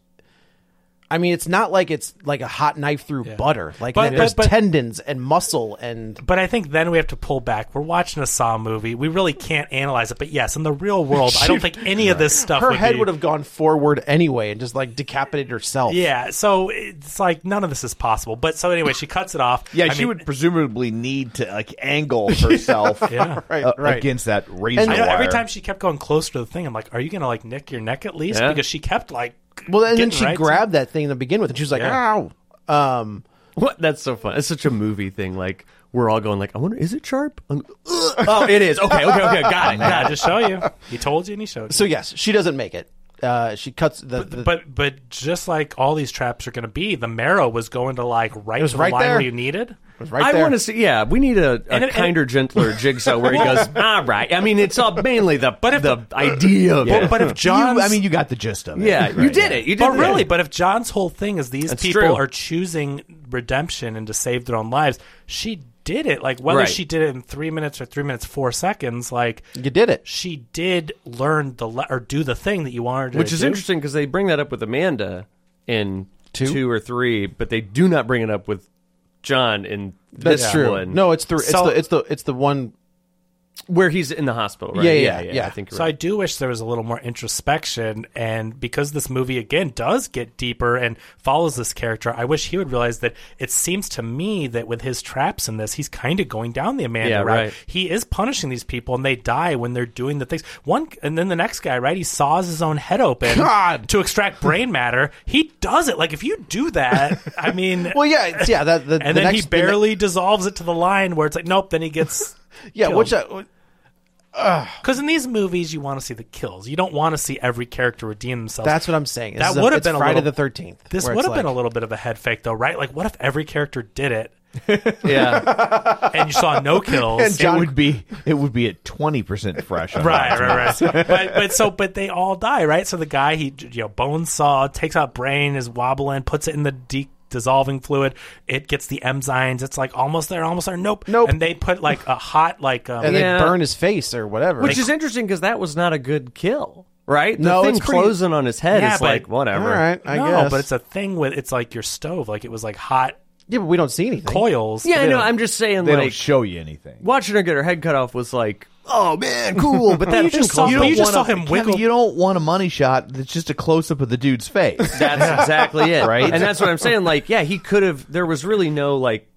[SPEAKER 3] I mean, it's not like it's like a hot knife through butter. Like
[SPEAKER 4] But-
[SPEAKER 3] there's
[SPEAKER 4] but- but-
[SPEAKER 3] tendons and muscle and
[SPEAKER 4] but I think then we have to pull back. We're watching a Saw movie. We really can't analyze it. But yes, in the real world, I don't think any of this stuff.
[SPEAKER 3] her
[SPEAKER 4] would
[SPEAKER 3] head
[SPEAKER 4] be-
[SPEAKER 3] would have gone forward anyway and just like decapitated herself.
[SPEAKER 4] Yeah, so it's like none of this is possible. But so anyway, she cuts it off.
[SPEAKER 2] yeah,
[SPEAKER 4] I
[SPEAKER 2] she
[SPEAKER 4] mean,
[SPEAKER 2] would presumably need to like angle herself
[SPEAKER 4] Yeah.
[SPEAKER 3] Right,
[SPEAKER 2] uh,
[SPEAKER 3] right.
[SPEAKER 2] against that razor
[SPEAKER 3] And-
[SPEAKER 4] I know,
[SPEAKER 2] wire.
[SPEAKER 4] every time she kept going closer to the thing, I'm like, are you gonna like nick your neck at least?
[SPEAKER 5] Yeah.
[SPEAKER 4] Because she kept like.
[SPEAKER 3] Well, and then
[SPEAKER 4] getting
[SPEAKER 3] she
[SPEAKER 4] right to-
[SPEAKER 3] grabbed that thing to begin with, and she was like,
[SPEAKER 4] Yeah.
[SPEAKER 3] "Ow!" Um,
[SPEAKER 5] What? That's so fun. It's such a movie thing. Like we're all going like, I wonder, is it sharp? Um, oh, it is. Okay, okay, okay. Got it.
[SPEAKER 4] Yeah,
[SPEAKER 5] Got
[SPEAKER 4] I
[SPEAKER 5] it.
[SPEAKER 4] just show you. He told you, and he showed. you.
[SPEAKER 3] so yes, she doesn't make it. Uh, she cuts the, the-
[SPEAKER 4] But but just like all these traps are going to be, the marrow was going to like right
[SPEAKER 3] was
[SPEAKER 4] to
[SPEAKER 3] right
[SPEAKER 4] the line
[SPEAKER 3] there.
[SPEAKER 4] where you needed.
[SPEAKER 3] was right
[SPEAKER 5] I
[SPEAKER 3] there.
[SPEAKER 5] want to see. Yeah, we need a, a
[SPEAKER 4] And it- and-
[SPEAKER 5] kinder, gentler jigsaw where he goes. All right. I mean, it's all mainly the but the, idea. Of
[SPEAKER 4] But,
[SPEAKER 5] it.
[SPEAKER 4] but if John's,
[SPEAKER 2] you, I mean, you got the gist of it.
[SPEAKER 5] yeah, you did it. You did
[SPEAKER 4] but
[SPEAKER 5] it.
[SPEAKER 4] really, but if John's whole thing is these
[SPEAKER 5] That's
[SPEAKER 4] people
[SPEAKER 5] true.
[SPEAKER 4] are choosing redemption and to save their own lives, she did it. Like whether
[SPEAKER 5] Right.
[SPEAKER 4] she did it in three minutes or three minutes four seconds, like
[SPEAKER 3] you did it.
[SPEAKER 4] she did learn the le- or do the thing that you wanted her to
[SPEAKER 5] which is
[SPEAKER 4] do.
[SPEAKER 5] interesting because they bring that up with Amanda in two? or three, but they do not bring it up with John in
[SPEAKER 3] That's
[SPEAKER 5] this
[SPEAKER 3] true.
[SPEAKER 5] one.
[SPEAKER 3] No, it's the it's
[SPEAKER 4] So-
[SPEAKER 3] the it's the it's the one.
[SPEAKER 5] where he's in the hospital. Right?
[SPEAKER 3] Yeah, yeah, yeah.
[SPEAKER 5] I think you're
[SPEAKER 4] So I
[SPEAKER 5] right.
[SPEAKER 4] do wish there was a little more introspection, and because this movie again does get deeper and follows this character, I wish he would realize that it seems to me that with his traps in this, he's kind of going down the Amanda
[SPEAKER 5] Yeah,
[SPEAKER 4] route.
[SPEAKER 5] right.
[SPEAKER 4] He is punishing these people, and they die when they're doing the things. One, and then the next guy, right? He saws his own head open
[SPEAKER 3] God!
[SPEAKER 4] to extract brain matter. He does it. Like if you do that, I mean,
[SPEAKER 3] Well, yeah, it's, yeah. That the,
[SPEAKER 4] and
[SPEAKER 3] the
[SPEAKER 4] then
[SPEAKER 3] next,
[SPEAKER 4] he
[SPEAKER 3] the ne-
[SPEAKER 4] barely dissolves it to the line where it's like, nope. Then he gets.
[SPEAKER 3] yeah.
[SPEAKER 4] killed.
[SPEAKER 3] Which uh, I,
[SPEAKER 4] Because in these movies, you want to see the kills. You don't want to see every character redeem themselves.
[SPEAKER 3] that's what I'm saying.
[SPEAKER 4] That
[SPEAKER 3] This is a-
[SPEAKER 4] would have
[SPEAKER 3] it's
[SPEAKER 4] been a
[SPEAKER 3] Friday
[SPEAKER 4] little-
[SPEAKER 3] the Thirteenth.
[SPEAKER 4] this would have been a little bit of a head fake, though, right? Like, what if every character did it
[SPEAKER 5] yeah.
[SPEAKER 4] and you saw no kills?
[SPEAKER 2] And John would be it would be at twenty percent fresh. on
[SPEAKER 4] right,
[SPEAKER 2] that.
[SPEAKER 4] right, right. but but so but they all die, right? So the guy he you know bone saw takes out brain, is wobbling, puts it in the de- dissolving fluid. It gets the enzymes. It's like almost there, almost there. Nope,
[SPEAKER 3] Nope.
[SPEAKER 4] And they put like a hot like um,
[SPEAKER 3] and
[SPEAKER 5] Yeah.
[SPEAKER 3] they burn his face or whatever.
[SPEAKER 5] Which is interesting because that was not a good kill, right? The
[SPEAKER 3] No,
[SPEAKER 5] thing
[SPEAKER 3] it's pretty-
[SPEAKER 5] closing on his head
[SPEAKER 4] Yeah,
[SPEAKER 5] is
[SPEAKER 4] but-
[SPEAKER 5] like whatever.
[SPEAKER 3] all right. I
[SPEAKER 4] no,
[SPEAKER 3] guess,
[SPEAKER 4] but it's a thing with it's like your stove. Like it was like hot
[SPEAKER 3] yeah. But we don't see anything.
[SPEAKER 4] coils.
[SPEAKER 5] Yeah, I know. I'm just saying,
[SPEAKER 2] They
[SPEAKER 5] like
[SPEAKER 2] don't show you anything.
[SPEAKER 5] watching her get her head cut off was like, oh man, cool. But that
[SPEAKER 4] you just saw,
[SPEAKER 5] you
[SPEAKER 4] you just saw
[SPEAKER 5] wanna-
[SPEAKER 4] him wiggle.
[SPEAKER 2] Kevin, you don't want a money shot that's just a close up of the dude's face.
[SPEAKER 5] That's exactly it,
[SPEAKER 2] Right?
[SPEAKER 5] And that's what I'm saying. Like, yeah, he could have. There was really no like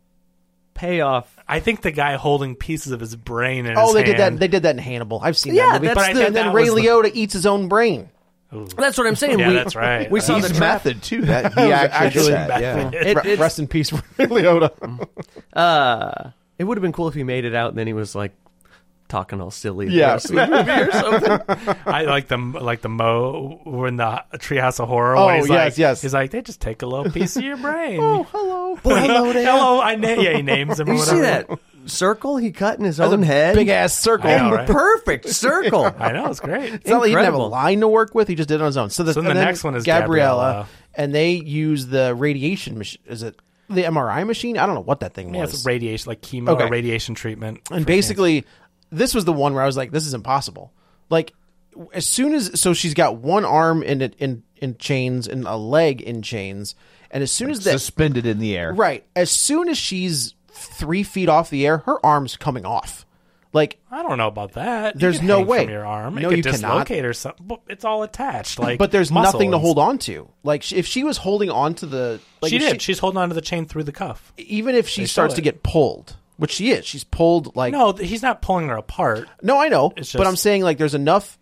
[SPEAKER 5] payoff.
[SPEAKER 4] I think the guy holding pieces of his brain in
[SPEAKER 3] Oh,
[SPEAKER 4] his
[SPEAKER 3] they did that.
[SPEAKER 4] hand-
[SPEAKER 3] They did that in Hannibal. I've seen that
[SPEAKER 5] Yeah,
[SPEAKER 3] movie.
[SPEAKER 5] that's
[SPEAKER 4] But I the- think
[SPEAKER 3] and then
[SPEAKER 4] that
[SPEAKER 3] Ray
[SPEAKER 4] was the-
[SPEAKER 3] Liotta eats his own brain.
[SPEAKER 5] That's what I'm saying.
[SPEAKER 4] Yeah,
[SPEAKER 5] we,
[SPEAKER 4] that's right.
[SPEAKER 5] We saw the
[SPEAKER 2] He's
[SPEAKER 5] trap.
[SPEAKER 2] method too. That he actually,
[SPEAKER 3] actually
[SPEAKER 2] did that, yeah.
[SPEAKER 5] It,
[SPEAKER 3] Re-
[SPEAKER 5] it's-
[SPEAKER 3] Rest in peace, Ray
[SPEAKER 4] Mm.
[SPEAKER 3] Liotta.
[SPEAKER 5] uh, it would have been cool if he made it out and then he was like talking all silly.
[SPEAKER 2] Yeah.
[SPEAKER 5] Yeah, or something.
[SPEAKER 4] I like the like the Mo or in the Treehouse of Horror.
[SPEAKER 3] Oh,
[SPEAKER 4] where he's
[SPEAKER 3] yes,
[SPEAKER 4] like,
[SPEAKER 3] yes. Oh,
[SPEAKER 4] He's like they just take a little piece of your brain.
[SPEAKER 3] hello.
[SPEAKER 4] hello, hello. I na- yeah, he names him. or
[SPEAKER 5] Did you see that
[SPEAKER 4] whatever.
[SPEAKER 5] circle he cut in his own head?
[SPEAKER 3] Big ass circle.
[SPEAKER 4] I know, right?
[SPEAKER 5] Perfect circle.
[SPEAKER 4] I know it's great.
[SPEAKER 3] It's not like he didn't have a
[SPEAKER 5] Incredible.
[SPEAKER 3] line to work with. He just did it on his own. So, the,
[SPEAKER 4] So then
[SPEAKER 3] and
[SPEAKER 4] the
[SPEAKER 3] then
[SPEAKER 4] next one is Gabriella.
[SPEAKER 3] and they use the radiation machine. Is it the MRI machine? I don't know what that thing
[SPEAKER 4] Yeah,
[SPEAKER 3] was.
[SPEAKER 4] it's radiation, like chemo
[SPEAKER 3] Okay.
[SPEAKER 4] or radiation treatment.
[SPEAKER 3] and basically, this was the one where I was like, "This is impossible." Like, w- as soon as so she's got one arm in it in in chains and a leg in chains, and as soon as that
[SPEAKER 2] suspended in the air.
[SPEAKER 3] right, as soon as she's three feet off the air, her arm's coming off. Like
[SPEAKER 4] I don't know about that. You
[SPEAKER 3] There's
[SPEAKER 4] could
[SPEAKER 3] no
[SPEAKER 4] hang
[SPEAKER 3] way.
[SPEAKER 4] From your arm,
[SPEAKER 3] No,
[SPEAKER 4] it could
[SPEAKER 3] you cannot.
[SPEAKER 4] dislocate or something. But It's all attached. Like,
[SPEAKER 3] but there's
[SPEAKER 4] muscle
[SPEAKER 3] nothing to
[SPEAKER 4] and
[SPEAKER 3] hold
[SPEAKER 4] stuff.
[SPEAKER 3] on to. Like sh- if she was holding on to the, like
[SPEAKER 4] she
[SPEAKER 3] if
[SPEAKER 4] did. She's holding onto the chain through the cuff.
[SPEAKER 3] even if she starts
[SPEAKER 4] it.
[SPEAKER 3] to get pulled, which she is, she's pulled like no,
[SPEAKER 4] No, th- he's not pulling her apart.
[SPEAKER 3] I know,
[SPEAKER 4] It's
[SPEAKER 3] but
[SPEAKER 4] just-
[SPEAKER 3] I'm saying like there's enough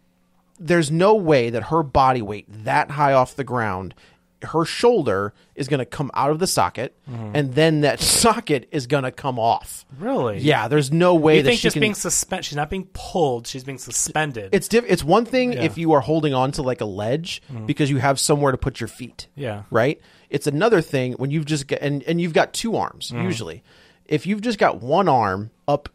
[SPEAKER 3] there's no way that her body weight that high off the ground, her shoulder is going to come out of the socket,
[SPEAKER 4] Mm-hmm.
[SPEAKER 3] and then that socket is going to come off.
[SPEAKER 4] Really?
[SPEAKER 3] Yeah. There's no way
[SPEAKER 4] You
[SPEAKER 3] that
[SPEAKER 4] think
[SPEAKER 3] she
[SPEAKER 4] just
[SPEAKER 3] can.
[SPEAKER 4] being suspended? She's not being pulled. She's being suspended.
[SPEAKER 3] it's diff- it's one thing if you are holding on to like a ledge because you have somewhere to put your feet.
[SPEAKER 4] Yeah.
[SPEAKER 3] Right? It's another thing when you've just got, and and you've got two arms usually. If you've just got one arm up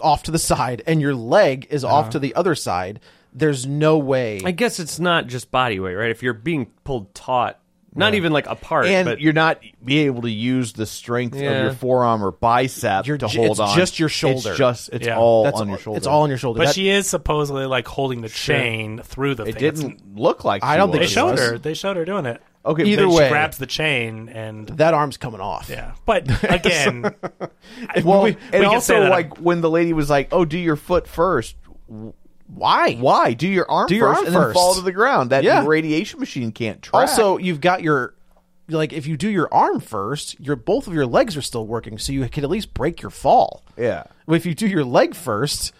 [SPEAKER 3] off to the side and your leg is off to the other side, there's no way
[SPEAKER 5] I guess it's not just body weight, right? If you're being pulled taut, not even like apart,
[SPEAKER 2] and
[SPEAKER 5] but
[SPEAKER 2] you're not be able to use the strength of
[SPEAKER 5] Yeah.
[SPEAKER 2] your forearm or bicep
[SPEAKER 3] You're
[SPEAKER 2] to
[SPEAKER 3] ju-
[SPEAKER 2] hold
[SPEAKER 3] it's
[SPEAKER 2] on.
[SPEAKER 3] just your shoulder.
[SPEAKER 2] It's just it's
[SPEAKER 4] Yeah.
[SPEAKER 2] all
[SPEAKER 3] that's
[SPEAKER 2] on
[SPEAKER 3] all-
[SPEAKER 2] your shoulder.
[SPEAKER 3] It's all on your shoulder.
[SPEAKER 4] but
[SPEAKER 3] That-
[SPEAKER 4] she is supposedly like holding the chain through the
[SPEAKER 2] It
[SPEAKER 4] thing. It's-
[SPEAKER 2] didn't look like.
[SPEAKER 3] I
[SPEAKER 2] she
[SPEAKER 3] don't think
[SPEAKER 4] They
[SPEAKER 2] was.
[SPEAKER 3] it
[SPEAKER 4] showed
[SPEAKER 3] was.
[SPEAKER 4] her. They showed her doing it.
[SPEAKER 2] Okay,
[SPEAKER 3] Either
[SPEAKER 2] but
[SPEAKER 4] She
[SPEAKER 3] way.
[SPEAKER 4] grabs the chain and
[SPEAKER 3] that arm's coming off.
[SPEAKER 4] yeah. But again, I-
[SPEAKER 2] Well,
[SPEAKER 4] we- we
[SPEAKER 2] and
[SPEAKER 4] can say
[SPEAKER 2] also
[SPEAKER 4] that-
[SPEAKER 2] like when the lady was like, "Oh, do your foot first.
[SPEAKER 3] Why?
[SPEAKER 2] Why? Do your arm
[SPEAKER 3] Do your
[SPEAKER 2] first
[SPEAKER 3] arm
[SPEAKER 2] and then
[SPEAKER 3] first.
[SPEAKER 2] fall to the ground. That
[SPEAKER 3] Yeah.
[SPEAKER 2] radiation machine can't track."
[SPEAKER 3] Also, you've got your like if you do your arm first, your both of your legs are still working, so you can at least break your fall.
[SPEAKER 2] Yeah.
[SPEAKER 3] If you do your leg first,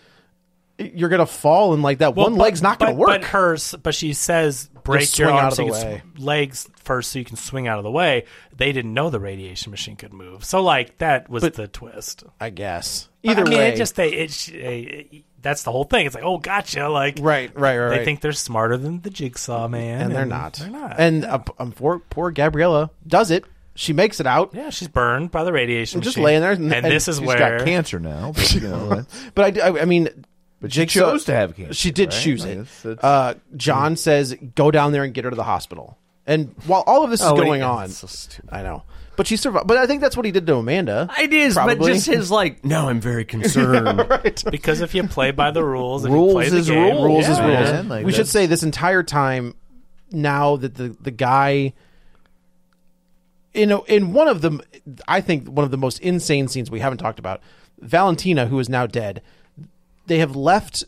[SPEAKER 3] you're gonna fall and like that
[SPEAKER 4] Well,
[SPEAKER 3] one
[SPEAKER 4] but-
[SPEAKER 3] leg's not gonna
[SPEAKER 4] but-
[SPEAKER 3] work.
[SPEAKER 4] But hers, but she says break
[SPEAKER 3] Just
[SPEAKER 4] your
[SPEAKER 3] swing
[SPEAKER 4] arms
[SPEAKER 3] out
[SPEAKER 4] so
[SPEAKER 3] of
[SPEAKER 4] you
[SPEAKER 3] the
[SPEAKER 4] can
[SPEAKER 3] way.
[SPEAKER 4] sw- legs first so you can swing out of the way. They didn't know the radiation machine could move. So like that was the twist.
[SPEAKER 3] I guess.
[SPEAKER 4] But,
[SPEAKER 3] Either
[SPEAKER 4] I mean,
[SPEAKER 3] way,
[SPEAKER 4] it just they it, sh- eh, eh, that's the whole thing. It's like oh, gotcha. Like
[SPEAKER 3] Right, right, right,
[SPEAKER 4] They
[SPEAKER 3] right.
[SPEAKER 4] think they're smarter than the jigsaw man,
[SPEAKER 3] and they're not.
[SPEAKER 4] They're not.
[SPEAKER 3] And uh, p- um, poor, poor Gabriella does it. She makes it out.
[SPEAKER 4] yeah, she's burned by the radiation.
[SPEAKER 3] And just
[SPEAKER 4] machine.
[SPEAKER 3] laying there,
[SPEAKER 4] and,
[SPEAKER 3] and-
[SPEAKER 4] this is
[SPEAKER 2] she's
[SPEAKER 4] where
[SPEAKER 2] got cancer now. But, you know, that's-
[SPEAKER 3] But I do- I, I mean, but
[SPEAKER 2] she chose to have cancer,
[SPEAKER 3] She did
[SPEAKER 2] right?
[SPEAKER 3] choose
[SPEAKER 2] Like, mm.
[SPEAKER 3] it.
[SPEAKER 2] it's- it's-
[SPEAKER 3] uh, John says, "Go down there and get her to the hospital." And while all of this is
[SPEAKER 5] Oh, wait,
[SPEAKER 3] going
[SPEAKER 5] yeah,
[SPEAKER 3] on,
[SPEAKER 5] that's so stupid.
[SPEAKER 3] I know, but she survived. But I think that's what he did to Amanda.
[SPEAKER 5] it is. But
[SPEAKER 3] Probably.
[SPEAKER 5] just his like, no, I'm very concerned.
[SPEAKER 4] because if you play by the rules, if you
[SPEAKER 2] Rules
[SPEAKER 4] play the
[SPEAKER 2] is
[SPEAKER 4] game,
[SPEAKER 2] rules.
[SPEAKER 3] rules
[SPEAKER 2] Yeah,
[SPEAKER 3] is rules.
[SPEAKER 2] man, like
[SPEAKER 3] we should
[SPEAKER 2] that's-
[SPEAKER 3] say this entire time now that the the guy you know in one of the I think one of the most insane scenes we haven't talked about Valentina who is now dead they have left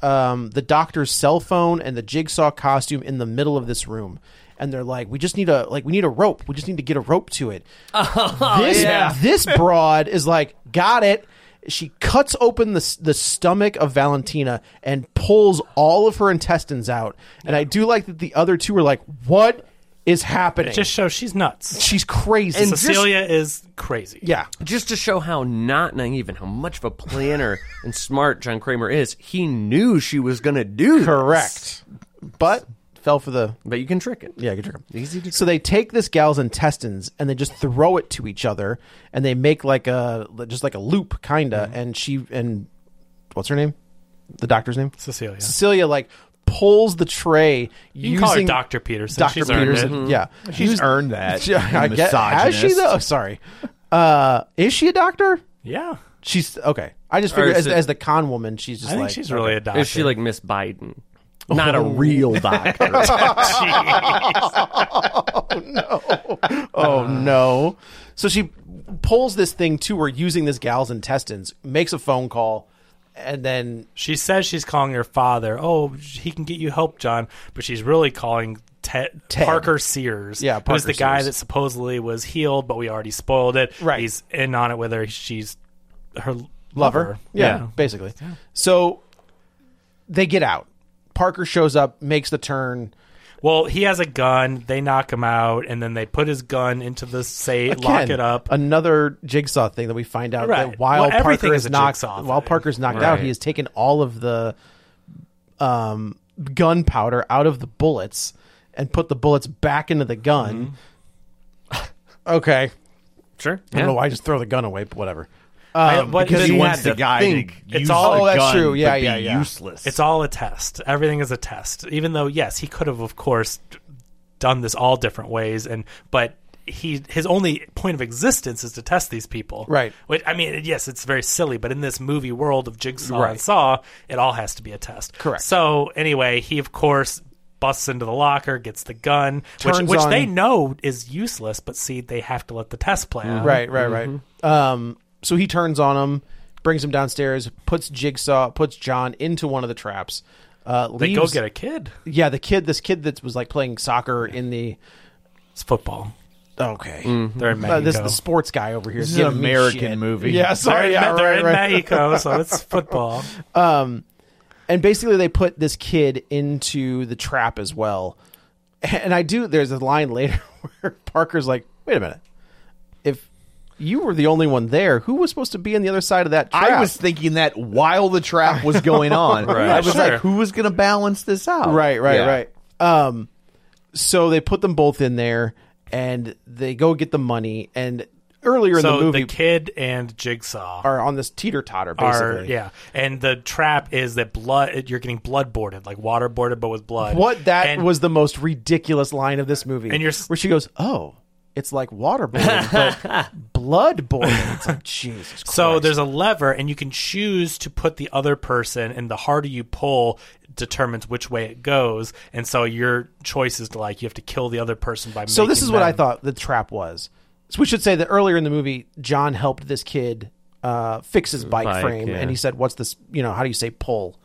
[SPEAKER 3] um, the doctor's cell phone and the jigsaw costume in the middle of this room and they're like we just need a like we need a rope we just need to get a rope to it this
[SPEAKER 5] Oh, yeah.
[SPEAKER 3] this broad is like got it she cuts open the s- the stomach of Valentina and pulls all of her intestines out and I do like that the other two are like what is happening
[SPEAKER 4] Just show she's nuts.
[SPEAKER 3] she's crazy
[SPEAKER 5] And-
[SPEAKER 4] Cecilia is crazy.
[SPEAKER 3] yeah
[SPEAKER 5] just to show how not naive and how much of a planner and smart John Kramer is, he knew she was going to do this.
[SPEAKER 3] correct but fell for the
[SPEAKER 5] But you can trick it.
[SPEAKER 3] yeah good trick
[SPEAKER 5] Easy to
[SPEAKER 3] so they take this gal's intestines and they just throw it to each other and they make like a just like a loop kinda
[SPEAKER 4] Mm-hmm.
[SPEAKER 3] and she and what's her name the doctor's name
[SPEAKER 4] Cecilia.
[SPEAKER 3] Cecilia like pulls the tray
[SPEAKER 4] You
[SPEAKER 3] using
[SPEAKER 4] can call her Dr. Peterson.
[SPEAKER 3] Dr.
[SPEAKER 4] She's earned
[SPEAKER 3] Peterson.
[SPEAKER 4] it. Mm-hmm.
[SPEAKER 3] Yeah,
[SPEAKER 2] she's earned that.
[SPEAKER 3] Yeah, I
[SPEAKER 2] you
[SPEAKER 3] get, has she
[SPEAKER 2] misogynist.
[SPEAKER 3] though? Sorry, uh, is she a doctor?
[SPEAKER 4] Yeah.
[SPEAKER 3] She's okay. I just figured as,
[SPEAKER 5] is it-
[SPEAKER 3] as the con woman, she's
[SPEAKER 4] I
[SPEAKER 3] just
[SPEAKER 4] think
[SPEAKER 3] like
[SPEAKER 4] she's really a doctor.
[SPEAKER 5] Is she like Miss Biden? Not a real doctor.
[SPEAKER 3] oh no. So she pulls this thing to her using this gal's intestines, makes a phone call, and then
[SPEAKER 4] She says she's calling her father. Oh, he can get you help, John. But she's really calling Ted,
[SPEAKER 3] Ted.
[SPEAKER 4] Parker Sears.
[SPEAKER 3] Yeah,
[SPEAKER 4] who's
[SPEAKER 3] Parker
[SPEAKER 4] the guy
[SPEAKER 3] Sears.
[SPEAKER 4] that supposedly was healed, but we already spoiled it.
[SPEAKER 3] Right.
[SPEAKER 4] He's in on it with her. She's her
[SPEAKER 3] lover.
[SPEAKER 4] lover.
[SPEAKER 3] Yeah, basically. So they get out. Parker shows up, makes the turn.
[SPEAKER 4] Well, he has a gun. They knock him out, and then they put his gun into the safe, lock
[SPEAKER 3] Again,
[SPEAKER 4] it up.
[SPEAKER 2] uh,
[SPEAKER 3] Another jigsaw thing that we find out
[SPEAKER 4] Right.
[SPEAKER 3] that while
[SPEAKER 4] Well, everything
[SPEAKER 3] Parker
[SPEAKER 4] is
[SPEAKER 3] is
[SPEAKER 4] a
[SPEAKER 3] knocked,
[SPEAKER 4] jigsaw
[SPEAKER 3] while
[SPEAKER 4] thing.
[SPEAKER 3] Parker's knocked out, he has taken all of the um, gunpowder out of the bullets and put the bullets back into the gun.
[SPEAKER 4] Mm-hmm.
[SPEAKER 3] okay,
[SPEAKER 5] sure.
[SPEAKER 3] I don't know
[SPEAKER 5] Yeah.
[SPEAKER 3] why I just throw the gun away, but whatever.
[SPEAKER 4] Mm-hmm. I- but
[SPEAKER 2] because
[SPEAKER 4] then-
[SPEAKER 2] he wants
[SPEAKER 5] had
[SPEAKER 2] the
[SPEAKER 5] to
[SPEAKER 2] guy
[SPEAKER 5] think.
[SPEAKER 2] to
[SPEAKER 4] It's
[SPEAKER 2] use
[SPEAKER 4] all-
[SPEAKER 2] the
[SPEAKER 4] Oh,
[SPEAKER 3] that's
[SPEAKER 2] gun,
[SPEAKER 3] true. Yeah,
[SPEAKER 2] but be
[SPEAKER 3] yeah, yeah.
[SPEAKER 2] Useless.
[SPEAKER 4] It's all a test. Everything is a test. Even though, yes, he could have, of course, d- done this all different ways, and but he his only point of existence is to test these people.
[SPEAKER 3] Right.
[SPEAKER 4] Which I mean, yes, it's very silly, but in this movie world of Jigsaw
[SPEAKER 3] Right.
[SPEAKER 4] and Saw, it all has to be a test.
[SPEAKER 3] Correct.
[SPEAKER 4] So anyway, he of course busts into the locker, gets the gun, which
[SPEAKER 3] Turns
[SPEAKER 4] which
[SPEAKER 3] on-
[SPEAKER 4] they know is useless, but see, they have to let the test play out.
[SPEAKER 3] Right, right,
[SPEAKER 4] Mm-hmm.
[SPEAKER 3] right. Um, so he turns on him, brings him downstairs, puts Jigsaw, puts John into one of the traps. Uh,
[SPEAKER 4] They
[SPEAKER 3] leaves,
[SPEAKER 4] go get a kid.
[SPEAKER 3] Yeah, the kid, this kid that was like playing soccer in the.
[SPEAKER 4] It's football.
[SPEAKER 3] Okay.
[SPEAKER 4] They're in Mexico.
[SPEAKER 3] Uh, this is the sports guy over here.
[SPEAKER 2] This is an
[SPEAKER 3] giving me
[SPEAKER 2] American
[SPEAKER 3] shit.
[SPEAKER 2] movie.
[SPEAKER 3] Yeah,
[SPEAKER 4] they're in,
[SPEAKER 3] sorry, yeah,
[SPEAKER 4] they're
[SPEAKER 3] right,
[SPEAKER 4] in
[SPEAKER 3] right.
[SPEAKER 4] Mexico, so it's football.
[SPEAKER 3] and basically they put this kid into the trap as well. And I do. There's a line later where Parker's like, "Wait a minute, if you were the only one there, who was supposed to be on the other side of that trap?"
[SPEAKER 2] I was thinking that while the trap was going on, I was
[SPEAKER 4] Sure.
[SPEAKER 2] like, who was going to balance this out?
[SPEAKER 3] Right, right,
[SPEAKER 2] Yeah.
[SPEAKER 3] right. Um, so they put them both in there, and they go get the money. And earlier in
[SPEAKER 4] So
[SPEAKER 3] the
[SPEAKER 4] the,
[SPEAKER 3] movie,
[SPEAKER 4] kid and Jigsaw
[SPEAKER 3] are on this teeter totter
[SPEAKER 4] are,
[SPEAKER 3] basically.
[SPEAKER 4] yeah, and the trap is that blood. You're getting blood boarded, like water boarded, but with blood.
[SPEAKER 3] What that
[SPEAKER 4] And-
[SPEAKER 3] was the most ridiculous line of this movie,
[SPEAKER 4] And you're s-
[SPEAKER 3] where she goes, "Oh, it's like waterboarding, but bloodboarding." It's like Jesus. Christ.
[SPEAKER 4] So there's a lever, and you can choose to put the other person, and the harder you pull determines which way it goes. And so your choice is to, like you have to kill the other person by.
[SPEAKER 3] So this
[SPEAKER 4] making
[SPEAKER 3] is what
[SPEAKER 4] them-
[SPEAKER 3] I thought the trap was. So we should say that earlier in the movie, John helped this kid uh, fix his bike,
[SPEAKER 5] Bike,
[SPEAKER 3] frame,
[SPEAKER 5] yeah.
[SPEAKER 3] and he said, "What's this? You know, how do you say pull?"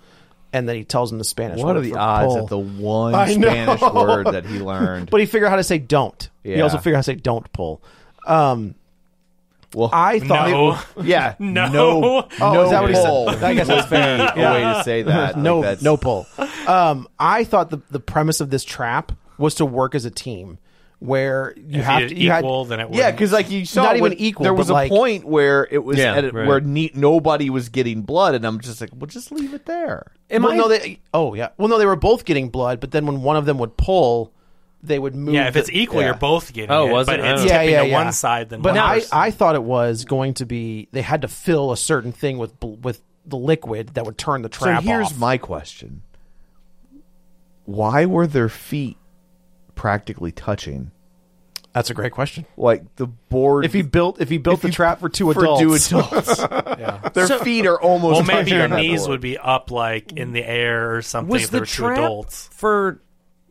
[SPEAKER 3] And then he tells him the Spanish.
[SPEAKER 2] What
[SPEAKER 3] word
[SPEAKER 2] are the
[SPEAKER 3] for
[SPEAKER 2] odds
[SPEAKER 3] pull.
[SPEAKER 2] that the one
[SPEAKER 3] I know.
[SPEAKER 2] Spanish word that he learned?
[SPEAKER 3] But he figured out how to say "don't." He
[SPEAKER 2] Yeah.
[SPEAKER 3] also figured out how to say "don't pull." Um,
[SPEAKER 2] well,
[SPEAKER 3] I thought
[SPEAKER 4] No.
[SPEAKER 2] yeah,
[SPEAKER 4] No.
[SPEAKER 2] no,
[SPEAKER 4] Oh,
[SPEAKER 2] no
[SPEAKER 3] is that what he said?
[SPEAKER 2] bull
[SPEAKER 3] I guess
[SPEAKER 2] would
[SPEAKER 3] that's
[SPEAKER 2] be a way to say that.
[SPEAKER 3] no
[SPEAKER 2] Like, that's-
[SPEAKER 3] no pull. Um, I thought the the premise of this trap was to work as a team, where you
[SPEAKER 4] If
[SPEAKER 3] have
[SPEAKER 4] you
[SPEAKER 3] to
[SPEAKER 4] did
[SPEAKER 3] you
[SPEAKER 4] equal,
[SPEAKER 3] had
[SPEAKER 4] then it
[SPEAKER 2] Yeah,
[SPEAKER 4] wouldn't.
[SPEAKER 2] because like you saw,
[SPEAKER 3] Not even
[SPEAKER 2] when-
[SPEAKER 3] equal,
[SPEAKER 2] There was a
[SPEAKER 3] but, like-
[SPEAKER 2] point where it was
[SPEAKER 5] Yeah,
[SPEAKER 2] at a-
[SPEAKER 5] right.
[SPEAKER 2] where ne- nobody was getting blood, and I'm just like, well, just leave it there.
[SPEAKER 5] Am
[SPEAKER 3] well,
[SPEAKER 5] I-
[SPEAKER 3] no they oh yeah well no they were both getting blood, but then when one of them would pull, they would move.
[SPEAKER 4] Yeah, if it's
[SPEAKER 3] the-
[SPEAKER 4] equal,
[SPEAKER 2] yeah.
[SPEAKER 4] you're both getting
[SPEAKER 5] Oh,
[SPEAKER 4] it.
[SPEAKER 5] was
[SPEAKER 4] but
[SPEAKER 5] it?
[SPEAKER 4] it's
[SPEAKER 5] Oh.
[SPEAKER 4] tipping to one side, then
[SPEAKER 3] but
[SPEAKER 4] one
[SPEAKER 3] I,
[SPEAKER 4] person.
[SPEAKER 3] I thought it was going to be they had to fill a certain thing with bl- with the liquid that would turn the
[SPEAKER 2] So
[SPEAKER 3] trap
[SPEAKER 2] here's
[SPEAKER 3] off.
[SPEAKER 2] my question: Why were their feet practically touching?
[SPEAKER 3] That's a great question.
[SPEAKER 2] Like the board?
[SPEAKER 3] If he built if he built
[SPEAKER 2] if
[SPEAKER 3] the
[SPEAKER 2] you-
[SPEAKER 3] trap for two
[SPEAKER 2] for
[SPEAKER 3] adults,
[SPEAKER 2] two adults, their feet are almost.
[SPEAKER 4] well, maybe
[SPEAKER 2] touching
[SPEAKER 4] your
[SPEAKER 2] on that
[SPEAKER 4] knees
[SPEAKER 2] board.
[SPEAKER 4] would be up, like in the air or something.
[SPEAKER 5] was
[SPEAKER 4] if there
[SPEAKER 5] the
[SPEAKER 4] were two
[SPEAKER 5] trap
[SPEAKER 4] adults.
[SPEAKER 5] for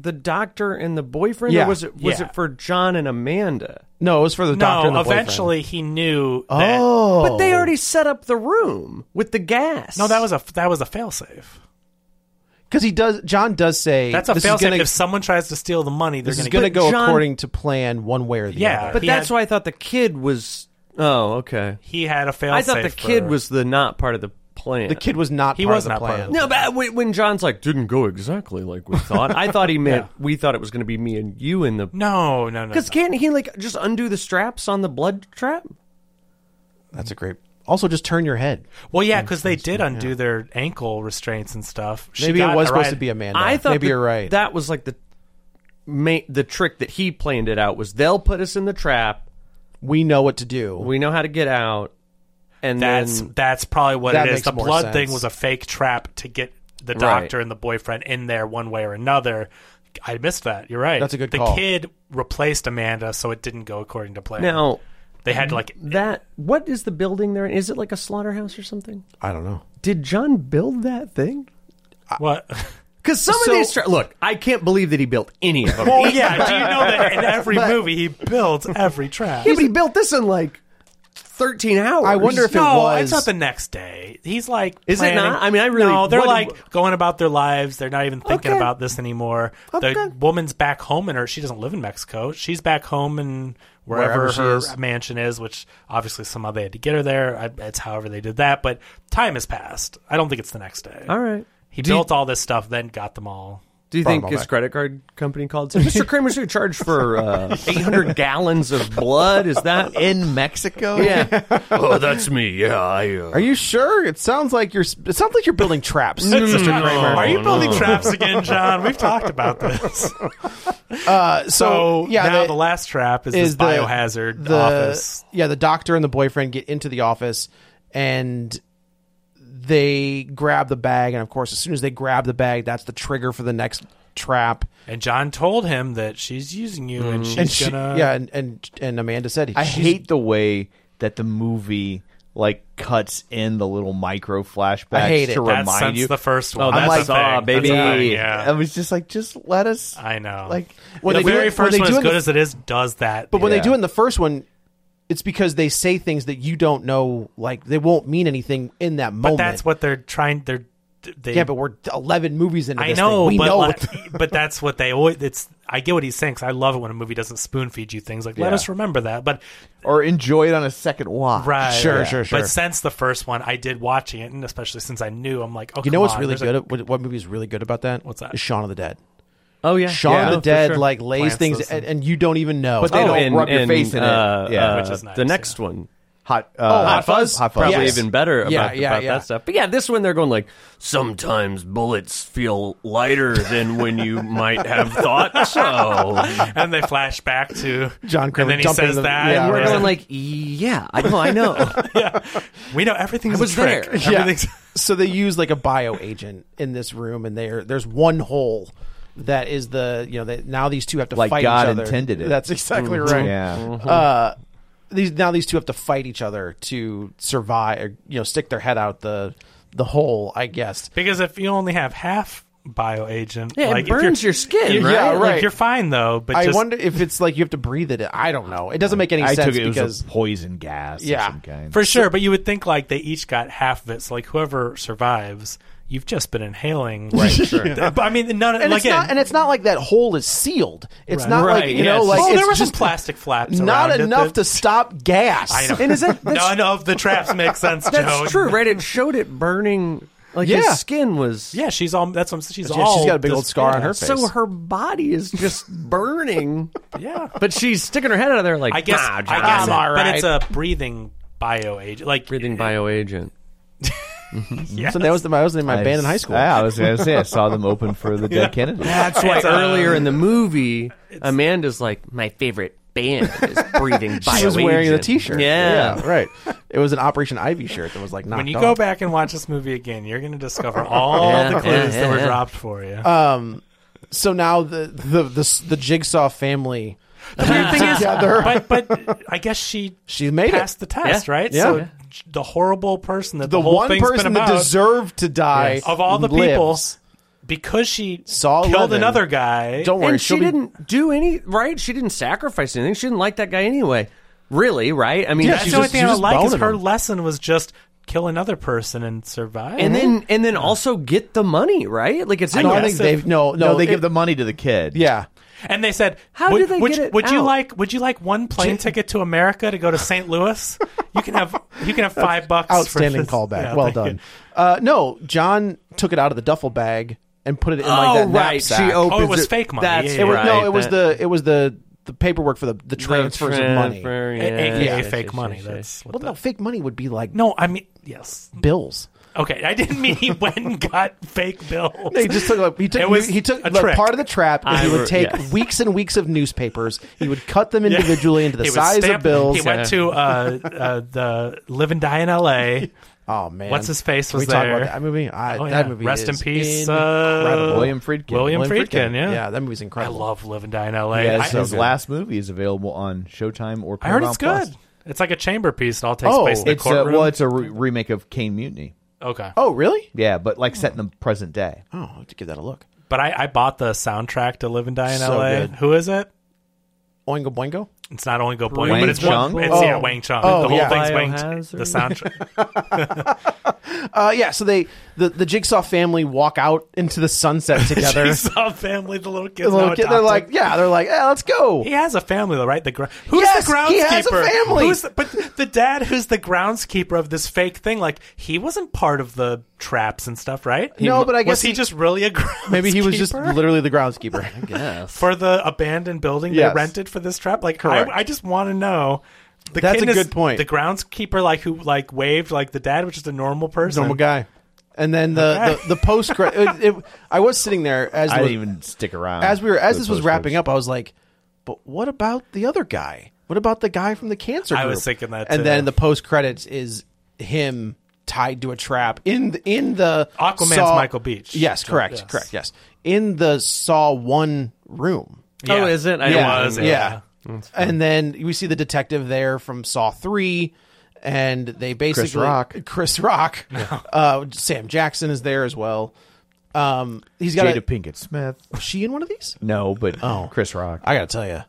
[SPEAKER 5] the doctor and the boyfriend,
[SPEAKER 3] Yeah.
[SPEAKER 5] or was it was
[SPEAKER 4] Yeah.
[SPEAKER 5] it for John and Amanda?
[SPEAKER 3] no, it was for the doctor. and
[SPEAKER 4] No,
[SPEAKER 3] the boyfriend.
[SPEAKER 4] eventually he knew. That,
[SPEAKER 3] Oh,
[SPEAKER 5] But they already set up the room with the gas.
[SPEAKER 4] no, that was a that was a failsafe.
[SPEAKER 3] because he does. John does say
[SPEAKER 4] That's a
[SPEAKER 3] this is
[SPEAKER 4] failsafe.
[SPEAKER 3] gonna-
[SPEAKER 4] If someone tries to steal the money, they're
[SPEAKER 3] this is
[SPEAKER 4] going
[SPEAKER 3] going to
[SPEAKER 4] to
[SPEAKER 3] go
[SPEAKER 5] But John-
[SPEAKER 3] according to plan one way or the
[SPEAKER 4] Yeah,
[SPEAKER 3] other.
[SPEAKER 5] But
[SPEAKER 4] He
[SPEAKER 5] that's
[SPEAKER 4] had-
[SPEAKER 5] why I thought the kid was. Oh, okay.
[SPEAKER 4] He had a failsafe.
[SPEAKER 5] I thought the kid
[SPEAKER 4] for-
[SPEAKER 5] was the not part of the plan.
[SPEAKER 3] the kid was not.
[SPEAKER 4] He
[SPEAKER 3] part
[SPEAKER 4] was
[SPEAKER 3] of the
[SPEAKER 4] not part
[SPEAKER 3] plan.
[SPEAKER 4] of the-
[SPEAKER 5] No, but when when John's like didn't go exactly like we thought, I thought he meant we thought it was going to be me and you in the.
[SPEAKER 4] No, no, no.
[SPEAKER 5] Because
[SPEAKER 4] no.
[SPEAKER 5] can't he like just undo the straps on the blood trap?
[SPEAKER 3] That's a great. Also, just turn your head.
[SPEAKER 4] Well, yeah, because they did undo their ankle restraints and stuff. She
[SPEAKER 3] Maybe it
[SPEAKER 4] got
[SPEAKER 3] was supposed
[SPEAKER 4] arri-
[SPEAKER 3] to be Amanda.
[SPEAKER 5] I thought
[SPEAKER 3] maybe
[SPEAKER 5] that-
[SPEAKER 3] you're right.
[SPEAKER 5] That was like the ma- the trick that he planned it out was they'll put us in the trap.
[SPEAKER 3] we know what to do.
[SPEAKER 5] We know how to get out, and
[SPEAKER 4] That's
[SPEAKER 5] then
[SPEAKER 4] that's probably what
[SPEAKER 3] Mm. That
[SPEAKER 4] it
[SPEAKER 3] makes
[SPEAKER 4] is. The
[SPEAKER 3] more
[SPEAKER 4] blood
[SPEAKER 3] sense.
[SPEAKER 4] thing was a fake trap to get the
[SPEAKER 5] Right.
[SPEAKER 4] doctor and the boyfriend in there one way or another. I missed that. You're right.
[SPEAKER 3] That's a good
[SPEAKER 4] The
[SPEAKER 3] call.
[SPEAKER 4] kid replaced Amanda, so it didn't go according to plan.
[SPEAKER 5] now
[SPEAKER 4] they had to like
[SPEAKER 5] that what is the building there? Is it like a slaughterhouse or something?
[SPEAKER 3] I don't know.
[SPEAKER 5] Did John build that thing?
[SPEAKER 3] Mm.
[SPEAKER 4] what?
[SPEAKER 5] Because some
[SPEAKER 3] So-
[SPEAKER 5] of these, tra- look, I can't believe that he built any of them.
[SPEAKER 4] well, yeah. Do you know that in every movie he builds every trap?
[SPEAKER 5] yeah, but he built this in like thirteen hours.
[SPEAKER 3] I wonder if it
[SPEAKER 4] no,
[SPEAKER 3] was.
[SPEAKER 4] it's not the next day. He's like,
[SPEAKER 5] Is it
[SPEAKER 4] planning-
[SPEAKER 5] not? I mean, I really-
[SPEAKER 4] no. They're
[SPEAKER 5] what-
[SPEAKER 4] like going about their lives. They're not even thinking
[SPEAKER 5] Okay.
[SPEAKER 4] about this anymore.
[SPEAKER 5] Okay.
[SPEAKER 4] The woman's back home, in her she doesn't live in Mexico. She's back home in wherever,
[SPEAKER 3] Wherever she
[SPEAKER 4] her
[SPEAKER 3] is.
[SPEAKER 4] mansion is, which obviously somehow they had to get her there. I, it's however they did that, but time has passed. I don't think it's the next day.
[SPEAKER 5] All right.
[SPEAKER 4] He
[SPEAKER 5] Do you-
[SPEAKER 4] built all this stuff, then got them all.
[SPEAKER 5] Do you
[SPEAKER 3] Brought
[SPEAKER 5] think
[SPEAKER 3] them all
[SPEAKER 5] his
[SPEAKER 3] back.
[SPEAKER 5] credit card company called? and said, Mr. Kramer's going to charge for uh, 800 gallons of blood. Is that?
[SPEAKER 2] in Mexico.
[SPEAKER 5] Yeah.
[SPEAKER 6] Oh, that's me. Yeah, I. Uh...
[SPEAKER 3] Are you sure? It sounds like you're. It sounds like you're building traps, Mr. Kramer.
[SPEAKER 4] Are you building traps again, John? We've talked about this.
[SPEAKER 3] so,
[SPEAKER 5] Oh,
[SPEAKER 4] So
[SPEAKER 3] yeah,
[SPEAKER 4] now
[SPEAKER 3] they-
[SPEAKER 4] the last trap is, this
[SPEAKER 3] the-
[SPEAKER 4] biohazard office.
[SPEAKER 3] Yeah, the doctor and the boyfriend get into the office and they grab the bag. And of course, as soon as they grab the bag, that's the trigger for the next trap.
[SPEAKER 4] And John told him that she's using you and she's
[SPEAKER 3] Mm. And she,
[SPEAKER 4] gonna.
[SPEAKER 3] yeah, and, and and Amanda said,
[SPEAKER 2] I
[SPEAKER 3] she's-
[SPEAKER 2] hate the way that the movie like cuts in the little micro flashbacks
[SPEAKER 3] I hate it.
[SPEAKER 2] to
[SPEAKER 4] That's
[SPEAKER 2] remind
[SPEAKER 4] since
[SPEAKER 2] you.
[SPEAKER 4] the first one.
[SPEAKER 2] that's
[SPEAKER 4] That's the
[SPEAKER 5] Saw,
[SPEAKER 4] thing. That's the
[SPEAKER 5] baby.
[SPEAKER 4] thing,
[SPEAKER 2] I
[SPEAKER 4] yeah.
[SPEAKER 2] was just like, just let us.
[SPEAKER 4] I know.
[SPEAKER 2] Like
[SPEAKER 3] When
[SPEAKER 4] the
[SPEAKER 3] they do
[SPEAKER 4] very
[SPEAKER 3] it- when
[SPEAKER 4] first
[SPEAKER 3] they do
[SPEAKER 4] one, as
[SPEAKER 3] it in
[SPEAKER 4] good
[SPEAKER 3] the-
[SPEAKER 4] as it is, does that.
[SPEAKER 3] But when
[SPEAKER 2] Yeah.
[SPEAKER 3] they do it in the first one, it's because they say things that you don't know, like they won't mean anything in that moment.
[SPEAKER 4] that's what they're trying. They're they
[SPEAKER 3] yeah, but we're eleven movies into
[SPEAKER 4] I
[SPEAKER 3] this
[SPEAKER 4] know,
[SPEAKER 3] thing. We
[SPEAKER 4] but
[SPEAKER 3] know
[SPEAKER 4] like-
[SPEAKER 3] it.
[SPEAKER 4] but that's what they always. It's I get what he's saying 'cause I love it when a movie doesn't spoon feed you things. Like let
[SPEAKER 2] Yeah.
[SPEAKER 4] us remember that. But
[SPEAKER 2] or enjoy it on a second watch.
[SPEAKER 4] right,
[SPEAKER 3] Sure, sure, sure.
[SPEAKER 4] But since the first one, I did watching it, and especially since I knew, I'm like, oh,
[SPEAKER 3] You know
[SPEAKER 4] come
[SPEAKER 3] what's
[SPEAKER 4] on,
[SPEAKER 3] really
[SPEAKER 4] there's a-
[SPEAKER 3] good? what, what movie is really good about that?
[SPEAKER 4] What's that?
[SPEAKER 3] Is Shaun of the Dead.
[SPEAKER 5] Oh yeah,
[SPEAKER 3] Shaun
[SPEAKER 5] yeah,
[SPEAKER 3] of the
[SPEAKER 5] for
[SPEAKER 3] Dead
[SPEAKER 5] sure.
[SPEAKER 3] like lays
[SPEAKER 4] Plants
[SPEAKER 3] things,
[SPEAKER 4] those
[SPEAKER 3] and, and you don't even know.
[SPEAKER 5] But they
[SPEAKER 2] Oh,
[SPEAKER 5] don't
[SPEAKER 2] and-
[SPEAKER 5] rub your
[SPEAKER 2] and,
[SPEAKER 5] face in
[SPEAKER 2] uh,
[SPEAKER 5] it.
[SPEAKER 2] yeah.
[SPEAKER 4] Which is nice,
[SPEAKER 5] The next one,
[SPEAKER 2] Hot, uh,
[SPEAKER 3] Oh,
[SPEAKER 5] Hot Fuzz,
[SPEAKER 2] Hot Fuzz.
[SPEAKER 5] probably
[SPEAKER 3] Yes.
[SPEAKER 5] even better about,
[SPEAKER 3] Yeah, yeah,
[SPEAKER 5] about
[SPEAKER 3] yeah.
[SPEAKER 5] that stuff. But yeah, this one they're going like
[SPEAKER 6] Sometimes bullets feel lighter than when you might have thought. So
[SPEAKER 4] and they flash back to
[SPEAKER 3] John Kramer
[SPEAKER 4] and then he
[SPEAKER 3] jumping
[SPEAKER 4] says
[SPEAKER 3] the-
[SPEAKER 4] that.
[SPEAKER 3] yeah,
[SPEAKER 4] and
[SPEAKER 5] we're
[SPEAKER 3] right.
[SPEAKER 4] he's
[SPEAKER 5] going like yeah, I know, I know.
[SPEAKER 4] like, we know everything's
[SPEAKER 5] I was
[SPEAKER 4] a trick.
[SPEAKER 5] there.
[SPEAKER 3] Yeah.
[SPEAKER 4] Everything's
[SPEAKER 3] so they use like a bio agent in this room, and there there's one hole that is the you know they, now these two have to
[SPEAKER 2] Like
[SPEAKER 3] fight
[SPEAKER 2] God
[SPEAKER 3] each other.
[SPEAKER 2] intended it.
[SPEAKER 3] That's exactly
[SPEAKER 4] Mm-hmm.
[SPEAKER 3] right.
[SPEAKER 2] Yeah.
[SPEAKER 3] Uh, these now these two have to fight each other to survive. Or, you know, stick their head out the the hole. I guess.
[SPEAKER 4] because if you only have half bioagent,
[SPEAKER 5] Yeah,
[SPEAKER 4] like,
[SPEAKER 5] it
[SPEAKER 4] if you're-
[SPEAKER 5] burns your skin,
[SPEAKER 4] you-
[SPEAKER 5] right?
[SPEAKER 3] Yeah,
[SPEAKER 4] like,
[SPEAKER 3] right.
[SPEAKER 4] you're fine though, but
[SPEAKER 3] I
[SPEAKER 4] just,
[SPEAKER 3] wonder if it's like you have to breathe it. in. I don't know. It doesn't make any
[SPEAKER 2] I
[SPEAKER 3] sense
[SPEAKER 2] took it, it
[SPEAKER 3] because
[SPEAKER 2] was a poison gas. of
[SPEAKER 3] Yeah.
[SPEAKER 2] some kind.
[SPEAKER 4] For sure, but you would think like they each got half of it. So like whoever survives, you've just been inhaling. Right. Sure. But I mean, none of
[SPEAKER 3] and
[SPEAKER 4] like,
[SPEAKER 3] it's not
[SPEAKER 4] again-
[SPEAKER 3] and it's not like that hole is sealed. It's not like
[SPEAKER 5] Right,
[SPEAKER 3] you know
[SPEAKER 5] yes.
[SPEAKER 3] like
[SPEAKER 4] oh,
[SPEAKER 3] it's
[SPEAKER 4] there were some
[SPEAKER 3] just
[SPEAKER 4] plastic flaps. around
[SPEAKER 3] not
[SPEAKER 4] it
[SPEAKER 3] enough
[SPEAKER 4] that-
[SPEAKER 3] to stop gas.
[SPEAKER 4] I know.
[SPEAKER 5] And is that- that's-
[SPEAKER 4] none of the traps make sense?
[SPEAKER 5] That's
[SPEAKER 4] Joe.
[SPEAKER 5] true, right? It showed it burning. Like
[SPEAKER 3] Yeah.
[SPEAKER 5] his skin was.
[SPEAKER 4] Yeah, she's all. That's what I'm, she's
[SPEAKER 3] Yeah,
[SPEAKER 4] all.
[SPEAKER 3] she's got a big old
[SPEAKER 4] dis-
[SPEAKER 3] scar on her face.
[SPEAKER 5] So her body is just burning,
[SPEAKER 4] Yeah.
[SPEAKER 5] but she's sticking her head out of there like
[SPEAKER 4] I guess.
[SPEAKER 5] "Nah,
[SPEAKER 4] I guess.
[SPEAKER 5] John, I'm
[SPEAKER 4] it-
[SPEAKER 5] all
[SPEAKER 4] But
[SPEAKER 5] right."
[SPEAKER 4] it's a breathing bioagent. Like
[SPEAKER 5] breathing bioagent.
[SPEAKER 3] So that was the, that was the name of my
[SPEAKER 2] I-
[SPEAKER 3] band in high school.
[SPEAKER 2] Yeah, I was going to say, I saw them open for the Dead Kennedys.
[SPEAKER 5] That's why earlier
[SPEAKER 3] Um,
[SPEAKER 5] in the movie, Amanda's like, my favorite band is breathing bioagent.
[SPEAKER 3] She was wearing the T-shirt.
[SPEAKER 5] Yeah.
[SPEAKER 3] right. It was an Operation Ivy shirt that was like knocked
[SPEAKER 4] When you
[SPEAKER 3] off.
[SPEAKER 4] go back and watch this movie again, you're going to discover all
[SPEAKER 5] Yeah,
[SPEAKER 4] the clues
[SPEAKER 5] yeah, yeah,
[SPEAKER 4] that were
[SPEAKER 5] yeah.
[SPEAKER 4] dropped for you.
[SPEAKER 3] So now the the the, the jigsaw family.
[SPEAKER 4] the weird thing is,
[SPEAKER 3] together.
[SPEAKER 4] but but I guess she
[SPEAKER 3] She made it.
[SPEAKER 4] passed the test,
[SPEAKER 5] Yeah.
[SPEAKER 4] right?
[SPEAKER 3] Yeah.
[SPEAKER 4] So
[SPEAKER 3] Yeah.
[SPEAKER 4] the horrible person that the,
[SPEAKER 3] The
[SPEAKER 4] whole
[SPEAKER 3] one
[SPEAKER 4] thing's
[SPEAKER 3] person
[SPEAKER 4] been
[SPEAKER 3] that
[SPEAKER 4] about,
[SPEAKER 3] deserved to die
[SPEAKER 4] of all the
[SPEAKER 3] lives.
[SPEAKER 4] people, because she
[SPEAKER 3] Saw
[SPEAKER 4] killed
[SPEAKER 3] 11.
[SPEAKER 4] another guy.
[SPEAKER 3] Don't worry,
[SPEAKER 5] And she
[SPEAKER 3] she'll be-
[SPEAKER 5] didn't do any, right? She didn't sacrifice anything. She didn't like that guy anyway. Really, right? I mean,
[SPEAKER 3] Yeah,
[SPEAKER 4] That's
[SPEAKER 3] she's
[SPEAKER 4] the only
[SPEAKER 3] just-
[SPEAKER 4] thing
[SPEAKER 3] she's
[SPEAKER 4] I
[SPEAKER 3] just
[SPEAKER 4] like is
[SPEAKER 3] boning
[SPEAKER 4] her
[SPEAKER 3] him.
[SPEAKER 4] lesson was just kill another person and survive.
[SPEAKER 5] and then and then also get the money, right? Like it's
[SPEAKER 3] Mm-hmm. I
[SPEAKER 5] in-
[SPEAKER 3] don't
[SPEAKER 4] guess
[SPEAKER 3] think
[SPEAKER 4] if-
[SPEAKER 3] they've no no.
[SPEAKER 2] No, they
[SPEAKER 3] it-
[SPEAKER 2] give the money to the kid.
[SPEAKER 3] yeah.
[SPEAKER 4] And they said,
[SPEAKER 5] How
[SPEAKER 4] would,
[SPEAKER 5] did they
[SPEAKER 4] would,
[SPEAKER 5] get it
[SPEAKER 4] would you
[SPEAKER 5] out?
[SPEAKER 4] like would you like one plane ticket to America to go to St. Louis? You can have you can have five bucks. for
[SPEAKER 3] Outstanding
[SPEAKER 4] this."
[SPEAKER 3] callback.
[SPEAKER 4] Yeah,
[SPEAKER 3] well
[SPEAKER 4] thank
[SPEAKER 3] done.
[SPEAKER 4] you.
[SPEAKER 3] Uh, no, John took it out of the duffel bag and put it in like that
[SPEAKER 5] oh, right.
[SPEAKER 3] knapsack.
[SPEAKER 5] She opens
[SPEAKER 4] Oh, it was fake money.
[SPEAKER 5] That's
[SPEAKER 4] Yeah, yeah,
[SPEAKER 3] It was,
[SPEAKER 5] right.
[SPEAKER 3] no, it was
[SPEAKER 5] That-
[SPEAKER 3] the it was the the paperwork for the the transfers of money.
[SPEAKER 5] transfer,
[SPEAKER 4] A- AKA
[SPEAKER 5] yeah.
[SPEAKER 4] fake money. That's what
[SPEAKER 3] Well, no, fake money would be like
[SPEAKER 4] the- no, I mean yes.
[SPEAKER 3] bills.
[SPEAKER 4] Okay, I didn't mean he went and got fake bills.
[SPEAKER 3] He just took like, he
[SPEAKER 4] It
[SPEAKER 3] took
[SPEAKER 4] was
[SPEAKER 3] he took
[SPEAKER 4] a
[SPEAKER 3] like,
[SPEAKER 4] trick.
[SPEAKER 3] part of the trap. And
[SPEAKER 5] I
[SPEAKER 3] he would
[SPEAKER 5] re-
[SPEAKER 3] take
[SPEAKER 5] yes.
[SPEAKER 3] weeks and weeks of newspapers. He would cut them individually into the
[SPEAKER 4] He was
[SPEAKER 3] size of
[SPEAKER 4] stamped-
[SPEAKER 3] bills.
[SPEAKER 4] He went to uh, uh, the Live and Die in L.A.
[SPEAKER 3] oh man,
[SPEAKER 4] What's his face
[SPEAKER 3] Can
[SPEAKER 4] was
[SPEAKER 3] we talk about
[SPEAKER 4] there.
[SPEAKER 3] that movie? I,
[SPEAKER 4] Oh, yeah.
[SPEAKER 3] That movie.
[SPEAKER 4] Rest in
[SPEAKER 3] is
[SPEAKER 4] peace,
[SPEAKER 3] incredible.
[SPEAKER 4] uh,
[SPEAKER 2] William Friedkin.
[SPEAKER 4] William,
[SPEAKER 3] William
[SPEAKER 4] Friedkin. Yeah,
[SPEAKER 3] yeah, that movie's
[SPEAKER 4] I
[SPEAKER 3] incredible.
[SPEAKER 4] love Live and Die in L.A.
[SPEAKER 2] Yes,
[SPEAKER 4] I,
[SPEAKER 2] his last movie is available on Showtime or
[SPEAKER 4] I heard
[SPEAKER 2] Paramount
[SPEAKER 4] it's
[SPEAKER 2] Plus.
[SPEAKER 4] good. It's like a chamber piece. It all takes
[SPEAKER 3] Oh,
[SPEAKER 4] place in the
[SPEAKER 2] It's a,
[SPEAKER 4] courtroom.
[SPEAKER 2] well, it's a re- remake of Kane Mutiny.
[SPEAKER 4] okay.
[SPEAKER 3] Oh really?
[SPEAKER 2] Yeah, but like set in the present day.
[SPEAKER 3] Oh, I'll have to give that a look.
[SPEAKER 4] But I, I bought the soundtrack to Live and Die in
[SPEAKER 3] So
[SPEAKER 4] LA.
[SPEAKER 3] good.
[SPEAKER 4] Who is it?
[SPEAKER 3] Oingo boingo.
[SPEAKER 4] It's not only Go Boing,
[SPEAKER 5] Wang
[SPEAKER 4] but it's
[SPEAKER 2] Chung?
[SPEAKER 4] one. It's yeah,
[SPEAKER 3] Oh.
[SPEAKER 4] Wang Chung.
[SPEAKER 3] Oh,
[SPEAKER 4] the whole
[SPEAKER 3] yeah.
[SPEAKER 4] thing's Wang Chung.
[SPEAKER 5] Biohazard.
[SPEAKER 4] The soundtrack.
[SPEAKER 3] Uh, yeah. So they the, the jigsaw family walk out into the sunset together.
[SPEAKER 4] she saw family, the little kids.
[SPEAKER 3] The little
[SPEAKER 4] now
[SPEAKER 3] kid- they're
[SPEAKER 4] adopted.
[SPEAKER 3] like, yeah, they're like, yeah, let's go.
[SPEAKER 4] He has a family, though, right? The gr- who's
[SPEAKER 3] Yes,
[SPEAKER 4] the groundskeeper?
[SPEAKER 3] he has a family.
[SPEAKER 4] Who's the, but the dad, who's the groundskeeper of this fake thing, like he wasn't part of the traps and stuff, right?
[SPEAKER 3] No, but I guess
[SPEAKER 4] was he,
[SPEAKER 3] he-
[SPEAKER 4] just really a groundskeeper?
[SPEAKER 3] Maybe he was just literally the groundskeeper.
[SPEAKER 4] for the abandoned building
[SPEAKER 3] Yes.
[SPEAKER 4] they rented for this trap. Like, I,
[SPEAKER 3] Correct.
[SPEAKER 4] I just want to know. The
[SPEAKER 3] That's
[SPEAKER 4] kid
[SPEAKER 3] a
[SPEAKER 4] is-
[SPEAKER 3] good point.
[SPEAKER 4] The groundskeeper, like who, like waved, like the dad was just a normal person.
[SPEAKER 3] normal guy. And then the the, the post credit. It, it, I was sitting there as
[SPEAKER 2] I
[SPEAKER 3] the-
[SPEAKER 2] didn't even stick around.
[SPEAKER 4] Uh,
[SPEAKER 3] as we were as
[SPEAKER 2] for
[SPEAKER 3] this
[SPEAKER 2] the
[SPEAKER 3] was wrapping
[SPEAKER 2] post-credits.
[SPEAKER 3] up. I was like, but what about the other guy? What about the guy from the cancer?
[SPEAKER 4] I
[SPEAKER 3] Group?
[SPEAKER 4] was thinking that, too.
[SPEAKER 3] And then the post credits is him tied to a trap in the, in the
[SPEAKER 4] Aquaman's
[SPEAKER 3] Saw-
[SPEAKER 4] Michael Beach.
[SPEAKER 3] Yes, correct,
[SPEAKER 4] Yes.
[SPEAKER 3] correct. Yes, in the Saw One room.
[SPEAKER 5] Oh, is it? I
[SPEAKER 4] yeah.
[SPEAKER 5] don't
[SPEAKER 4] was,
[SPEAKER 5] know.
[SPEAKER 3] yeah. And then we see the detective there from Saw Three, and they basically
[SPEAKER 2] Rock.
[SPEAKER 3] Chris Rock, uh, Sam Jackson is there as well. Um, he's got
[SPEAKER 2] Jada
[SPEAKER 3] a,
[SPEAKER 2] Pinkett Smith.
[SPEAKER 3] was she in one of these?
[SPEAKER 4] Oh.
[SPEAKER 2] No, but Chris Rock.
[SPEAKER 3] I gotta tell you,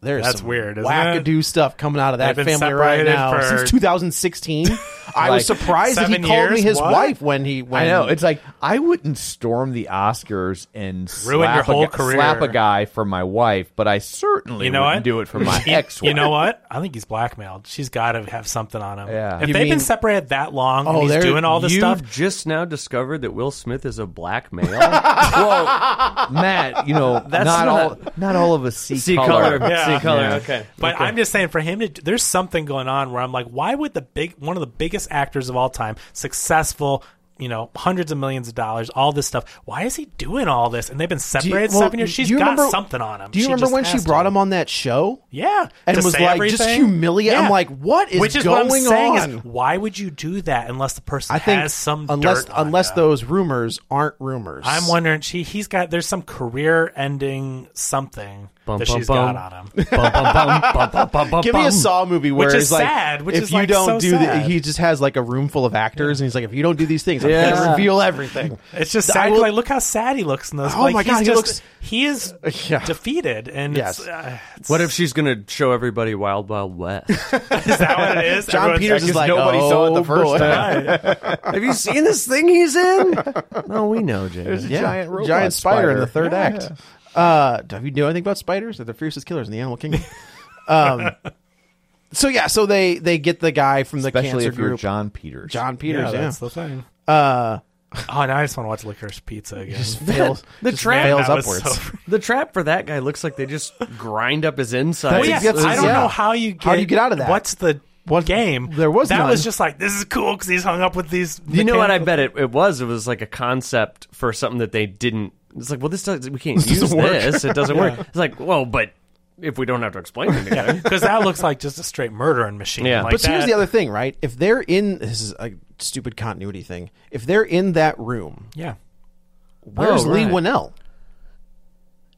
[SPEAKER 3] There's
[SPEAKER 4] That's
[SPEAKER 3] some
[SPEAKER 4] weird, isn't it?
[SPEAKER 3] wackadoo stuff coming out of that
[SPEAKER 4] They've been
[SPEAKER 3] family right
[SPEAKER 4] separated
[SPEAKER 3] now
[SPEAKER 4] for-
[SPEAKER 3] since 2016. I was
[SPEAKER 2] Like
[SPEAKER 3] surprised that he
[SPEAKER 4] seven
[SPEAKER 3] called me
[SPEAKER 4] years?
[SPEAKER 3] his
[SPEAKER 4] What?
[SPEAKER 3] wife when he. When
[SPEAKER 2] I know. It's like I wouldn't storm the Oscars and
[SPEAKER 4] Ruin
[SPEAKER 2] slap
[SPEAKER 4] your whole
[SPEAKER 2] a, gu- slap a
[SPEAKER 4] career.
[SPEAKER 2] guy for my wife, but I certainly
[SPEAKER 4] You know
[SPEAKER 2] wouldn't
[SPEAKER 4] what?
[SPEAKER 2] do it for my
[SPEAKER 4] You-
[SPEAKER 2] ex-wife.
[SPEAKER 4] You know what? I think he's blackmailed. She's got to have something on him.
[SPEAKER 2] Yeah.
[SPEAKER 4] If
[SPEAKER 2] You
[SPEAKER 4] they've
[SPEAKER 3] mean-
[SPEAKER 4] been separated that long
[SPEAKER 3] Oh,
[SPEAKER 4] and
[SPEAKER 3] they're-
[SPEAKER 4] he's doing all this
[SPEAKER 5] You've
[SPEAKER 4] stuff,
[SPEAKER 5] just now discovered that Will Smith is a black male. well,
[SPEAKER 2] Matt, you know, not,
[SPEAKER 5] not-
[SPEAKER 2] all not all of us see,
[SPEAKER 5] see
[SPEAKER 2] color.
[SPEAKER 5] color.
[SPEAKER 4] Yeah.
[SPEAKER 5] See color.
[SPEAKER 4] Yeah.
[SPEAKER 5] Okay.
[SPEAKER 4] But I'm just saying, for him, to, there's something going on where I'm like, why would the big one of the biggest actors of all time, successful, you know, hundreds of millions of dollars, all this stuff? Why is he doing all this? And they've been
[SPEAKER 3] Do you-
[SPEAKER 4] separated
[SPEAKER 3] well,
[SPEAKER 4] seven years. She's
[SPEAKER 3] do you
[SPEAKER 4] got
[SPEAKER 3] remember-
[SPEAKER 4] something on him.
[SPEAKER 3] Do you
[SPEAKER 4] She
[SPEAKER 3] remember
[SPEAKER 4] just
[SPEAKER 3] when she
[SPEAKER 4] has to.
[SPEAKER 3] brought him on that show?
[SPEAKER 4] Yeah,
[SPEAKER 3] and
[SPEAKER 4] to
[SPEAKER 3] was
[SPEAKER 4] say
[SPEAKER 3] like just
[SPEAKER 4] everything.
[SPEAKER 3] humiliate. I'm
[SPEAKER 4] Yeah.
[SPEAKER 3] like, what is
[SPEAKER 4] Which is
[SPEAKER 3] going
[SPEAKER 4] what I'm saying
[SPEAKER 3] on?
[SPEAKER 4] is, why would you do that unless the person
[SPEAKER 3] I think
[SPEAKER 4] has some
[SPEAKER 3] unless
[SPEAKER 4] dirt on
[SPEAKER 3] unless
[SPEAKER 4] them?
[SPEAKER 3] those rumors aren't rumors.
[SPEAKER 4] I'm wondering. She he's got there's some career ending something
[SPEAKER 5] Bum,
[SPEAKER 4] that
[SPEAKER 5] bum,
[SPEAKER 4] she's
[SPEAKER 5] bum.
[SPEAKER 4] got on him.
[SPEAKER 5] Bum, bum, bum, bum, bum, bum, bum,
[SPEAKER 3] Give me
[SPEAKER 5] bum.
[SPEAKER 3] a Saw movie where
[SPEAKER 4] Which
[SPEAKER 3] it's
[SPEAKER 4] is
[SPEAKER 3] like
[SPEAKER 4] sad, which
[SPEAKER 3] if
[SPEAKER 4] is,
[SPEAKER 3] you
[SPEAKER 4] like,
[SPEAKER 3] don't
[SPEAKER 4] so
[SPEAKER 3] do the,
[SPEAKER 4] sad.
[SPEAKER 3] he just has like a room full of actors and he's like if you don't do these things I'm
[SPEAKER 2] Yeah.
[SPEAKER 3] gonna reveal everything.
[SPEAKER 4] It's just
[SPEAKER 3] I
[SPEAKER 4] sad.
[SPEAKER 3] will-
[SPEAKER 4] like, look how sad he looks in this.
[SPEAKER 3] Oh
[SPEAKER 4] like,
[SPEAKER 3] my God,
[SPEAKER 4] he's
[SPEAKER 3] he
[SPEAKER 4] just,
[SPEAKER 3] looks-
[SPEAKER 4] He is
[SPEAKER 3] Yeah.
[SPEAKER 4] defeated, and
[SPEAKER 3] Yes.
[SPEAKER 4] it's, uh, it's-
[SPEAKER 5] What if she's gonna show everybody Wild Wild West?
[SPEAKER 4] is that what it is?
[SPEAKER 3] John
[SPEAKER 4] Everyone's
[SPEAKER 3] Peters
[SPEAKER 4] like,
[SPEAKER 3] is like
[SPEAKER 2] nobody
[SPEAKER 3] oh,
[SPEAKER 2] saw it the first
[SPEAKER 3] boy.
[SPEAKER 2] time.
[SPEAKER 5] Have you seen this thing he's in? No, Oh, we know, James.
[SPEAKER 2] There's a
[SPEAKER 3] Yeah.
[SPEAKER 2] giant robot
[SPEAKER 3] giant spider, in the third
[SPEAKER 2] Yeah,
[SPEAKER 3] act. Uh, do you know anything about spiders? They're the fiercest killers in the animal kingdom. um, so yeah, so they they get the guy from the
[SPEAKER 2] Especially
[SPEAKER 3] cancer
[SPEAKER 2] if you're
[SPEAKER 3] group,
[SPEAKER 2] John Peters.
[SPEAKER 3] John
[SPEAKER 4] Yeah,
[SPEAKER 3] Peters. Yeah,
[SPEAKER 4] that's the thing. oh, now I just want to watch Licorice Pizza again.
[SPEAKER 3] fails,
[SPEAKER 5] The
[SPEAKER 3] just
[SPEAKER 5] trap-
[SPEAKER 3] fails
[SPEAKER 4] that was
[SPEAKER 3] upwards.
[SPEAKER 4] so-
[SPEAKER 5] The trap for that guy looks like they just grind up his insides.
[SPEAKER 4] Well, yeah,
[SPEAKER 3] That's-
[SPEAKER 4] I don't
[SPEAKER 3] yeah.
[SPEAKER 4] know how you get
[SPEAKER 3] How do you get out of that?
[SPEAKER 4] What's the
[SPEAKER 3] What-
[SPEAKER 4] game?
[SPEAKER 3] there was
[SPEAKER 4] that
[SPEAKER 3] none.
[SPEAKER 4] was just like this is cool because he's hung up with these.
[SPEAKER 5] You know what? I
[SPEAKER 4] mechanical-
[SPEAKER 5] bet it, it was. It was like a concept for something that they didn't. It's like, well, this does, we can't use
[SPEAKER 3] doesn't work.
[SPEAKER 5] this. It doesn't work. It's like, well, but if we don't have to explain it again,
[SPEAKER 4] because that looks like just a straight murdering machine.
[SPEAKER 5] Yeah.
[SPEAKER 4] like
[SPEAKER 3] But here's
[SPEAKER 4] that-
[SPEAKER 3] the other thing, right? If they're in this is a stupid continuity thing. If they're in that room,
[SPEAKER 4] Yeah,
[SPEAKER 3] where's
[SPEAKER 5] Oh,
[SPEAKER 3] Lee
[SPEAKER 5] right.
[SPEAKER 3] Winnell?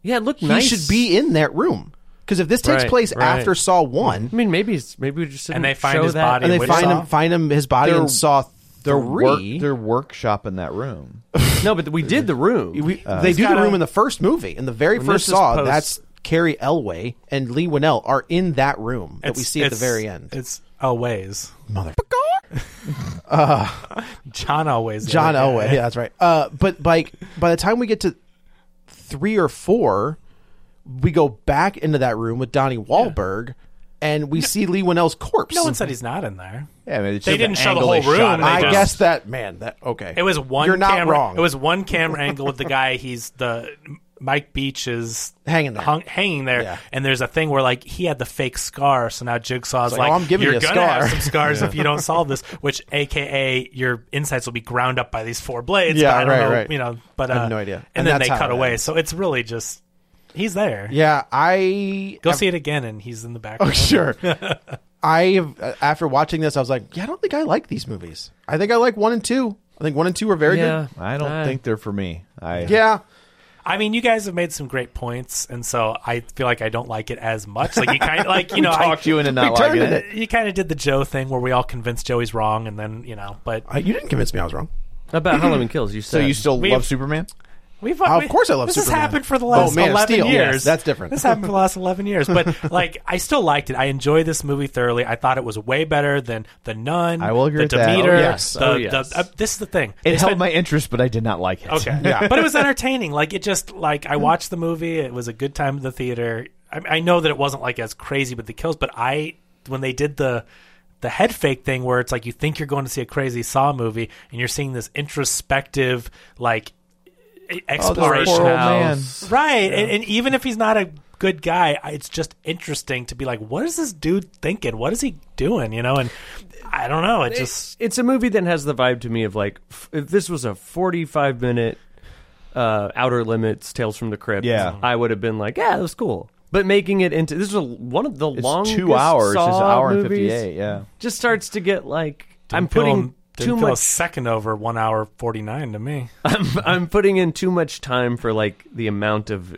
[SPEAKER 5] yeah, it looked
[SPEAKER 3] He
[SPEAKER 5] nice.
[SPEAKER 3] should be in that room because if this takes
[SPEAKER 5] Right,
[SPEAKER 3] place
[SPEAKER 5] right.
[SPEAKER 3] after Saw One,
[SPEAKER 5] I mean, maybe it's- maybe we just didn't
[SPEAKER 4] And they find
[SPEAKER 5] show
[SPEAKER 4] his
[SPEAKER 5] that.
[SPEAKER 4] body.
[SPEAKER 3] and they
[SPEAKER 4] which
[SPEAKER 3] find
[SPEAKER 4] Saw?
[SPEAKER 3] him, find him, his body
[SPEAKER 2] They're-
[SPEAKER 3] in Saw
[SPEAKER 2] Their work,
[SPEAKER 3] Three.
[SPEAKER 2] their workshop in that room.
[SPEAKER 5] No, but we did the room.
[SPEAKER 3] We, they do the
[SPEAKER 4] Uh, gotta-
[SPEAKER 3] room in the first movie, in the very first
[SPEAKER 5] this is
[SPEAKER 3] Saw.
[SPEAKER 5] post-
[SPEAKER 3] That's Carrie Elway and Lee Winnell are in that room that we
[SPEAKER 4] It's-
[SPEAKER 3] see at the
[SPEAKER 4] it's-
[SPEAKER 3] very end.
[SPEAKER 4] It's Elway's
[SPEAKER 3] Mother,
[SPEAKER 4] Uh, John Elway's the
[SPEAKER 3] John
[SPEAKER 4] other guy.
[SPEAKER 3] Elway. Yeah, that's right. Uh, but like by the time we get to three or four, we go back into that room with Donnie Wahlberg, and we see Lee Winnell's corpse.
[SPEAKER 4] No one said he's not in there.
[SPEAKER 2] Yeah, I mean, it's
[SPEAKER 4] They
[SPEAKER 2] just
[SPEAKER 4] didn't
[SPEAKER 2] an
[SPEAKER 4] show the
[SPEAKER 2] angle they
[SPEAKER 4] whole
[SPEAKER 2] shot
[SPEAKER 4] room,
[SPEAKER 2] it
[SPEAKER 4] they
[SPEAKER 3] I
[SPEAKER 2] from.
[SPEAKER 4] just-
[SPEAKER 3] guess that man. That okay.
[SPEAKER 4] It was one.
[SPEAKER 3] You're not
[SPEAKER 4] camera,
[SPEAKER 3] wrong.
[SPEAKER 4] It was one camera angle with the guy. He's the Mike Beach is
[SPEAKER 3] Hanging there.
[SPEAKER 4] hung, hanging there,
[SPEAKER 3] Yeah.
[SPEAKER 4] and there's a thing where like he had the fake scar, so now Jigsaw's
[SPEAKER 3] It's like,
[SPEAKER 4] like,
[SPEAKER 3] "Oh, I'm giving
[SPEAKER 4] you're
[SPEAKER 3] you a
[SPEAKER 4] gonna
[SPEAKER 3] scar."
[SPEAKER 4] have some scars if you don't solve this," which AKA your insights will be ground up by these four blades.
[SPEAKER 3] Yeah,
[SPEAKER 4] but I don't
[SPEAKER 3] right,
[SPEAKER 4] know,
[SPEAKER 3] right.
[SPEAKER 4] You know, but uh,
[SPEAKER 3] I have no idea. And
[SPEAKER 4] And, then
[SPEAKER 3] that's
[SPEAKER 4] they
[SPEAKER 3] how
[SPEAKER 4] cut
[SPEAKER 3] it
[SPEAKER 4] away,
[SPEAKER 3] ends.
[SPEAKER 4] so it's really just he's there.
[SPEAKER 3] Yeah, I
[SPEAKER 4] Go see it again, and he's in the background.
[SPEAKER 3] Oh, sure. I have, uh, after watching this, I was like, yeah, I don't think I like these movies. I think I like one and two. I think one and two are very
[SPEAKER 5] yeah,
[SPEAKER 3] good.
[SPEAKER 2] I don't think they're for me. I
[SPEAKER 3] Yeah,
[SPEAKER 4] I mean, you guys have made some great points, and so I feel like I don't like it as much. Like you kind of like you know, I-
[SPEAKER 2] talked you into not
[SPEAKER 3] turned
[SPEAKER 2] liking
[SPEAKER 3] it.
[SPEAKER 2] it.
[SPEAKER 4] you kind of did the Joe thing where we all convinced Joey's wrong, and then you know, but
[SPEAKER 3] I, you didn't convince me I was wrong.
[SPEAKER 5] about Halloween Kills. You
[SPEAKER 2] So
[SPEAKER 5] said
[SPEAKER 2] you still
[SPEAKER 4] We-
[SPEAKER 2] love Superman?
[SPEAKER 4] we've
[SPEAKER 3] Of
[SPEAKER 4] we-
[SPEAKER 3] course I love
[SPEAKER 4] this
[SPEAKER 3] Superman.
[SPEAKER 4] has happened for the
[SPEAKER 3] Oh,
[SPEAKER 4] last
[SPEAKER 3] Man of
[SPEAKER 4] eleven
[SPEAKER 3] Steel, yes,
[SPEAKER 4] years.
[SPEAKER 3] that's different.
[SPEAKER 4] This happened for the last eleven years, but like I still liked it. I enjoyed this movie thoroughly. I thought it was way better than the Nun.
[SPEAKER 2] I will agree
[SPEAKER 4] the
[SPEAKER 2] with that. Oh,
[SPEAKER 4] Demeter.
[SPEAKER 3] yes.
[SPEAKER 4] the-
[SPEAKER 5] Oh, yes.
[SPEAKER 4] the- uh, this is the thing.
[SPEAKER 2] It
[SPEAKER 4] It's
[SPEAKER 2] held
[SPEAKER 4] been-
[SPEAKER 2] my interest, but I did not like it.
[SPEAKER 4] Okay. But it was entertaining. Like it just like I watched the movie. It was a good time in the theater. I, I know that it wasn't like as crazy with the kills, but I when they did the the head fake thing where it's like you think you're going to see a crazy Saw movie and you're seeing this introspective like e-
[SPEAKER 2] Oh, this poor
[SPEAKER 4] exploration.
[SPEAKER 2] old man.
[SPEAKER 5] House.
[SPEAKER 4] Right. And, and even if he's not a good guy, I- it's just interesting to be like, what is this dude thinking? What is he doing? You know, and I don't know. It just
[SPEAKER 5] it's a movie that has the vibe to me of like f- if this was a 45 minute uh, outer limits tales from the crypt
[SPEAKER 2] Yeah.
[SPEAKER 5] i would have been like yeah that was cool but making it into this is a, one of the
[SPEAKER 2] It's
[SPEAKER 5] longest
[SPEAKER 2] two hours.
[SPEAKER 5] Saw
[SPEAKER 2] It's an hour and
[SPEAKER 5] movies.
[SPEAKER 2] 58. Yeah.
[SPEAKER 5] just starts to get like i'm
[SPEAKER 4] didn't feel
[SPEAKER 5] putting
[SPEAKER 4] him-
[SPEAKER 5] too
[SPEAKER 4] didn't feel a
[SPEAKER 5] much
[SPEAKER 4] second over one hour forty nine to me.
[SPEAKER 5] i'm putting in too much time for like the amount of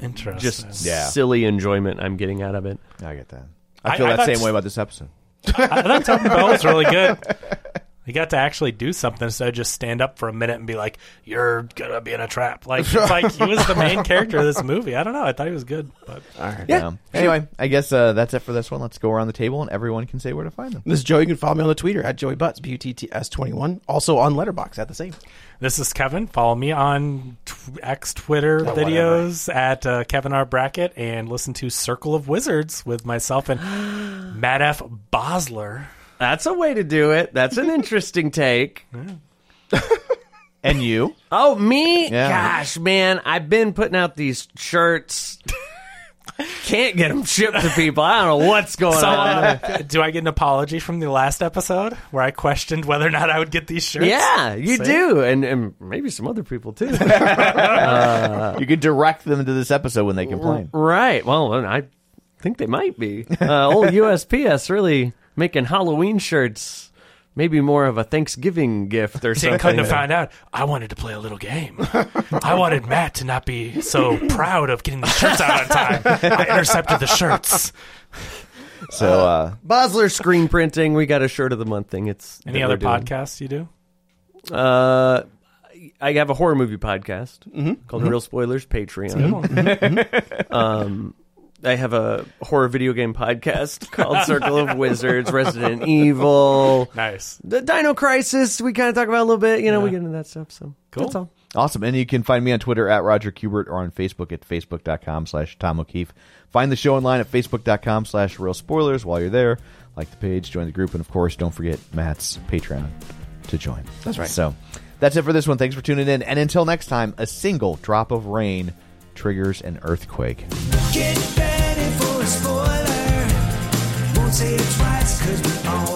[SPEAKER 4] Interesting.
[SPEAKER 5] just
[SPEAKER 2] Yeah.
[SPEAKER 5] silly enjoyment i'm getting out of it
[SPEAKER 2] I get that. I
[SPEAKER 4] I-
[SPEAKER 2] feel
[SPEAKER 4] I
[SPEAKER 2] that
[SPEAKER 4] thought
[SPEAKER 2] same
[SPEAKER 4] s-
[SPEAKER 2] way about this episode.
[SPEAKER 4] I thought Taco Bell was really good. They got to actually do something instead of just stand up for a minute and be like, "You're gonna be in a trap." Like, it's like he was the main character of this movie. I don't know. I thought he was good, but
[SPEAKER 2] Yeah. Anyway, I guess uh, that's it for this one. Let's go around the table and everyone can say where to find them.
[SPEAKER 3] This is Joe. You can follow me on the Twitter at Joey Butts, B U T T S 21. Also on Letterbox at the same.
[SPEAKER 4] This is Kevin. Follow me on tw- X Twitter videos at uh, Kevin R Brackett and listen to Circle of Wizards with myself and Matt F Bosler.
[SPEAKER 5] That's a way to do it. That's an interesting take.
[SPEAKER 2] And you?
[SPEAKER 5] Oh, me?
[SPEAKER 2] Yeah.
[SPEAKER 5] Gosh, man, I've been putting out these shirts. Can't get them shipped to people. I don't know what's going
[SPEAKER 4] So,
[SPEAKER 5] on.
[SPEAKER 4] uh, do I get an apology from the last episode where I questioned whether or not I would get these shirts?
[SPEAKER 5] Yeah, you
[SPEAKER 4] See?
[SPEAKER 5] do, and, and maybe some other people too.
[SPEAKER 2] you could direct them to this episode when they complain.
[SPEAKER 5] right? Well, and I think they might be. Uh, old USPS really making Halloween shirts, maybe more of a Thanksgiving gift or
[SPEAKER 4] They
[SPEAKER 5] something.
[SPEAKER 4] couldn't have found out. I wanted to play a little game. I wanted Matt to not be so proud of getting the shirts out on time. I intercepted the shirts.
[SPEAKER 2] So uh,
[SPEAKER 5] Bosler screen printing. We got a shirt of the month thing. It's
[SPEAKER 4] Any
[SPEAKER 5] that
[SPEAKER 4] other
[SPEAKER 5] we're doing.
[SPEAKER 4] podcasts you do?
[SPEAKER 5] Uh, I have a horror movie podcast called Real Spoilers Patreon. um, I have a horror video game podcast called Circle of Wizards, Resident Evil,
[SPEAKER 4] Nice.
[SPEAKER 5] the Dino Crisis. We kind of talk about a little bit. You know, we get into that stuff. So cool. That's all.
[SPEAKER 2] awesome. And you can find me on Twitter at Roger Kubert or on Facebook at Facebook.com slash Tom O'Keefe. Find the show online at Facebook.com slash Real Spoilers while you're there. Like the page, join the group, and of course, don't forget Matt's Patreon to join. That's right. So that's it for this one. Thanks for tuning in. And until next time, a single drop of rain triggers an earthquake.
[SPEAKER 1] Get ready for a spoiler. Won't say it twice, cause we all